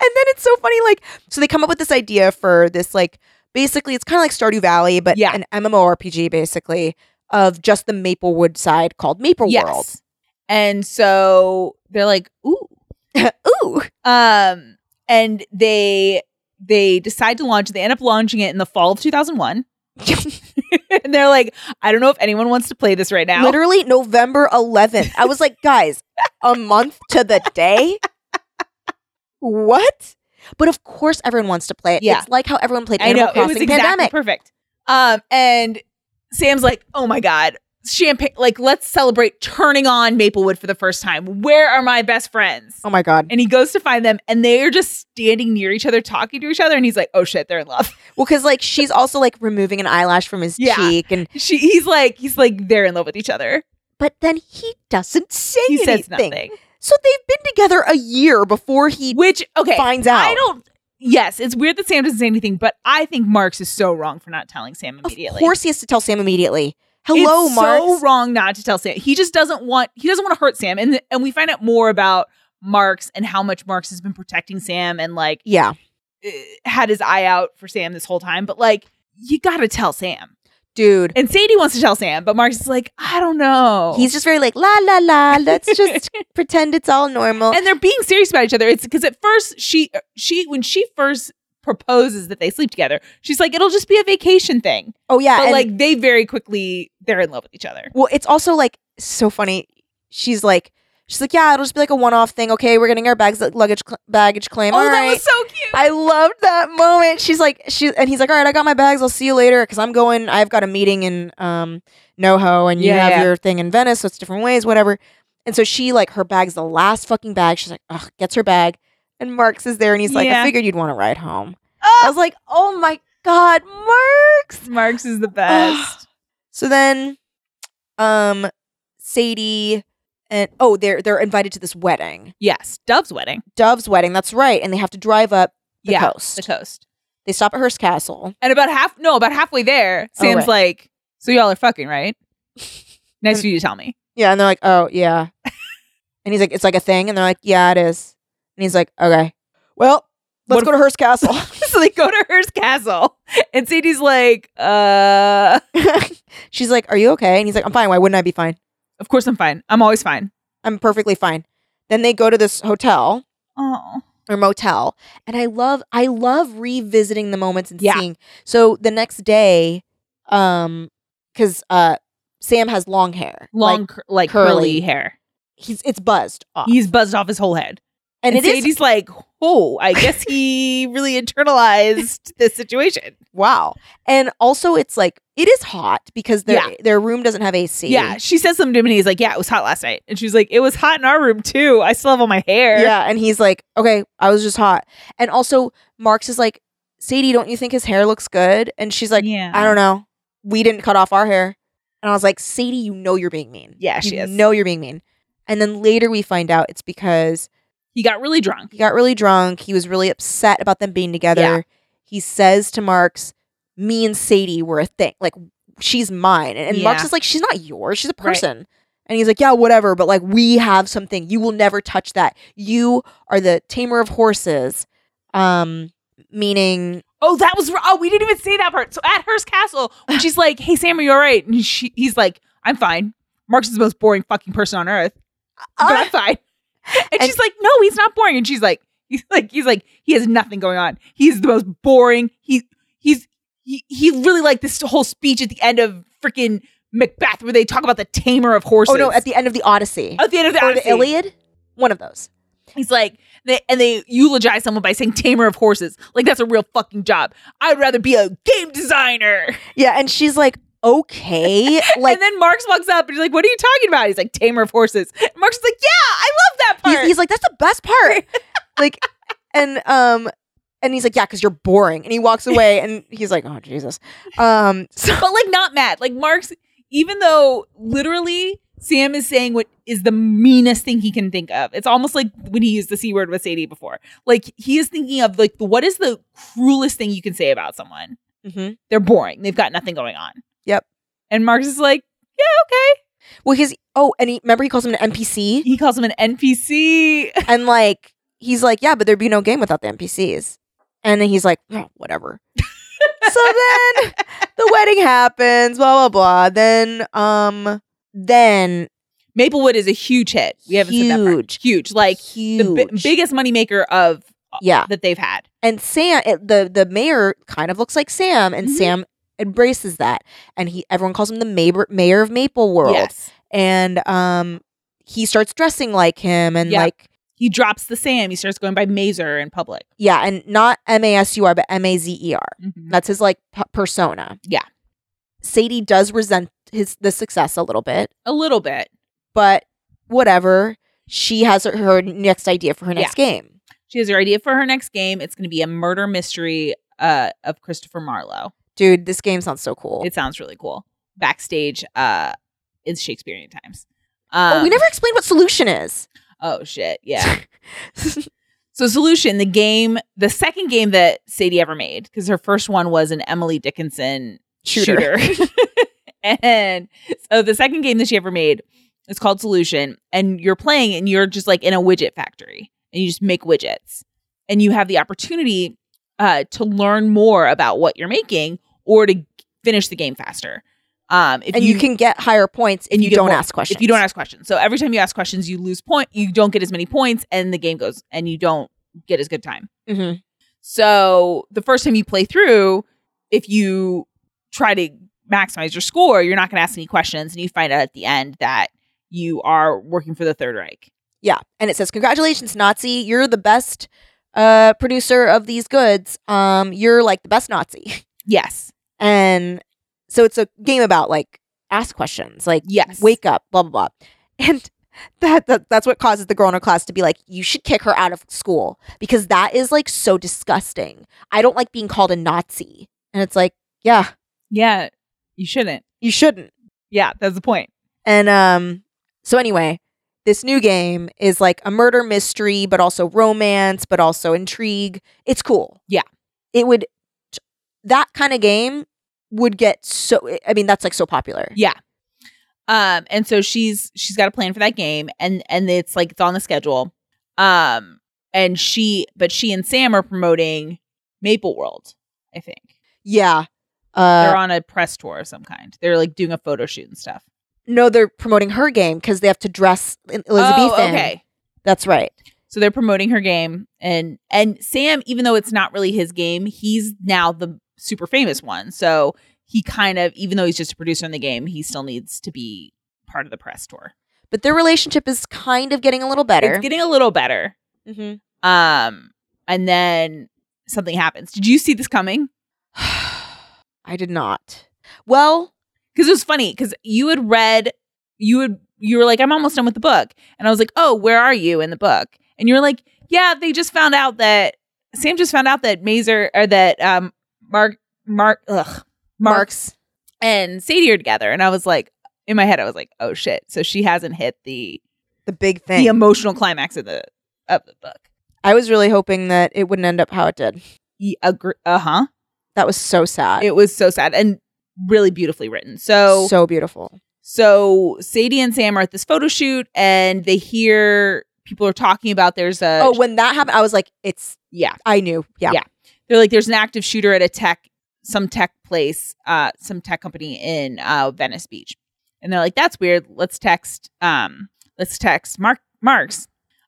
Speaker 2: then it's so funny, like, so they come up with this idea for this, like, basically, it's kind of like Stardew Valley, but
Speaker 3: Yeah.
Speaker 2: an MMORPG, basically, of just the Maplewood side called Maple World.
Speaker 3: Yes. And so they're like, ooh.
Speaker 2: <laughs> Ooh,
Speaker 3: Um, and they they decide to launch. They end up launching it in the fall
Speaker 2: <laughs>
Speaker 3: of 2001. <laughs> and they're like, I don't know if anyone wants to play this right now.
Speaker 2: literally November 11th. I was
Speaker 3: <laughs>
Speaker 2: like, guys, a month to the day? What? But of course, everyone wants to play it.
Speaker 3: Yeah.
Speaker 2: It's like how everyone played
Speaker 3: I
Speaker 2: Animal
Speaker 3: know it
Speaker 2: Crossing
Speaker 3: was exactly
Speaker 2: Pandemic.
Speaker 3: perfect. Um, and Sam's like, "Oh my god, champagne! Like, let's celebrate turning on Maplewood for the first time. Where are my best friends?"
Speaker 2: oh my God.
Speaker 3: And he goes to find them, and they are just standing near each other, talking to each other. And he's like, "Oh shit, they're in love." <laughs>
Speaker 2: Well, because like she's also like removing an eyelash from his
Speaker 3: Yeah.
Speaker 2: cheek, and
Speaker 3: She, he's like, he's like, they're in love with each other.
Speaker 2: but then he doesn't say
Speaker 3: He
Speaker 2: anything.
Speaker 3: says nothing,
Speaker 2: So they've been together a year before he
Speaker 3: which okay,
Speaker 2: finds out.
Speaker 3: I don't. Yes, it's weird that Sam doesn't say anything, but I think Marks is so wrong for not telling Sam immediately.
Speaker 2: Of course, he has to tell Sam immediately. Hello,
Speaker 3: it's
Speaker 2: Mark.
Speaker 3: so wrong not to tell Sam. He just doesn't want he doesn't want to hurt Sam. And and we find out more about Marks and how much Marks has been protecting Sam and like
Speaker 2: yeah,
Speaker 3: eh, had his eye out for Sam this whole time. But like you got to tell Sam.
Speaker 2: dude.
Speaker 3: And Sadie wants to tell Sam, but Marks is like, I don't know.
Speaker 2: He's just very like la la la. Let's just
Speaker 3: <laughs>
Speaker 2: pretend it's all normal.
Speaker 3: and they're being serious about each other. It's because at first she she when she first proposes that they sleep together, she's like, it'll just be a vacation thing.
Speaker 2: oh yeah,
Speaker 3: But
Speaker 2: and-
Speaker 3: like they very quickly they're in love with each other.
Speaker 2: Well, it's also like so funny. She's like, she's like, yeah, it'll just be like a one-off thing. Okay, we're getting our bags, luggage, cl- baggage claim.
Speaker 3: Oh,
Speaker 2: all
Speaker 3: that
Speaker 2: right.
Speaker 3: was so cute.
Speaker 2: I loved that moment. She's like, she and he's like, all right, I got my bags. I'll see you later because I'm going. I've got a meeting in um NoHo, and you
Speaker 3: Yeah,
Speaker 2: have
Speaker 3: yeah.
Speaker 2: your thing in Venice, so it's different ways, whatever. And so she like her bag's the last fucking bag. She's like, ugh, gets her bag, and Marks is there, and he's like,
Speaker 3: Yeah.
Speaker 2: I figured you'd want to ride home. I
Speaker 3: Oh,
Speaker 2: was like, oh my god, Marks.
Speaker 3: Marks
Speaker 2: <sighs>
Speaker 3: is the best.
Speaker 2: So then, um, Sadie and oh, they're they're invited to this wedding,
Speaker 3: Yes, Dove's wedding.
Speaker 2: Dove's wedding. That's right, and they have to drive up the
Speaker 3: yeah,
Speaker 2: coast.
Speaker 3: the coast.
Speaker 2: they stop at Hearst Castle.
Speaker 3: And about half, no, about halfway there,
Speaker 2: Oh,
Speaker 3: Sam's
Speaker 2: right.
Speaker 3: like, "So y'all are
Speaker 2: <laughs>
Speaker 3: fucking, right?" nice for you to tell me. <laughs>
Speaker 2: Yeah, and they're like, oh yeah, and he's like, it's like a thing, and they're like, yeah, it is, and he's like, okay, well, let's
Speaker 3: What
Speaker 2: go to Hearst Castle.
Speaker 3: so they go to Hearst Castle, and Sadie's like, "Uh,
Speaker 2: <laughs> She's like, are you okay? And he's like, I'm fine. Why wouldn't I be fine?
Speaker 3: of course I'm fine. I'm always fine."
Speaker 2: I'm perfectly fine. Then they go to this hotel.
Speaker 3: Oh,
Speaker 2: or motel and i love i love revisiting the moments and
Speaker 3: Yeah.
Speaker 2: seeing so the next day um because uh sam has long hair
Speaker 3: long
Speaker 2: like,
Speaker 3: cur- like
Speaker 2: curly.
Speaker 3: curly, hair.
Speaker 2: he's it's buzzed off
Speaker 3: He's buzzed off his whole head,
Speaker 2: and, it is
Speaker 3: Sadie's like, "Oh, I guess
Speaker 2: <laughs>
Speaker 3: he really internalized this situation."
Speaker 2: wow and also it's like it is hot because their
Speaker 3: Yeah.
Speaker 2: their room doesn't have ac
Speaker 3: Yeah, she says something to him, and he's like, "Yeah, it was hot last night," and she's like, "It was hot in our room too. I still have all my hair."
Speaker 2: yeah and he's like okay i was just hot and also marks is like sadie don't you think his hair looks good and she's like
Speaker 3: yeah.
Speaker 2: i don't know we didn't cut off our hair and i was like sadie you know you're being mean
Speaker 3: Yeah,
Speaker 2: you
Speaker 3: she is.
Speaker 2: know you're being mean. And then later we find out it's because
Speaker 3: He got really drunk.
Speaker 2: he got really drunk. He was really upset about them being together.
Speaker 3: Yeah.
Speaker 2: He says to Marks, "Me and Sadie were a thing. Like she's mine." And, and Marks
Speaker 3: Yeah.
Speaker 2: is like, "She's not yours. She's a
Speaker 3: Right.
Speaker 2: person." And he's like, "Yeah, whatever, but like we have something. You will never touch that. You are the tamer of horses." Um meaning
Speaker 3: Oh, that was oh, we didn't even say that part. So at Hearst Castle, when she's like, "Hey, Sam, are you all right?" and she, he's like, "I'm fine." Mark's is the most boring fucking person on earth, but I'm fine. <laughs> And,
Speaker 2: Uh, And-
Speaker 3: she's like, "No, he's not boring." And she's like, "He's like, he's like, he has nothing going on. He's the most boring. He he's he, he really liked this whole speech at the end of freaking Macbeth where they talk about the tamer of horses.
Speaker 2: Oh no, at the end of the Odyssey
Speaker 3: At the end of the,
Speaker 2: or
Speaker 3: Odyssey.
Speaker 2: the Iliad, one of those.
Speaker 3: He's like, they, and they eulogize someone by saying tamer of horses. Like, that's a real fucking job. I'd rather be a game designer.
Speaker 2: Yeah, and she's like, okay, like
Speaker 3: <laughs> and then Marx walks up and he's like, what are you talking about? He's like, tamer of horses. And Marx is like, yeah, I love that part.
Speaker 2: he's,
Speaker 3: <laughs>
Speaker 2: he's like, that's the best part. like, and um, and he's like, yeah, because you're boring. And he walks away, and he's like, oh Jesus. Um, so
Speaker 3: but like not mad. Like Mark's, even though literally Sam is saying what is the meanest thing he can think of. It's almost like when he used the c word with Sadie before. Like he is thinking of like what is the cruelest thing you can say about someone? They're boring. They've got nothing going on.
Speaker 2: Yep.
Speaker 3: And Mark's is like, yeah, okay.
Speaker 2: well, his oh, and he remember he calls him an NPC,
Speaker 3: He calls him an NPC.
Speaker 2: and like he's like, yeah, but there'd be no game without the NPCs. And then he's like, oh, whatever. so then the wedding happens, blah blah blah. Then um, then
Speaker 3: <laughs> Maplewood is a huge hit. We haven't said that part.
Speaker 2: Huge.
Speaker 3: Huge. Like
Speaker 2: huge, Ah,
Speaker 3: the bi- biggest moneymaker of
Speaker 2: yeah.
Speaker 3: that they've had.
Speaker 2: and Sam, it, the the mayor kind of looks like Sam, and
Speaker 3: Mhm.
Speaker 2: Sam embraces that, and he everyone calls him the mayor mayor of Maple World,
Speaker 3: Yes.
Speaker 2: and um, he starts dressing like him, and
Speaker 3: Yep.
Speaker 2: like
Speaker 3: He drops the Sam. He starts going by Mazer in public.
Speaker 2: yeah, and not M A S U R, but M A Z E R. That's his like p- persona.
Speaker 3: Mm-hmm. Yeah.
Speaker 2: Sadie does resent his the success a little bit,
Speaker 3: A little bit.
Speaker 2: but whatever. She has her, her next idea for her next game.
Speaker 3: She has her idea for her next game. It's going to be a murder mystery uh, of Christopher Marlowe.
Speaker 2: Dude, this game sounds so cool.
Speaker 3: It sounds really cool. Backstage uh, in Shakespearean times.
Speaker 2: oh, we
Speaker 3: Um,
Speaker 2: never explained what solution is.
Speaker 3: Oh shit! Yeah.
Speaker 2: <laughs>
Speaker 3: so solution the game, the second game that Sadie ever made because her first one was an Emily Dickinson
Speaker 2: Shooter.
Speaker 3: <laughs> and so the second game that she ever made is called Solution. And you're playing and you're just like in a widget factory and you just make widgets. And you have the opportunity uh, to learn more about what you're making or to finish the game faster. Um, if
Speaker 2: and you, can get higher points if
Speaker 3: and
Speaker 2: you,
Speaker 3: you get
Speaker 2: don't
Speaker 3: more-
Speaker 2: ask questions.
Speaker 3: if you don't ask questions. So every time you ask questions, you lose point. You don't get as many points, and the game goes, and you don't get as good time.
Speaker 2: hmm
Speaker 3: So the first time you play through, if you try to maximize your score, you're not going to ask any questions, and you find out at the end that you are working for the Third Reich.
Speaker 2: Yeah. And it says, Congratulations, Nazi. You're the best uh, producer of these goods. Um, you're like the best Nazi. <laughs>
Speaker 3: Yes,
Speaker 2: And so it's a game about like ask questions, like
Speaker 3: yes.
Speaker 2: wake up, blah, blah, <laughs> blah. And that, that that's what causes the girl in her class to be like, you should kick her out of school because that is like so disgusting. I don't like being called a Nazi. And it's like, yeah,
Speaker 3: yeah, you shouldn't.
Speaker 2: you shouldn't.
Speaker 3: Yeah, that's the point.
Speaker 2: And um, so anyway, this new game is like a murder mystery, but also romance, but also intrigue. It's cool.
Speaker 3: Yeah.
Speaker 2: It would that kind of game would get so I mean, that's like so popular.
Speaker 3: Yeah. Um, and so she's she's got a plan for that game, and and it's like it's on the schedule. Um, and she, but she and Sam are promoting Maple World. I think
Speaker 2: Yeah.
Speaker 3: they're
Speaker 2: Uh
Speaker 3: on a press tour of some kind. They're like doing a photo shoot and stuff.
Speaker 2: no, they're promoting her game because they have to dress in Elizabethan.
Speaker 3: Oh, okay.
Speaker 2: That's right.
Speaker 3: So they're promoting her game, and and Sam, even though it's not really his game, he's now the super famous one. So he kind of, even though he's just a producer in the game, he still needs to be part of the press tour.
Speaker 2: But their relationship is kind of getting a little better.
Speaker 3: It's getting a little better.
Speaker 2: mm-hmm.
Speaker 3: Um, and then something happens. Did you see this coming?
Speaker 2: Mm-hmm. <sighs> I did not. Well,
Speaker 3: Because it was funny. Because you had read, you had you were like, I'm almost done with the book, and I was like, Oh, where are you in the book? And you were like, Yeah, they just found out that Sam just found out that Mazer or that um Mark Mark ugh, Mark
Speaker 2: Mark's
Speaker 3: and Sadie are together, and I was like. In my head, I was like, "Oh shit!" So she hasn't hit the
Speaker 2: the big
Speaker 3: the emotional climax of the of the book.
Speaker 2: I was really hoping that it wouldn't end up how it did.
Speaker 3: Uh huh.
Speaker 2: That was so sad.
Speaker 3: It was so sad and really beautifully written. So
Speaker 2: so beautiful.
Speaker 3: So Sadie and Sam are at this photo shoot and they hear people are talking about there's a
Speaker 2: oh, when that happened, I was like, it's,
Speaker 3: yeah.
Speaker 2: I knew. Yeah.
Speaker 3: Yeah. They're like there's an active shooter at a tech some tech place, uh some tech company in uh Venice Beach. And they're like that's weird. Let's text um let's text Mark Marks.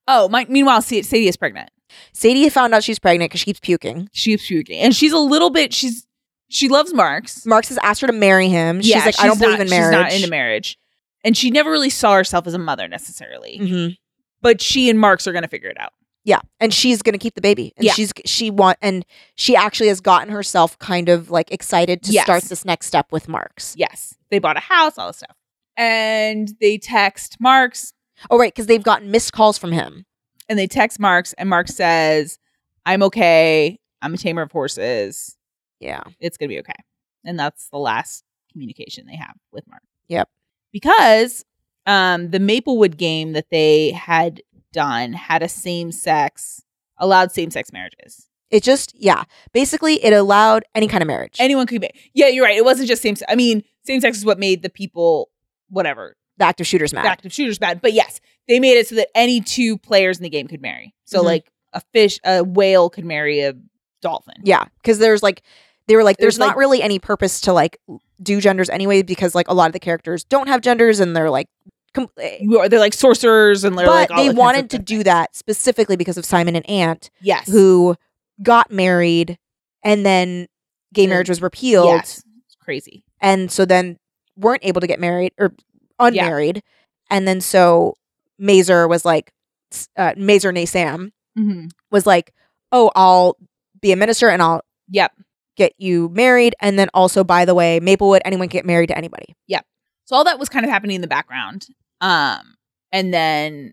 Speaker 3: Oh, my, meanwhile Sa- Sadie is pregnant.
Speaker 2: Sadie found out she's pregnant because she keeps puking.
Speaker 3: She's puking and she's a little bit she's She loves Marks.
Speaker 2: Marks has asked her to marry him. Mm, She's like, I don't believe in marriage.
Speaker 3: She's not into marriage. And she never really saw herself as a mother necessarily.
Speaker 2: Mhm.
Speaker 3: But she and Marks are going to figure it out.
Speaker 2: Yeah, and she's gonna keep the baby, and
Speaker 3: Yeah.
Speaker 2: she's she want and she actually has gotten herself kind of like excited to
Speaker 3: Yes.
Speaker 2: start this next step with Marks.
Speaker 3: Yes. They bought a house, all this stuff. And they text Marks
Speaker 2: Oh right, because they've gotten missed calls from him.
Speaker 3: and they text Marks and Marks says, I'm okay. I'm a tamer of horses.
Speaker 2: Yeah,
Speaker 3: It's going to be okay. And that's the last communication they have with Mark.
Speaker 2: Yep.
Speaker 3: Because um, the Maplewood game that they had done had a same sex, allowed same sex marriages.
Speaker 2: it just yeah. Basically, it allowed any kind of marriage.
Speaker 3: Anyone could be. Yeah, you're right. It wasn't just same. I mean, same sex is what made the people, whatever,
Speaker 2: the active shooters mad.
Speaker 3: active shooters bad. But yes, they made it so that any two players in the game could marry. So
Speaker 2: Mhm.
Speaker 3: like a fish, a whale could marry a dolphin.
Speaker 2: Yeah, because there's like they were like there's,
Speaker 3: There's,
Speaker 2: not
Speaker 3: like-
Speaker 2: really any purpose to like do genders anyway because like a lot of the characters don't have genders and they're like. Com- eh,
Speaker 3: You are- They're like sorcerers and Mm, they're
Speaker 2: but
Speaker 3: like all
Speaker 2: they
Speaker 3: kinds of
Speaker 2: wanted to
Speaker 3: different-
Speaker 2: do that specifically because of Simon and Ant,
Speaker 3: yes
Speaker 2: who got married and then gay
Speaker 3: And-
Speaker 2: marriage was repealed
Speaker 3: Yes. It's crazy.
Speaker 2: and so then weren't able to get married or unmarried and then so Mazer was like s- uh, Mazer Nasam
Speaker 3: Mm-hmm.
Speaker 2: was like oh I'll be a minister and I'll
Speaker 3: Yep.
Speaker 2: get you married and then also by the way Maplewood anyone can get married to anybody
Speaker 3: So all that was kind of happening in the background. Um, and then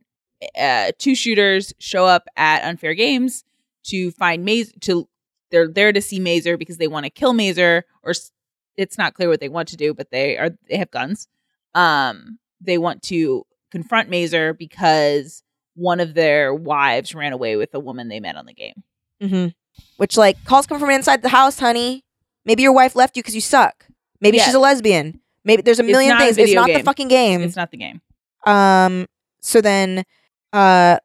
Speaker 3: uh, two shooters show up at Unfair Games to find Mazer. To they're there to see Mazer because they want to kill Mazer, or s- it's not clear what they want to do, but they are they have guns. Um, they want to confront Mazer because one of their wives ran away with a woman they met on the game.
Speaker 2: mm-hmm. which like calls come from inside the house honey maybe your wife left you because you suck maybe
Speaker 3: Yeah.
Speaker 2: she's a lesbian maybe there's a
Speaker 3: It's
Speaker 2: million
Speaker 3: not a
Speaker 2: things it's
Speaker 3: video
Speaker 2: not the
Speaker 3: game.
Speaker 2: fucking game
Speaker 3: It's not the game.
Speaker 2: Um, so then uh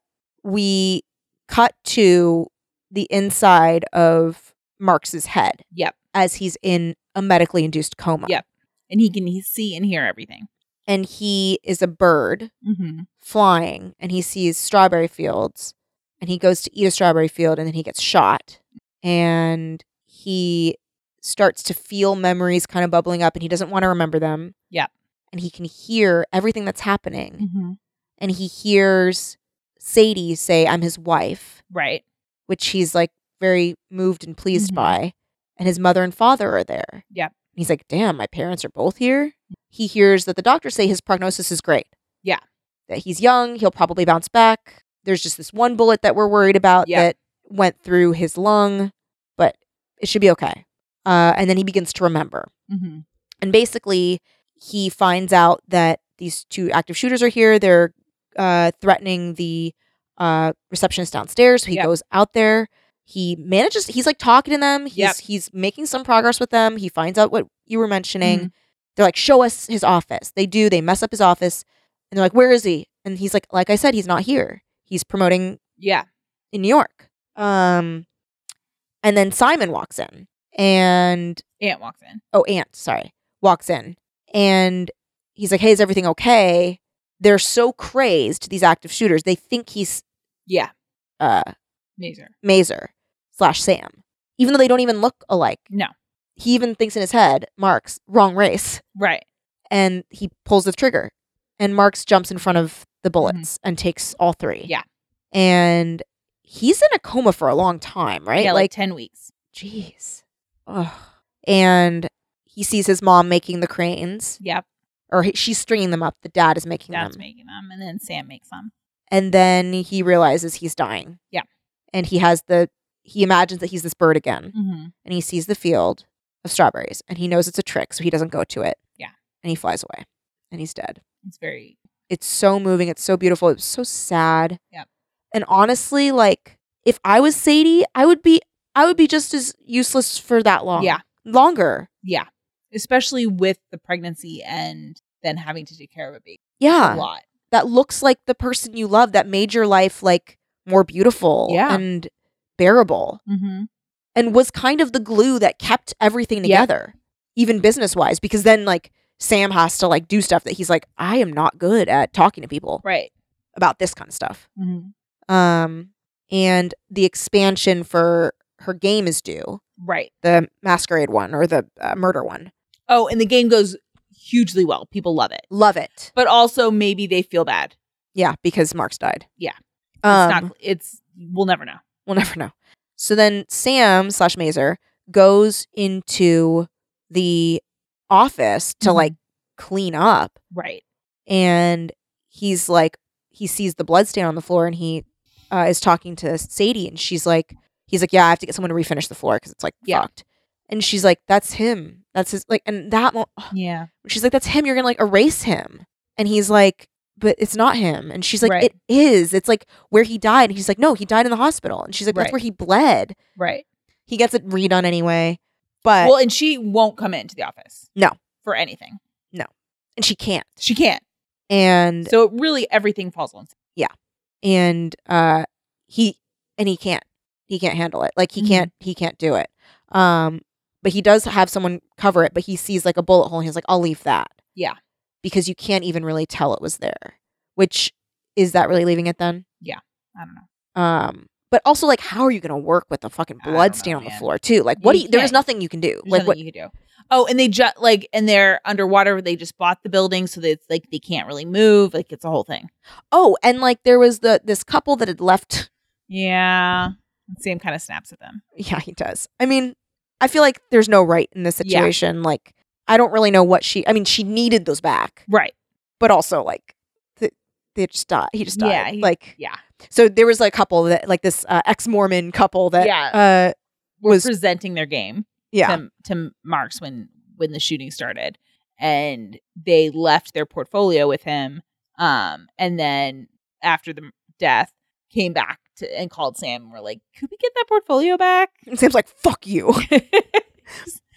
Speaker 2: we cut to the inside of Marx's head.
Speaker 3: Yep.
Speaker 2: As he's in a medically induced coma.
Speaker 3: Yep. And he can he see and hear everything.
Speaker 2: And he is a bird
Speaker 3: Mm-hmm.
Speaker 2: flying and he sees strawberry fields and he goes to eat a strawberry field and then he gets shot and he starts to feel memories kind of bubbling up and he doesn't want to remember them.
Speaker 3: Yep.
Speaker 2: And he can hear everything that's happening
Speaker 3: Mm-hmm.
Speaker 2: and he hears Sadie say, I'm his wife,
Speaker 3: Right.
Speaker 2: which he's like very moved and pleased
Speaker 3: Mhm.
Speaker 2: by. And his mother and father are there.
Speaker 3: Yep.
Speaker 2: And he's like, damn, my parents are both here. He hears that the doctors say his prognosis is great.
Speaker 3: Yeah.
Speaker 2: That he's young, he'll probably bounce back. There's just this one bullet that we're worried about
Speaker 3: Yeah.
Speaker 2: that went through his lung, but it should be okay. Uh, and then he begins to remember.
Speaker 3: Mm-hmm.
Speaker 2: And basically, he finds out that these two active shooters are here. They're uh, threatening the uh, receptionist downstairs. So he
Speaker 3: Yep.
Speaker 2: goes out there. He manages. He's like talking to them. He's
Speaker 3: Yep.
Speaker 2: he's making some progress with them. He finds out what you were mentioning.
Speaker 3: Mhm.
Speaker 2: They're like, "Show us his office." They do. They mess up his office, and they're like, "Where is he?" And he's like, "Like I said, he's not here. He's promoting
Speaker 3: Yeah.
Speaker 2: in New York." Um, and then Simon walks in, and
Speaker 3: Aunt walks in.
Speaker 2: oh aunt sorry walks in and he's like hey is everything okay they're so crazed these active shooters they think he's
Speaker 3: Yeah,
Speaker 2: uh
Speaker 3: Mazer.
Speaker 2: mazer slash sam even though they don't even look alike
Speaker 3: No.
Speaker 2: he even thinks in his head marks wrong race
Speaker 3: Right.
Speaker 2: and he pulls the trigger and marks jumps in front of the bullets and takes all three
Speaker 3: Mm-hmm. Yeah.
Speaker 2: and he's in a coma for a long time right
Speaker 3: Yeah, like, ten weeks.
Speaker 2: jeez Ugh. and he sees his mom making the cranes
Speaker 3: Yep.
Speaker 2: or he, she's stringing them up. The dad is making
Speaker 3: Dad's
Speaker 2: them,
Speaker 3: making them, and then Sam makes them.
Speaker 2: and then he realizes he's dying.
Speaker 3: Yeah.
Speaker 2: and he has the he imagines that he's this bird again,
Speaker 3: Mm-hmm.
Speaker 2: and he sees the field of strawberries, and he knows it's a trick, so he doesn't go to it.
Speaker 3: Yeah.
Speaker 2: and he flies away, and he's dead.
Speaker 3: It's very.
Speaker 2: It's so moving. It's so beautiful. It's so sad.
Speaker 3: Yep.
Speaker 2: and honestly, like if I was Sadie, I would be I would be just as useless for that long.
Speaker 3: Yeah.
Speaker 2: longer.
Speaker 3: Yeah. Especially with the pregnancy and then having to take care of a baby.
Speaker 2: Yeah,
Speaker 3: A lot.
Speaker 2: that looks like the person you love that made your life like more beautiful
Speaker 3: Yeah.
Speaker 2: and bearable
Speaker 3: Mm-hmm.
Speaker 2: and was kind of the glue that kept everything
Speaker 3: Yeah.
Speaker 2: together even business wise because then like sam has to like do stuff that he's like i am not good at talking to people
Speaker 3: Right.
Speaker 2: about this kind of stuff
Speaker 3: Mm-hmm.
Speaker 2: um and the expansion for her game is due
Speaker 3: Right.
Speaker 2: the masquerade one or the uh, murder one.
Speaker 3: Oh, and the game goes hugely well. People love it.
Speaker 2: Love it.
Speaker 3: But also maybe they feel bad.
Speaker 2: Yeah, because Mark's died.
Speaker 3: Yeah.
Speaker 2: Um,
Speaker 3: it's not it's we'll never know.
Speaker 2: we'll never know. So then Sam slash Mazer goes into the office to
Speaker 3: Mhm.
Speaker 2: like clean up
Speaker 3: Right.
Speaker 2: <sighs> and he's like he sees the blood stain on the floor and he uh, is talking to Sadie and she's like he's like yeah I have to get someone to refinish the floor because it's like
Speaker 3: Yeah.
Speaker 2: fucked and she's like that's him that's his like and that mo-
Speaker 3: Yeah.
Speaker 2: she's like that's him you're gonna like erase him and he's like but it's not him and she's like
Speaker 3: Right.
Speaker 2: it is it's like where he died and he's like no he died in the hospital and she's like that's
Speaker 3: Right.
Speaker 2: where he bled
Speaker 3: Right.
Speaker 2: he gets it redone anyway but
Speaker 3: well, and she won't come into the office.
Speaker 2: No.
Speaker 3: For anything.
Speaker 2: and she can't
Speaker 3: She can't.
Speaker 2: and
Speaker 3: So it really everything falls on.
Speaker 2: and uh he and he can't he can't handle it like he
Speaker 3: Mhm.
Speaker 2: can't he can't do it um but he does have someone cover it but he sees like a bullet hole and he's like i'll leave that
Speaker 3: Yeah.
Speaker 2: because you can't even really tell it was there which is that really leaving it then
Speaker 3: I don't know.
Speaker 2: Um, but also like, how are you gonna work with a fucking
Speaker 3: I don't
Speaker 2: blood stain
Speaker 3: know,
Speaker 2: on the
Speaker 3: man.
Speaker 2: floor too? Like, what
Speaker 3: You
Speaker 2: do you, there is
Speaker 3: can't.
Speaker 2: nothing you can do.
Speaker 3: There's
Speaker 2: like,
Speaker 3: nothing
Speaker 2: what?
Speaker 3: you could do. Oh, and they just like and they're underwater. They just bought the building, so that it's like they can't really move. Like it's a whole thing.
Speaker 2: Oh, and like there was the this couple that had left. <laughs>
Speaker 3: Yeah. Sam kind of snaps at them.
Speaker 2: Yeah, he does. I mean, I feel like there's no right in this
Speaker 3: Yeah.
Speaker 2: situation. Like, I don't really know what she. I mean, she needed those back,
Speaker 3: Right.
Speaker 2: but also like, th- they just died. He just died.
Speaker 3: Yeah, he-
Speaker 2: like,
Speaker 3: yeah.
Speaker 2: So there was like a couple that like this uh, ex Mormon couple that uh
Speaker 3: We're
Speaker 2: was
Speaker 3: presenting their game
Speaker 2: yeah
Speaker 3: to, to Marks when when the shooting started, and they left their portfolio with him. Um, and then after the death, came back to and called Sam. And we're like, could we get that portfolio back? <laughs>
Speaker 2: Sam's like fuck you.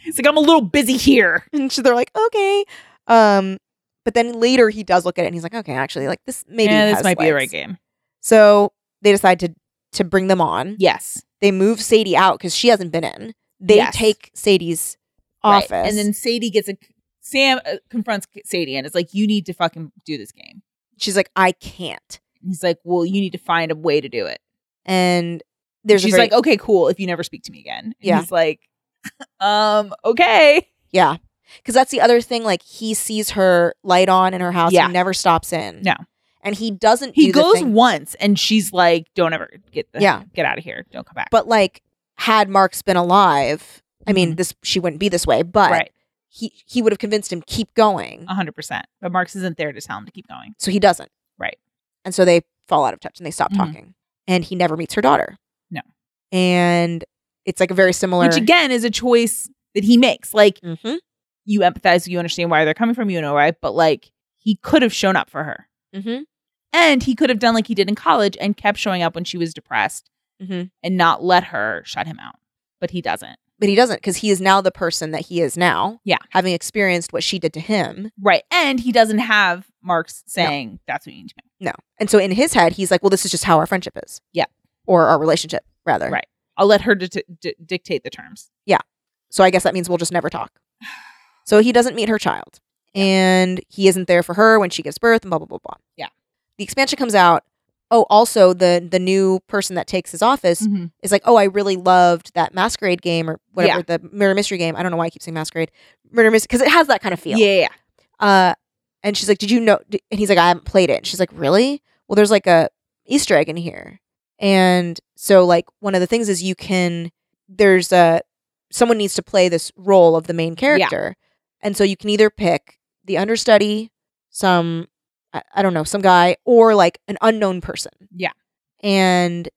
Speaker 3: it's like I'm a little busy here.
Speaker 2: And so they're like, okay. Um, but then later he does look at it and he's like, okay, actually, like this maybe
Speaker 3: Yeah, this
Speaker 2: has
Speaker 3: might be the right
Speaker 2: legs.
Speaker 3: game.
Speaker 2: So they decide to to bring them on.
Speaker 3: Yes.
Speaker 2: They move Sadie out because she hasn't been in. They
Speaker 3: Yes.
Speaker 2: take Sadie's
Speaker 3: Right.
Speaker 2: office,
Speaker 3: And then Sadie gets a Sam uh, confronts Sadie and it's like, you need to fucking do this game.
Speaker 2: she's like, I can't.
Speaker 3: And he's like, well, you need to find a way to do it.
Speaker 2: And there's
Speaker 3: she's
Speaker 2: a very,
Speaker 3: like, "Oh." okay, cool. If you never speak to me again, And
Speaker 2: Yeah.
Speaker 3: he's like, <laughs> um, okay,
Speaker 2: yeah, because that's the other thing. Like he sees her light on in her house.
Speaker 3: Yeah.
Speaker 2: He never stops in.
Speaker 3: No.
Speaker 2: and he doesn't.
Speaker 3: he
Speaker 2: do the
Speaker 3: goes
Speaker 2: thing-
Speaker 3: once, and she's like, don't ever get the
Speaker 2: Yeah.
Speaker 3: get out of here, don't come back.
Speaker 2: but like had Mark's been alive, I mean,
Speaker 3: Mhm.
Speaker 2: this she wouldn't be this way. But
Speaker 3: right,
Speaker 2: he he would have convinced him keep going.
Speaker 3: hundred percent. But Marx isn't there to tell him to keep going.
Speaker 2: So he doesn't.
Speaker 3: Right.
Speaker 2: And so they fall out of touch and they stop
Speaker 3: Mhm.
Speaker 2: talking. And he never meets her daughter.
Speaker 3: No.
Speaker 2: And it's like a very similar.
Speaker 3: Which again is a choice that he makes. Like
Speaker 2: Mhm.
Speaker 3: you empathize, you understand why they're coming from, you know, right? But like he could have shown up for her,
Speaker 2: Mhm.
Speaker 3: and he could have done like he did in college and kept showing up when she was depressed
Speaker 2: Mhm.
Speaker 3: and not let her shut him out. But he doesn't.
Speaker 2: But he doesn't because he is now the person that he is now.
Speaker 3: Yeah.
Speaker 2: Having experienced what she did to him.
Speaker 3: Right. And he doesn't have Marx saying that's what you need to do.
Speaker 2: No. And so in his head, he's like, well, this is just how our friendship is.
Speaker 3: Yeah.
Speaker 2: Or our relationship, rather.
Speaker 3: Right. I'll let her di- di- dictate the terms.
Speaker 2: So I guess that means we'll just never talk. So he doesn't meet her child. And he isn't there for her when she gives birth and blah blah blah blah.
Speaker 3: Yeah.
Speaker 2: The expansion comes out. Oh, also the the new person that takes his office
Speaker 3: Mm.
Speaker 2: is like, oh, I really loved that masquerade game or whatever the murder mystery game. I don't know why I keep saying masquerade murder mystery because it has that kind of
Speaker 3: Yeah.
Speaker 2: feel.
Speaker 3: yeah, yeah.
Speaker 2: Uh, and she's like, did you know? d- And he's like, I haven't played it. And she's like, really? Well, there's like a Easter egg in here. And so like one of the things is you can there's a someone needs to play this role of the main character, and so you can either pick the understudy, some I, I don't know, some guy, or like an unknown person.
Speaker 3: Yeah.
Speaker 2: and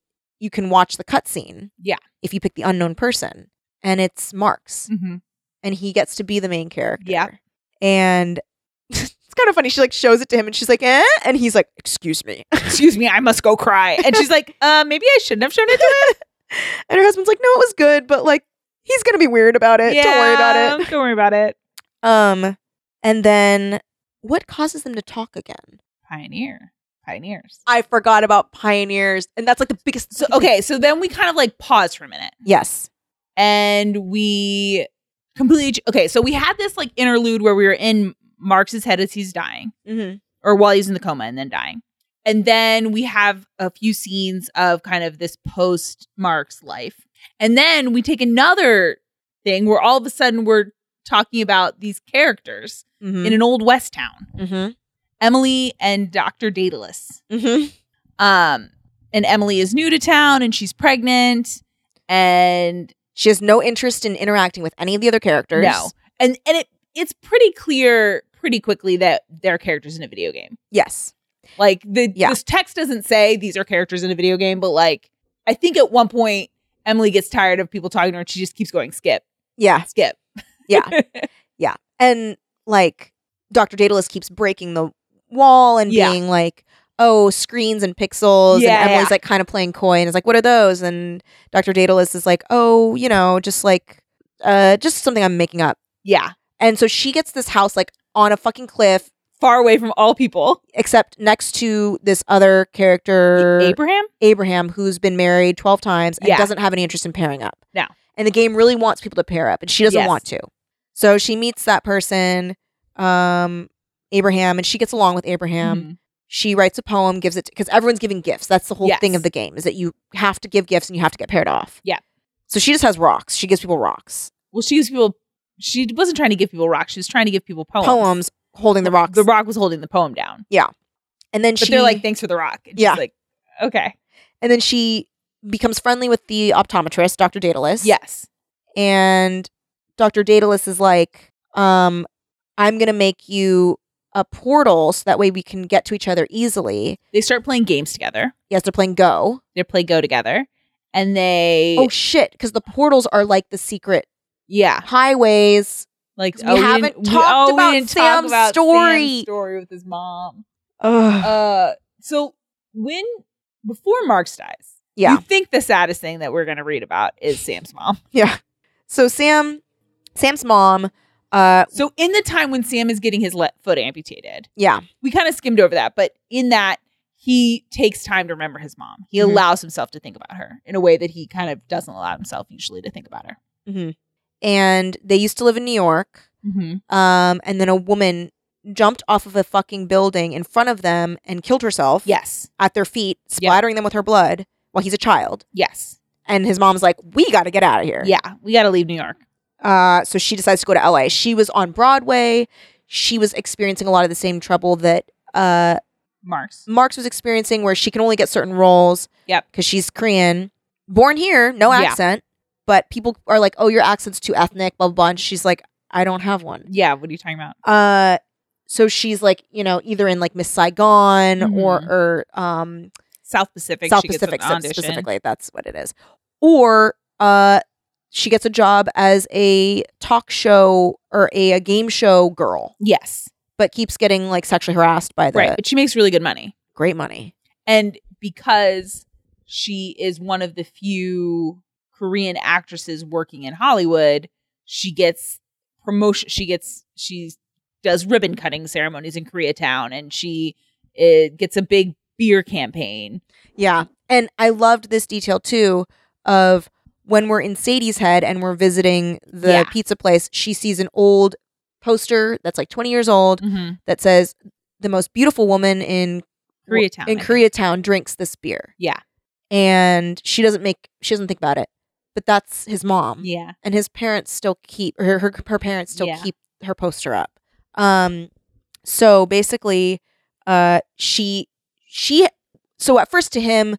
Speaker 2: you can watch the cutscene.
Speaker 3: Yeah.
Speaker 2: if you pick the unknown person, and it's Marks
Speaker 3: Mhm.
Speaker 2: and he gets to be the main character.
Speaker 3: Yeah.
Speaker 2: And <laughs> it's kind of funny. She like shows it to him and she's like, eh? And he's like, excuse me.
Speaker 3: <laughs>
Speaker 2: <laughs>
Speaker 3: Excuse me, I must go cry. And she's like, <laughs> uh, maybe I shouldn't have shown it to
Speaker 2: and her husband's like, no, it was good, but like, he's going to be weird about
Speaker 3: him.
Speaker 2: it. <laughs> Don't worry about it.
Speaker 3: Don't worry about it.
Speaker 2: Um, and then what causes them to talk again?
Speaker 3: Pioneer. Pioneers.
Speaker 2: I forgot about pioneers. And that's like the biggest. <laughs>
Speaker 3: So, okay. So then we kind of like pause for a minute
Speaker 2: Yes.
Speaker 3: and we completely. ch- Okay. So we had this like interlude where we were in Marx's head as he's dying
Speaker 2: Mm-hmm.
Speaker 3: or while he's in the coma and then dying. And then we have a few scenes of kind of this post Mark's life. And then we take another thing where all of a sudden we're talking about these characters in
Speaker 2: Mm-hmm.
Speaker 3: an old West town
Speaker 2: Mm-hmm.
Speaker 3: Emily and Dr. Daedalus.
Speaker 2: Mm-hmm.
Speaker 3: Um, and Emily is new to town and she's pregnant. And
Speaker 2: She has no interest in interacting with any of the other characters.
Speaker 3: no. And, and it, it's pretty clear pretty quickly that they're characters in a video game.
Speaker 2: Yes.
Speaker 3: Like the
Speaker 2: Yeah.
Speaker 3: this text doesn't say these are characters in a video game, but like I think at one point Emily gets tired of people talking to her and she just keeps going skip,
Speaker 2: Yeah.
Speaker 3: skip.
Speaker 2: Yeah. And like Dr. Daedalus keeps breaking the wall and
Speaker 3: Yeah.
Speaker 2: being like, oh, screens and pixels.
Speaker 3: Yeah,
Speaker 2: and Emily's
Speaker 3: yeah.
Speaker 2: like kind of playing coy and is like, what are those? And Dr. Daedalus is like, oh, you know, just like, uh, just something I'm making up.
Speaker 3: yeah.
Speaker 2: And so she gets this house like on a fucking cliff,
Speaker 3: Far away from all people.
Speaker 2: except next to this other character.
Speaker 3: Abraham?
Speaker 2: Abraham, who's been married 12 times and
Speaker 3: Yeah.
Speaker 2: doesn't have any interest in pairing up.
Speaker 3: No.
Speaker 2: And the game really wants people to pair up, and she doesn't
Speaker 3: Yes.
Speaker 2: want to. So she meets that person, um, Abraham, and she gets along with Abraham.
Speaker 3: Mhm.
Speaker 2: She writes a poem, gives it because everyone's giving gifts. That's the whole
Speaker 3: Yes.
Speaker 2: thing of the game is that you have to give gifts and you have to get paired off.
Speaker 3: Yeah.
Speaker 2: So she just has rocks. She gives people rocks,
Speaker 3: Well, she gives people she wasn't trying to give people rocks, she was trying to give people poems.
Speaker 2: poems holding the rocks,
Speaker 3: The rock was holding the poem down.
Speaker 2: and then
Speaker 3: But
Speaker 2: she
Speaker 3: they're like, thanks for the rock. And she's
Speaker 2: Yeah.
Speaker 3: like, okay.
Speaker 2: and then she becomes friendly with the optometrist, Doctor Daedalus.
Speaker 3: Yes.
Speaker 2: and Dr. Daedalus is like, um, I'm going to make you a portal so that way we can get to each other easily.
Speaker 3: They start playing games together.
Speaker 2: Yes, they're playing Go.
Speaker 3: They play go together. And they
Speaker 2: Oh, shit, because the portals are like the secret
Speaker 3: Yeah.
Speaker 2: highways.
Speaker 3: Like oh,
Speaker 2: We haven't talked about Sam's story.
Speaker 3: Sam's story with his mom.
Speaker 2: Ugh.
Speaker 3: Uh, so when before Marx dies,
Speaker 2: <laughs> Yeah.
Speaker 3: you think the saddest thing that we're going to read about is Sam's mom.
Speaker 2: So Sam, Sam's mom, uh,
Speaker 3: So in the time when Sam is getting his le- foot amputated,
Speaker 2: yeah,
Speaker 3: we kind of skimmed over that, but in that he takes time to remember his mom. He
Speaker 2: Mhm.
Speaker 3: allows himself to think about her in a way that he kind of doesn't allow himself usually to think about her.
Speaker 2: and they used to live in New York.
Speaker 3: Mm-hmm.
Speaker 2: Um, and then a woman jumped off of a fucking building in front of them and killed herself
Speaker 3: Yes.
Speaker 2: at their feet, splattering them with her blood while he's a child.
Speaker 3: Yes.
Speaker 2: And his mom's like, "We got to get out of here."
Speaker 3: Yeah. We got to leave New York.
Speaker 2: Uh, so she decides to go to LA. She was on Broadway. She was experiencing a lot of the same trouble that uh,
Speaker 3: Marx.
Speaker 2: Marx was experiencing, where she can only get certain roles.
Speaker 3: Yep.
Speaker 2: Because she's Korean, born here, no
Speaker 3: Yeah.
Speaker 2: accent. But people are like, "Oh, your accent's too ethnic." Blah blah. blah. And she's like, "I don't have one."
Speaker 3: Yeah. What are you talking about?
Speaker 2: Uh, so she's like, you know, either in like Miss Saigon
Speaker 3: Mm-hmm.
Speaker 2: or or um,
Speaker 3: South Pacific.
Speaker 2: South
Speaker 3: she gets an
Speaker 2: Pacific spe-
Speaker 3: audition.
Speaker 2: specifically. That's what it is. Or uh, she gets a job as a talk show or a, a game show girl,
Speaker 3: Yes.
Speaker 2: but keeps getting like sexually harassed by the
Speaker 3: Right. But she makes really good money.
Speaker 2: great money.
Speaker 3: And because she is one of the few Korean actresses working in Hollywood, she gets promotion. She gets, she does ribbon cutting ceremonies in Koreatown and she uh gets a big beer campaign.
Speaker 2: Yeah, Mm-hmm. and I loved this detail too of when we're in Sadie's head and we're visiting the
Speaker 3: Yeah.
Speaker 2: pizza place. She sees an old poster that's like twenty years old
Speaker 3: Mm-hmm.
Speaker 2: that says the most beautiful woman in
Speaker 3: Koreatown.
Speaker 2: in
Speaker 3: I think.
Speaker 2: Koreatown drinks this beer.
Speaker 3: Yeah.
Speaker 2: And she doesn't make she doesn't think about it. But that's his mom.
Speaker 3: Yeah.
Speaker 2: And his parents still keep her her, her parents still
Speaker 3: Yeah.
Speaker 2: keep her poster up. Um so basically uh she she so at first to him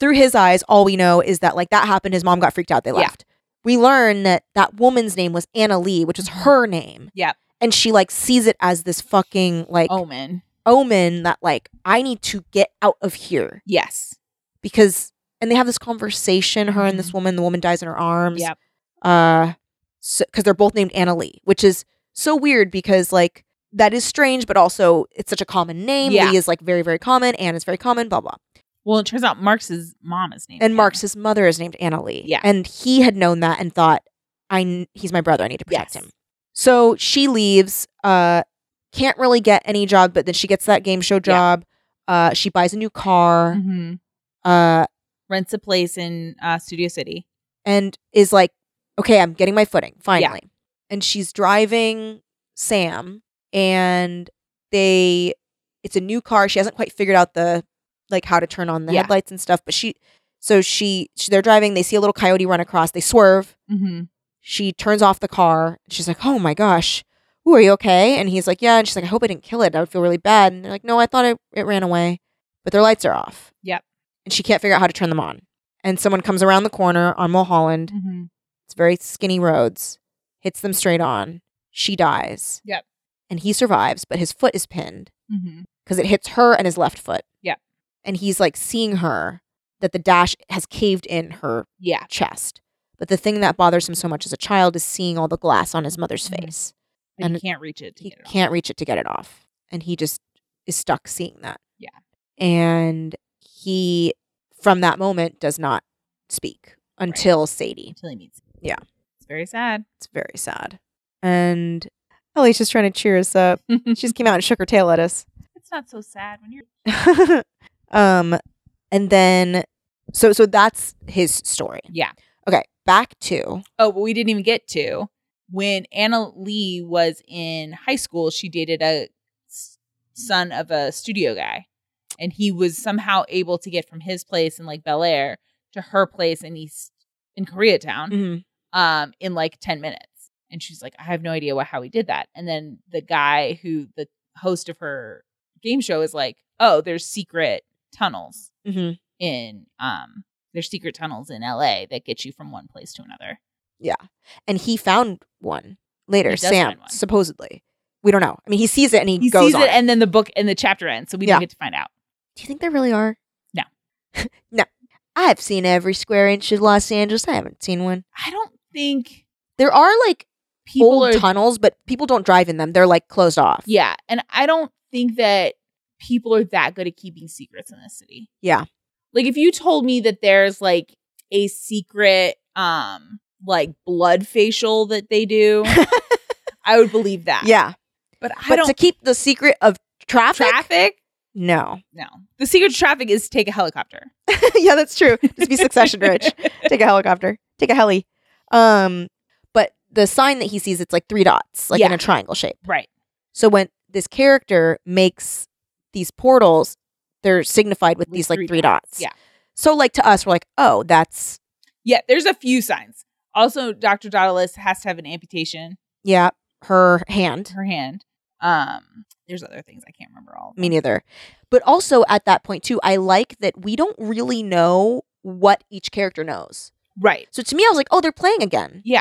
Speaker 2: through his eyes all we know is that like that happened his mom got freaked out they
Speaker 3: Yeah.
Speaker 2: left. We learn that that woman's name was Anna Lee, which is her name.
Speaker 3: Mm-hmm. Yep.
Speaker 2: And she like sees it as this fucking like
Speaker 3: Omen.
Speaker 2: omen that like I need to get out of here
Speaker 3: Yes.
Speaker 2: because and they have this conversation her and this
Speaker 3: Mm-hmm.
Speaker 2: woman the woman dies in her arms
Speaker 3: Yep.
Speaker 2: uh so, cuz they're both named Anna Lee which is so weird because like that is strange but also it's such a common name
Speaker 3: Yeah.
Speaker 2: Lee is like very very common Anne is very common blah blah
Speaker 3: Well, it turns out Marx's mom is named.
Speaker 2: and
Speaker 3: Anna.
Speaker 2: Marx's mother is named Anna Lee
Speaker 3: Yeah.
Speaker 2: and he had known that and thought I kn- he's my brother I need to protect
Speaker 3: Yes.
Speaker 2: him so she leaves uh can't really get any job but then she gets that game show job uh she buys a new car
Speaker 3: Mhm.
Speaker 2: uh
Speaker 3: rents a place in uh, Studio City.
Speaker 2: and is like, okay, I'm getting my footing finally. And she's driving Sam, and they, it's a new car. She hasn't quite figured out the like how to turn on the
Speaker 3: Yeah.
Speaker 2: headlights and stuff. But she, so she, she, they're driving. They see a little coyote run across. They swerve.
Speaker 3: Mm-hmm.
Speaker 2: She turns off the car. She's like, "Oh my gosh, ooh, are you okay?" And he's like, "Yeah." And she's like, "I hope I didn't kill it. I would feel really bad." And they're like, "No, I thought it, it ran away." But their lights are off.
Speaker 3: Yep.
Speaker 2: And she can't figure out how to turn them on. And someone comes around the corner on Mulholland.
Speaker 3: Mm-hmm.
Speaker 2: It's very skinny roads. Hits them straight on. She dies.
Speaker 3: Yep.
Speaker 2: And he survives, but his foot is pinned
Speaker 3: Mm-hmm.
Speaker 2: because it hits her and his left foot.
Speaker 3: Yep.
Speaker 2: And he's like seeing her that the dash has caved in her
Speaker 3: Yeah.
Speaker 2: chest. But the thing that bothers him so much as a child is seeing all the glass on his mother's
Speaker 3: Mhm.
Speaker 2: face.
Speaker 3: But
Speaker 2: And
Speaker 3: you can't reach it. To
Speaker 2: He
Speaker 3: get it off.
Speaker 2: can't reach it to get it off. And he just is stuck seeing that.
Speaker 3: Yeah.
Speaker 2: And he, from that moment, does not speak until Sadie.
Speaker 3: until he meets. you.
Speaker 2: Yeah.
Speaker 3: It's very sad. <laughs>
Speaker 2: It's very sad. And Ellie's just trying to cheer us up.
Speaker 3: it's
Speaker 2: She just came out and shook her tail at us. <laughs>
Speaker 3: not so sad when you're.
Speaker 2: um, and then so so that's his story.
Speaker 3: Yeah.
Speaker 2: Okay, back to
Speaker 3: Oh, but we didn't even get to when Anna Lee was in high school. She dated a s- son of a studio guy, and he was somehow able to get from his place in like Bel Air to her place in East in Koreatown. um, in like 10 minutes. And she's like, I have no idea what, how he did that. And then the guy who, the host of her game show, is like, oh, there's secret tunnels
Speaker 2: Mhm.
Speaker 3: in, um, there's secret tunnels in LA that get you from one place to another.
Speaker 2: and he found one later.
Speaker 3: He does
Speaker 2: Sam
Speaker 3: find one.
Speaker 2: supposedly. We don't know. I mean, he sees it and he,
Speaker 3: He
Speaker 2: goes
Speaker 3: sees
Speaker 2: on
Speaker 3: it, and then the book and the chapter ends. So we
Speaker 2: Yeah.
Speaker 3: don't get to find out.
Speaker 2: Do you think there really are?
Speaker 3: No.
Speaker 2: <laughs> no. I've seen every square inch of Los Angeles. I haven't seen one.
Speaker 3: I don't think
Speaker 2: There are like
Speaker 3: people
Speaker 2: old
Speaker 3: are.
Speaker 2: tunnels, but people don't drive in them. They're like closed off.
Speaker 3: yeah. And I don't think that people are that good at keeping secrets in this city.
Speaker 2: Yeah.
Speaker 3: Like if you told me that there's like a secret um like blood facial that
Speaker 2: <laughs>
Speaker 3: they do, I would believe that.
Speaker 2: Yeah.
Speaker 3: But I
Speaker 2: But
Speaker 3: don't
Speaker 2: to keep the secret of traffic?
Speaker 3: traffic?
Speaker 2: no. <laughs>
Speaker 3: No. The secret to traffic is take a helicopter.
Speaker 2: yeah, that's true. Just be succession rich. Take a helicopter. Take a heli. Um, but the sign that he sees, it's like three dots, like in
Speaker 3: Yeah.
Speaker 2: a triangle shape.
Speaker 3: <laughs> right.
Speaker 2: So when this character makes these portals, they're signified with,
Speaker 3: With
Speaker 2: these like
Speaker 3: three
Speaker 2: three dots.
Speaker 3: Yeah.
Speaker 2: So like to us, we're like, oh, that's
Speaker 3: Yeah, there's a few signs. Also, Dr. Dautilus has to have an amputation
Speaker 2: yeah, her
Speaker 3: to
Speaker 2: hand.
Speaker 3: her hand. Um, there's other things I can't remember all. of
Speaker 2: Me
Speaker 3: them.
Speaker 2: neither. But also at that point too, I like that we don't really know what each character knows.
Speaker 3: Right.
Speaker 2: So to me, I was like, oh, they're playing again.
Speaker 3: Yeah.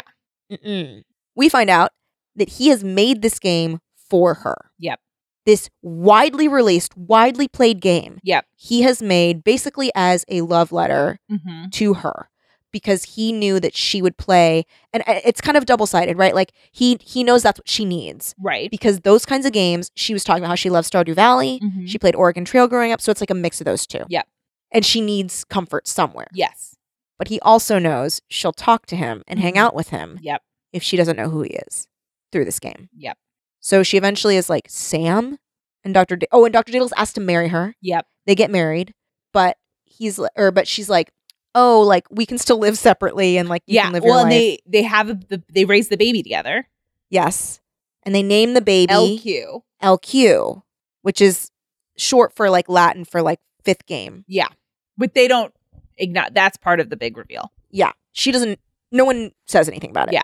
Speaker 2: Mm-mm. We find out that he has made this game for her.
Speaker 3: Yep.
Speaker 2: This widely released, widely played game.
Speaker 3: Yep.
Speaker 2: He has made basically as a love letter
Speaker 3: Mm-hmm.
Speaker 2: to her because he knew that she would play and I- it's kind of double-sided, right? Like he he knows that's what she needs
Speaker 3: Right.
Speaker 2: because those kinds of games, she was talking about how she loves Stardew Valley.
Speaker 3: Mhm.
Speaker 2: She played Oregon Trail growing up, so it's like a mix of those two.
Speaker 3: Yep.
Speaker 2: And she needs comfort somewhere
Speaker 3: Yes.
Speaker 2: but he also knows she'll talk to him and hang
Speaker 3: Mhm.
Speaker 2: out with him
Speaker 3: Yep.
Speaker 2: if she doesn't know who he is through this game.
Speaker 3: Yep.
Speaker 2: So she eventually is like Sam and Dr. D- oh, and Dr. Diddle's asked to marry her.
Speaker 3: Yep.
Speaker 2: They get married, but he's li- or but she's like, "Oh, like we can still live separately and like you
Speaker 3: yeah.
Speaker 2: can live
Speaker 3: Well,
Speaker 2: your
Speaker 3: and
Speaker 2: life."
Speaker 3: they they have a, the, they raise the baby together.
Speaker 2: yes. And they name the baby
Speaker 3: LQ.
Speaker 2: LQ, which is short for like Latin for like fifth game.
Speaker 3: Yeah. But they don't ignore that's part of the big reveal.
Speaker 2: Yeah. She doesn't no one says anything about it.
Speaker 3: Yeah.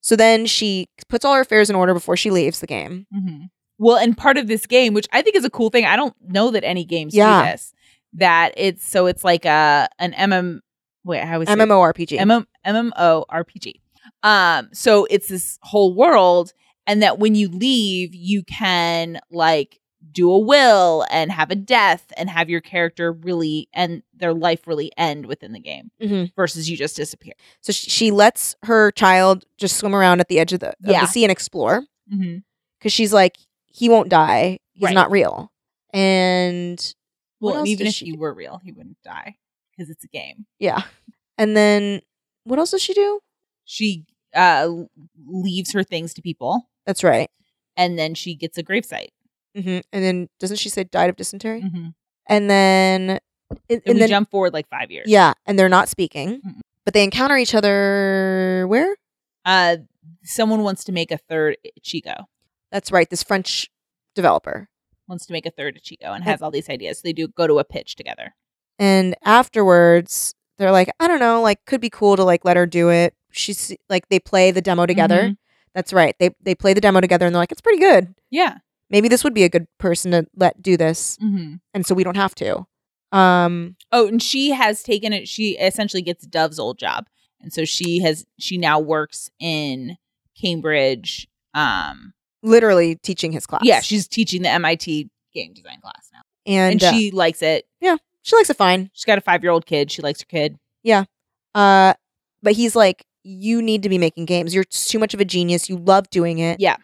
Speaker 2: So then she puts all her affairs in order before she leaves the game.
Speaker 3: Well, and part of this game, which I think is a cool thing, I don't know that any games do
Speaker 2: Yeah.
Speaker 3: this. That it's so it's like a an MM wait, how is it?
Speaker 2: MMORPG.
Speaker 3: MM, MMORPG. Um, so it's this whole world, and that when you leave, you can like do a will and have a death and have your character really and their life really end within the game
Speaker 2: Mhm.
Speaker 3: versus you just disappear.
Speaker 2: so sh- she lets her child just swim around at the edge of the, of the
Speaker 3: Yeah.
Speaker 2: sea and explore
Speaker 3: Mm-hmm.
Speaker 2: because she's like, he won't die. He's
Speaker 3: Right.
Speaker 2: not real. And What
Speaker 3: Well, and
Speaker 2: else
Speaker 3: even
Speaker 2: does
Speaker 3: if
Speaker 2: she
Speaker 3: you
Speaker 2: do?
Speaker 3: were real, he wouldn't die because it's a game.
Speaker 2: yeah. And then what else does she do?
Speaker 3: She uh, leaves her things to people,
Speaker 2: That's right.
Speaker 3: and then she gets a gravesite.
Speaker 2: hmm And then doesn't she say died of dysentery?
Speaker 3: Mm-hmm. And,
Speaker 2: And then, and,
Speaker 3: we
Speaker 2: and then
Speaker 3: jump forward like five years.
Speaker 2: yeah, and they're not speaking,
Speaker 3: Mm-mm.
Speaker 2: but they encounter each other where?
Speaker 3: Uh, someone wants to make a third Chico.
Speaker 2: That's right. This French developer
Speaker 3: wants to make a third Ichigo and has all these ideas. So they do go to a pitch together.
Speaker 2: And afterwards, they're like, I don't know, like could be cool to like let her do it. She's like they play the demo together.
Speaker 3: Mhm.
Speaker 2: That's right. They they play the demo together and they're like, it's pretty good.
Speaker 3: Yeah.
Speaker 2: Maybe this would be a good person to let do this,
Speaker 3: Mm-hmm.
Speaker 2: and so we don't have to. Um,
Speaker 3: Oh, and she has taken it. She essentially gets Dove's old job, and so she has. She now works in Cambridge. Um,
Speaker 2: literally teaching his class.
Speaker 3: yeah, she's teaching the MIT game design class now,
Speaker 2: and,
Speaker 3: and,
Speaker 2: uh, she
Speaker 3: she likes it.
Speaker 2: she likes it fine.
Speaker 3: She's got a five year old kid. She likes her kid.
Speaker 2: Uh, but he's like, you need to be making games. You're too much of a genius. You love doing it.
Speaker 3: Yeah.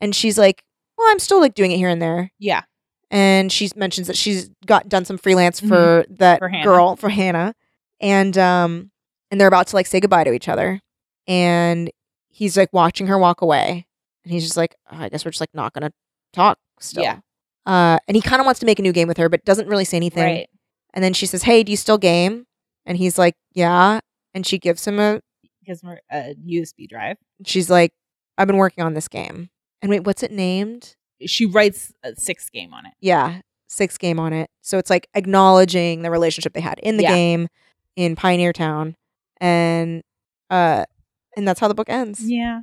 Speaker 2: And she's like, well, I'm still like doing it here and there.
Speaker 3: Yeah,
Speaker 2: and she mentions that she's got done some freelance for that
Speaker 3: Mm-hmm. For Hannah.
Speaker 2: girl for Hannah, and um, and they're about to like say goodbye to each other, and he's like watching her walk away, and he's just like, "Oh, I guess we're just like not gonna talk still.
Speaker 3: Yeah.
Speaker 2: Uh, and he kind of wants to make a new game with her, but doesn't really say anything.
Speaker 3: right.
Speaker 2: And then she says, "Hey, do you still game?" And he's like, "Yeah." And she gives him a.
Speaker 3: Because we're a USB drive.
Speaker 2: She's like, "I've been working on this game." And wait, what's it named?
Speaker 3: She writes a sixth game on it.
Speaker 2: yeah, six game on it. So it's like acknowledging the relationship they had in the
Speaker 3: Yeah.
Speaker 2: game in Pioneer Town, and uh, and that's how the book ends.
Speaker 3: Yeah,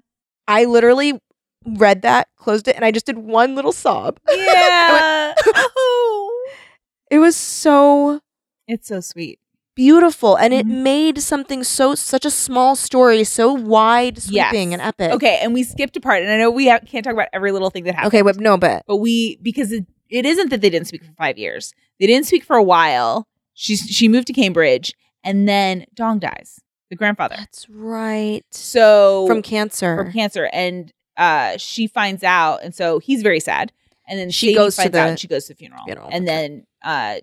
Speaker 2: I literally read that, closed it, and I just did one little sob.
Speaker 3: <laughs> yeah. <laughs>
Speaker 2: It was so
Speaker 3: it's so sweet.
Speaker 2: beautiful, and it
Speaker 3: Mhm.
Speaker 2: made something so such a small story so wide sweeping
Speaker 3: Yes.
Speaker 2: and epic.
Speaker 3: Okay, and we skipped a part, and I know we ha- can't talk about every little thing that happened.
Speaker 2: okay, but no, but
Speaker 3: but we because it, it isn't that they didn't speak for five years they didn't speak for a while she's she moved to cambridge and then dong dies the grandfather
Speaker 2: that's right.
Speaker 3: so
Speaker 2: From cancer,
Speaker 3: from cancer and uh she finds out and so he's very sad and then
Speaker 2: She
Speaker 3: Sadie
Speaker 2: goes to
Speaker 3: finds
Speaker 2: the
Speaker 3: out and she goes to the funeral,
Speaker 2: funeral,
Speaker 3: and
Speaker 2: okay.
Speaker 3: then uh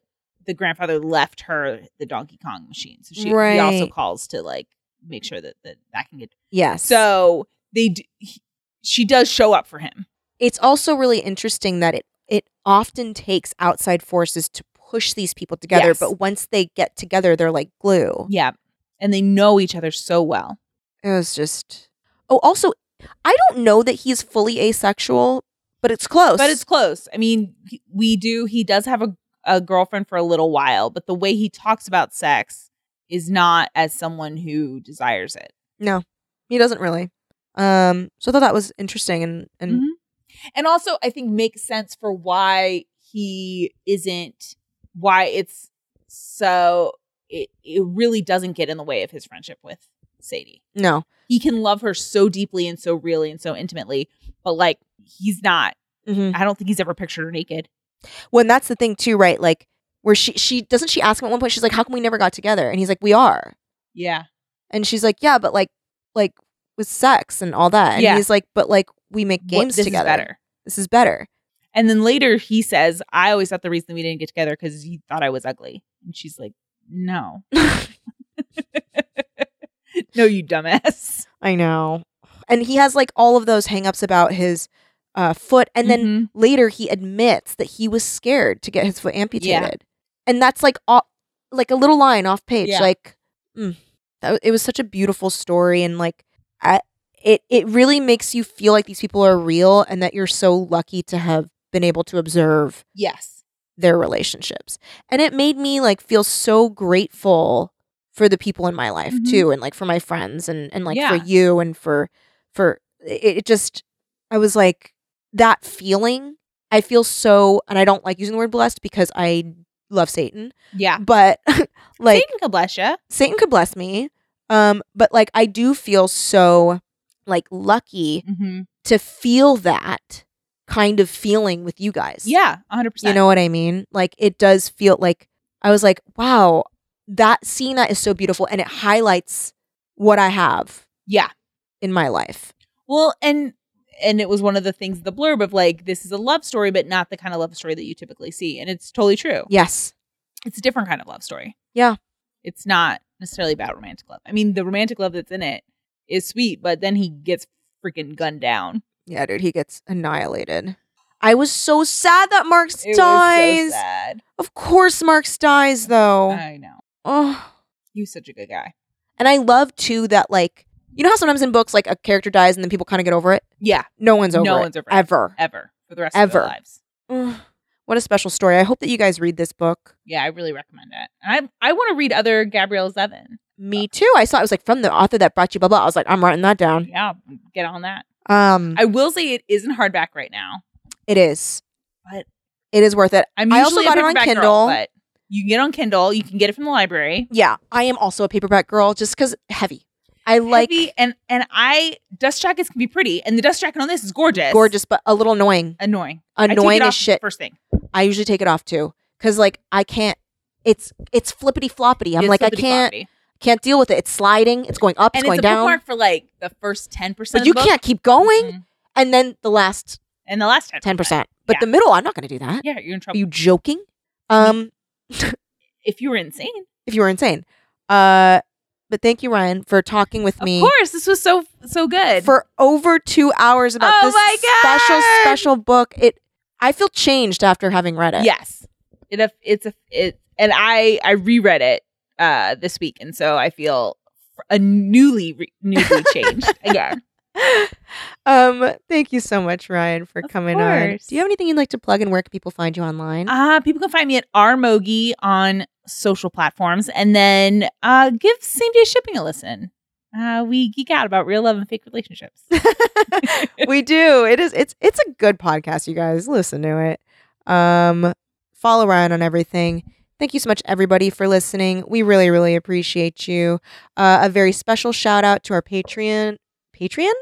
Speaker 3: the grandfather left her the donkey kong machine so she he also
Speaker 2: Right.
Speaker 3: calls to like make sure that that, that can get
Speaker 2: yes.
Speaker 3: so they d- he, she does show up for him
Speaker 2: it's also really interesting that it it often takes outside forces to push these people together
Speaker 3: Yes.
Speaker 2: but once they get together they're like glue
Speaker 3: yeah and they know each other so well
Speaker 2: it was just oh also i don't know that he's fully asexual but it's close
Speaker 3: But it's close. I mean, he- we do. He does have a, a girlfriend for a little while, but the way he talks about sex is not as someone who desires it.
Speaker 2: he doesn't really um so i thought that was interesting and and
Speaker 3: Mhm. And also, I think makes sense for why he isn't, why it's so, it, it really doesn't get in the way of his friendship with Sadie.
Speaker 2: no
Speaker 3: He can love her so deeply and so really and so intimately, but like, he's not,
Speaker 2: Mhm.
Speaker 3: I don't think he's ever pictured her naked.
Speaker 2: well and that's the thing too right like where she she doesn't she ask him at one point she's like how come we never got together and he's like we are
Speaker 3: Yeah.
Speaker 2: and she's like yeah but like like with sex and all that and
Speaker 3: Yeah.
Speaker 2: he's like but like we make
Speaker 3: What-
Speaker 2: games
Speaker 3: this is
Speaker 2: together
Speaker 3: better.
Speaker 2: this is better.
Speaker 3: And then later he says, I always thought the reason we didn't get together because he thought I was ugly. And she's like,
Speaker 2: <laughs>
Speaker 3: No. no, you dumbass.
Speaker 2: I know. And he has like all of those hangups about his uh, foot. And then
Speaker 3: Mhm.
Speaker 2: later he admits that he was scared to get his foot amputated.
Speaker 3: Yeah.
Speaker 2: And that's like off, like a little line off page.
Speaker 3: Yeah.
Speaker 2: Like, mm, that, w- it was such a beautiful story. And like, I, it, it really makes you feel like these people are real and that you're so lucky to have been able to observe
Speaker 3: Yes.
Speaker 2: their relationships. And it made me like feel so grateful for the people in my life
Speaker 3: Mhm.
Speaker 2: too and like for my friends and and like
Speaker 3: Yeah.
Speaker 2: for you and for for it, it just I was like that feeling. I feel so and I don't like using the word blessed because I love Satan,
Speaker 3: Yeah.
Speaker 2: but <laughs> like
Speaker 3: Ah. Satan can bless you.
Speaker 2: Satan could bless me. Um but like I do feel so like lucky
Speaker 3: Mm-hmm.
Speaker 2: to feel that kind of feeling with you guys.
Speaker 3: Yeah, 100%.
Speaker 2: You know what I mean? Like it does feel like I was like, wow, that seeing that is so beautiful and it highlights what I have
Speaker 3: yeah.
Speaker 2: in my life.
Speaker 3: Well, and and it was one of the things the blurb of like this is a love story but not the kind of love story that you typically see and it's totally true
Speaker 2: Yes.
Speaker 3: it's a different kind of love story
Speaker 2: Yeah.
Speaker 3: it's not necessarily about romantic love i mean the romantic love that's in it is sweet but then he gets freaking gunned down
Speaker 2: Yeah, dude, he gets annihilated. I was so sad that Marx
Speaker 3: It was so
Speaker 2: dies.
Speaker 3: sad.
Speaker 2: Of course Marx dies though.
Speaker 3: I know.
Speaker 2: oh.
Speaker 3: He was such a good guy.
Speaker 2: And I love too that like you know how sometimes in books like a character dies and then people kind of get over it?
Speaker 3: Yeah.
Speaker 2: No one's over
Speaker 3: no
Speaker 2: it.
Speaker 3: one's over it.
Speaker 2: ever.
Speaker 3: Ever. For the rest of
Speaker 2: Ever.
Speaker 3: their lives.
Speaker 2: Ugh. What a special story. I hope that you guys read this book.
Speaker 3: Yeah, I really recommend it. And I I want to read other Gabrielle Zevin.
Speaker 2: Me too. I saw it was like from the author that brought you blah blah. I was like, I'm writing that down.
Speaker 3: Yeah, get on that.
Speaker 2: Um
Speaker 3: I will say it isn't hardback right now.
Speaker 2: it is.
Speaker 3: But-
Speaker 2: it is worth it.
Speaker 3: I'm
Speaker 2: I also
Speaker 3: usually a
Speaker 2: got it on
Speaker 3: paperback
Speaker 2: Kindle.
Speaker 3: girl, but you can get it on Kindle. You can get it from the library.
Speaker 2: Yeah. I am also a paperback girl just because heavy. I like
Speaker 3: Heavy, and and I dust jackets can be pretty, and the dust jacket on this is gorgeous,
Speaker 2: gorgeous, but a little annoying.
Speaker 3: annoying, I take it
Speaker 2: Annoying
Speaker 3: off
Speaker 2: as shit.
Speaker 3: First thing,
Speaker 2: I usually take it off too. Cause like I can't it's it's flippity floppity. I'm
Speaker 3: It's
Speaker 2: like I
Speaker 3: flippity
Speaker 2: can't
Speaker 3: floppity.
Speaker 2: can't deal with it. It's sliding, it's going up, it's
Speaker 3: and
Speaker 2: going
Speaker 3: it's a
Speaker 2: down.
Speaker 3: bookmark for like the Mm-hmm. first ten percent. Mm.
Speaker 2: But you can't keep going and then the last
Speaker 3: And the last
Speaker 2: ten percent. But
Speaker 3: Yeah.
Speaker 2: the middle, I'm not gonna do that.
Speaker 3: Yeah, you're in
Speaker 2: Are
Speaker 3: trouble.
Speaker 2: you joking? Um
Speaker 3: if you were insane,
Speaker 2: if you were insane. Uh but thank you, Ryan, for talking with
Speaker 3: of
Speaker 2: me
Speaker 3: course, this was so so good.
Speaker 2: for over two hours about
Speaker 3: Oh
Speaker 2: this
Speaker 3: my God!
Speaker 2: special, special book. It I feel changed after having read it.
Speaker 3: yes, it a- it's a it, and I I reread it uh this week, and so I feel a newly re-
Speaker 2: <laughs>
Speaker 3: newly changed again.
Speaker 2: <laughs> um, thank you so much, Ryan, for
Speaker 3: Of
Speaker 2: coming on.
Speaker 3: course.
Speaker 2: Do you have anything you'd like to plug and where can people find you online?
Speaker 3: Uh, people can find me at rmogi on social platforms, and then uh, give same day shipping a listen. Uh, we geek out about real love and fake relationships.
Speaker 2: <laughs> we do. It is it's it's a good podcast, you guys. Listen to it. Um, follow Ryan on everything. Thank you so much, everybody, for listening. We really, really appreciate you. Uh, a very special shout out to our Patreon, Patreon,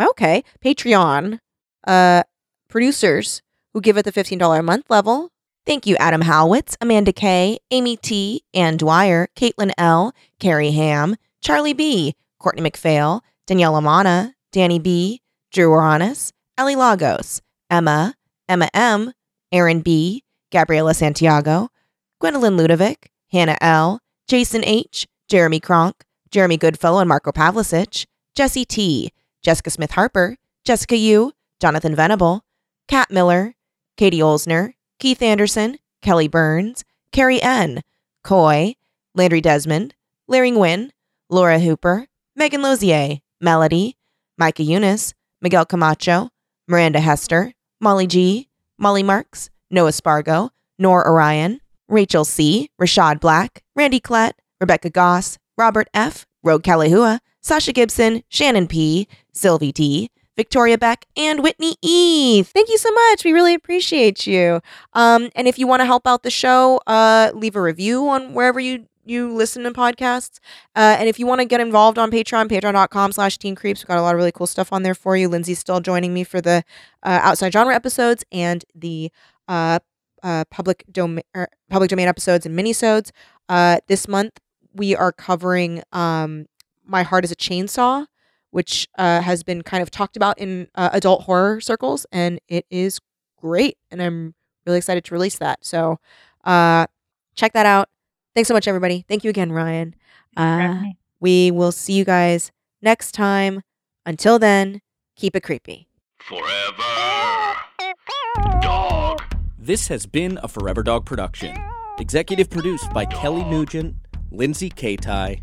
Speaker 2: okay, Patreon, uh, producers who give at the fifteen dollar a month level. Thank you, Adam Howitz, Amanda Kay, Amy T, Ann Dwyer, Caitlin L, Carrie Ham, Charlie B, Courtney McPhail, Danielle Amana, Danny B, Drew Oranis, Ellie Lagos, Emma, Emma M, Aaron B, Gabriela Santiago, Gwendolyn Ludovic, Hannah L, Jason H, Jeremy Kronk, Jeremy Goodfellow and Marco Pavlicic, Jesse T, Jessica Smith Harper, Jessica U, Jonathan Venable, Kat Miller, Katie Olsner, Keith Anderson, Kelly Burns, Carrie N, Coy, Landry Desmond, Larry Nguyen, Laura Hooper, Megan Lozier, Melody, Micah Eunice, Miguel Camacho, Miranda Hester, Molly G, Molly Marks, Noah Spargo, Nor Orion, Rachel C, Rashad Black, Randy Klett, Rebecca Goss, Robert F, Rogue Kalihua, Sasha Gibson, Shannon P, Sylvie D, Victoria Beck, and Whitney E. Thank you so much. We really appreciate you. Um, and if you want to help out the show, uh, leave a review on wherever you you listen to podcasts. Uh, and if you want to get involved on Patreon, patreon.com slash teen creeps. We've got a lot of really cool stuff on there for you. Lindsay's still joining me for the uh, outside genre episodes and the uh, uh, public domain er, public domain episodes and minisodes. Uh, this month we are covering um, My Heart is a Chainsaw, which uh, has been kind of talked about in uh, adult horror circles, and it is great. And I'm really excited to release that. So uh, check that out. Thanks so much, everybody. Thank you again, Ryan. <laughs> Uh, we will see you guys next time. Until then, keep it creepy.
Speaker 1: Forever. Dog.
Speaker 4: This has been a Forever Dog production. Executive produced by Kelly Nugent, Lindsay Katai,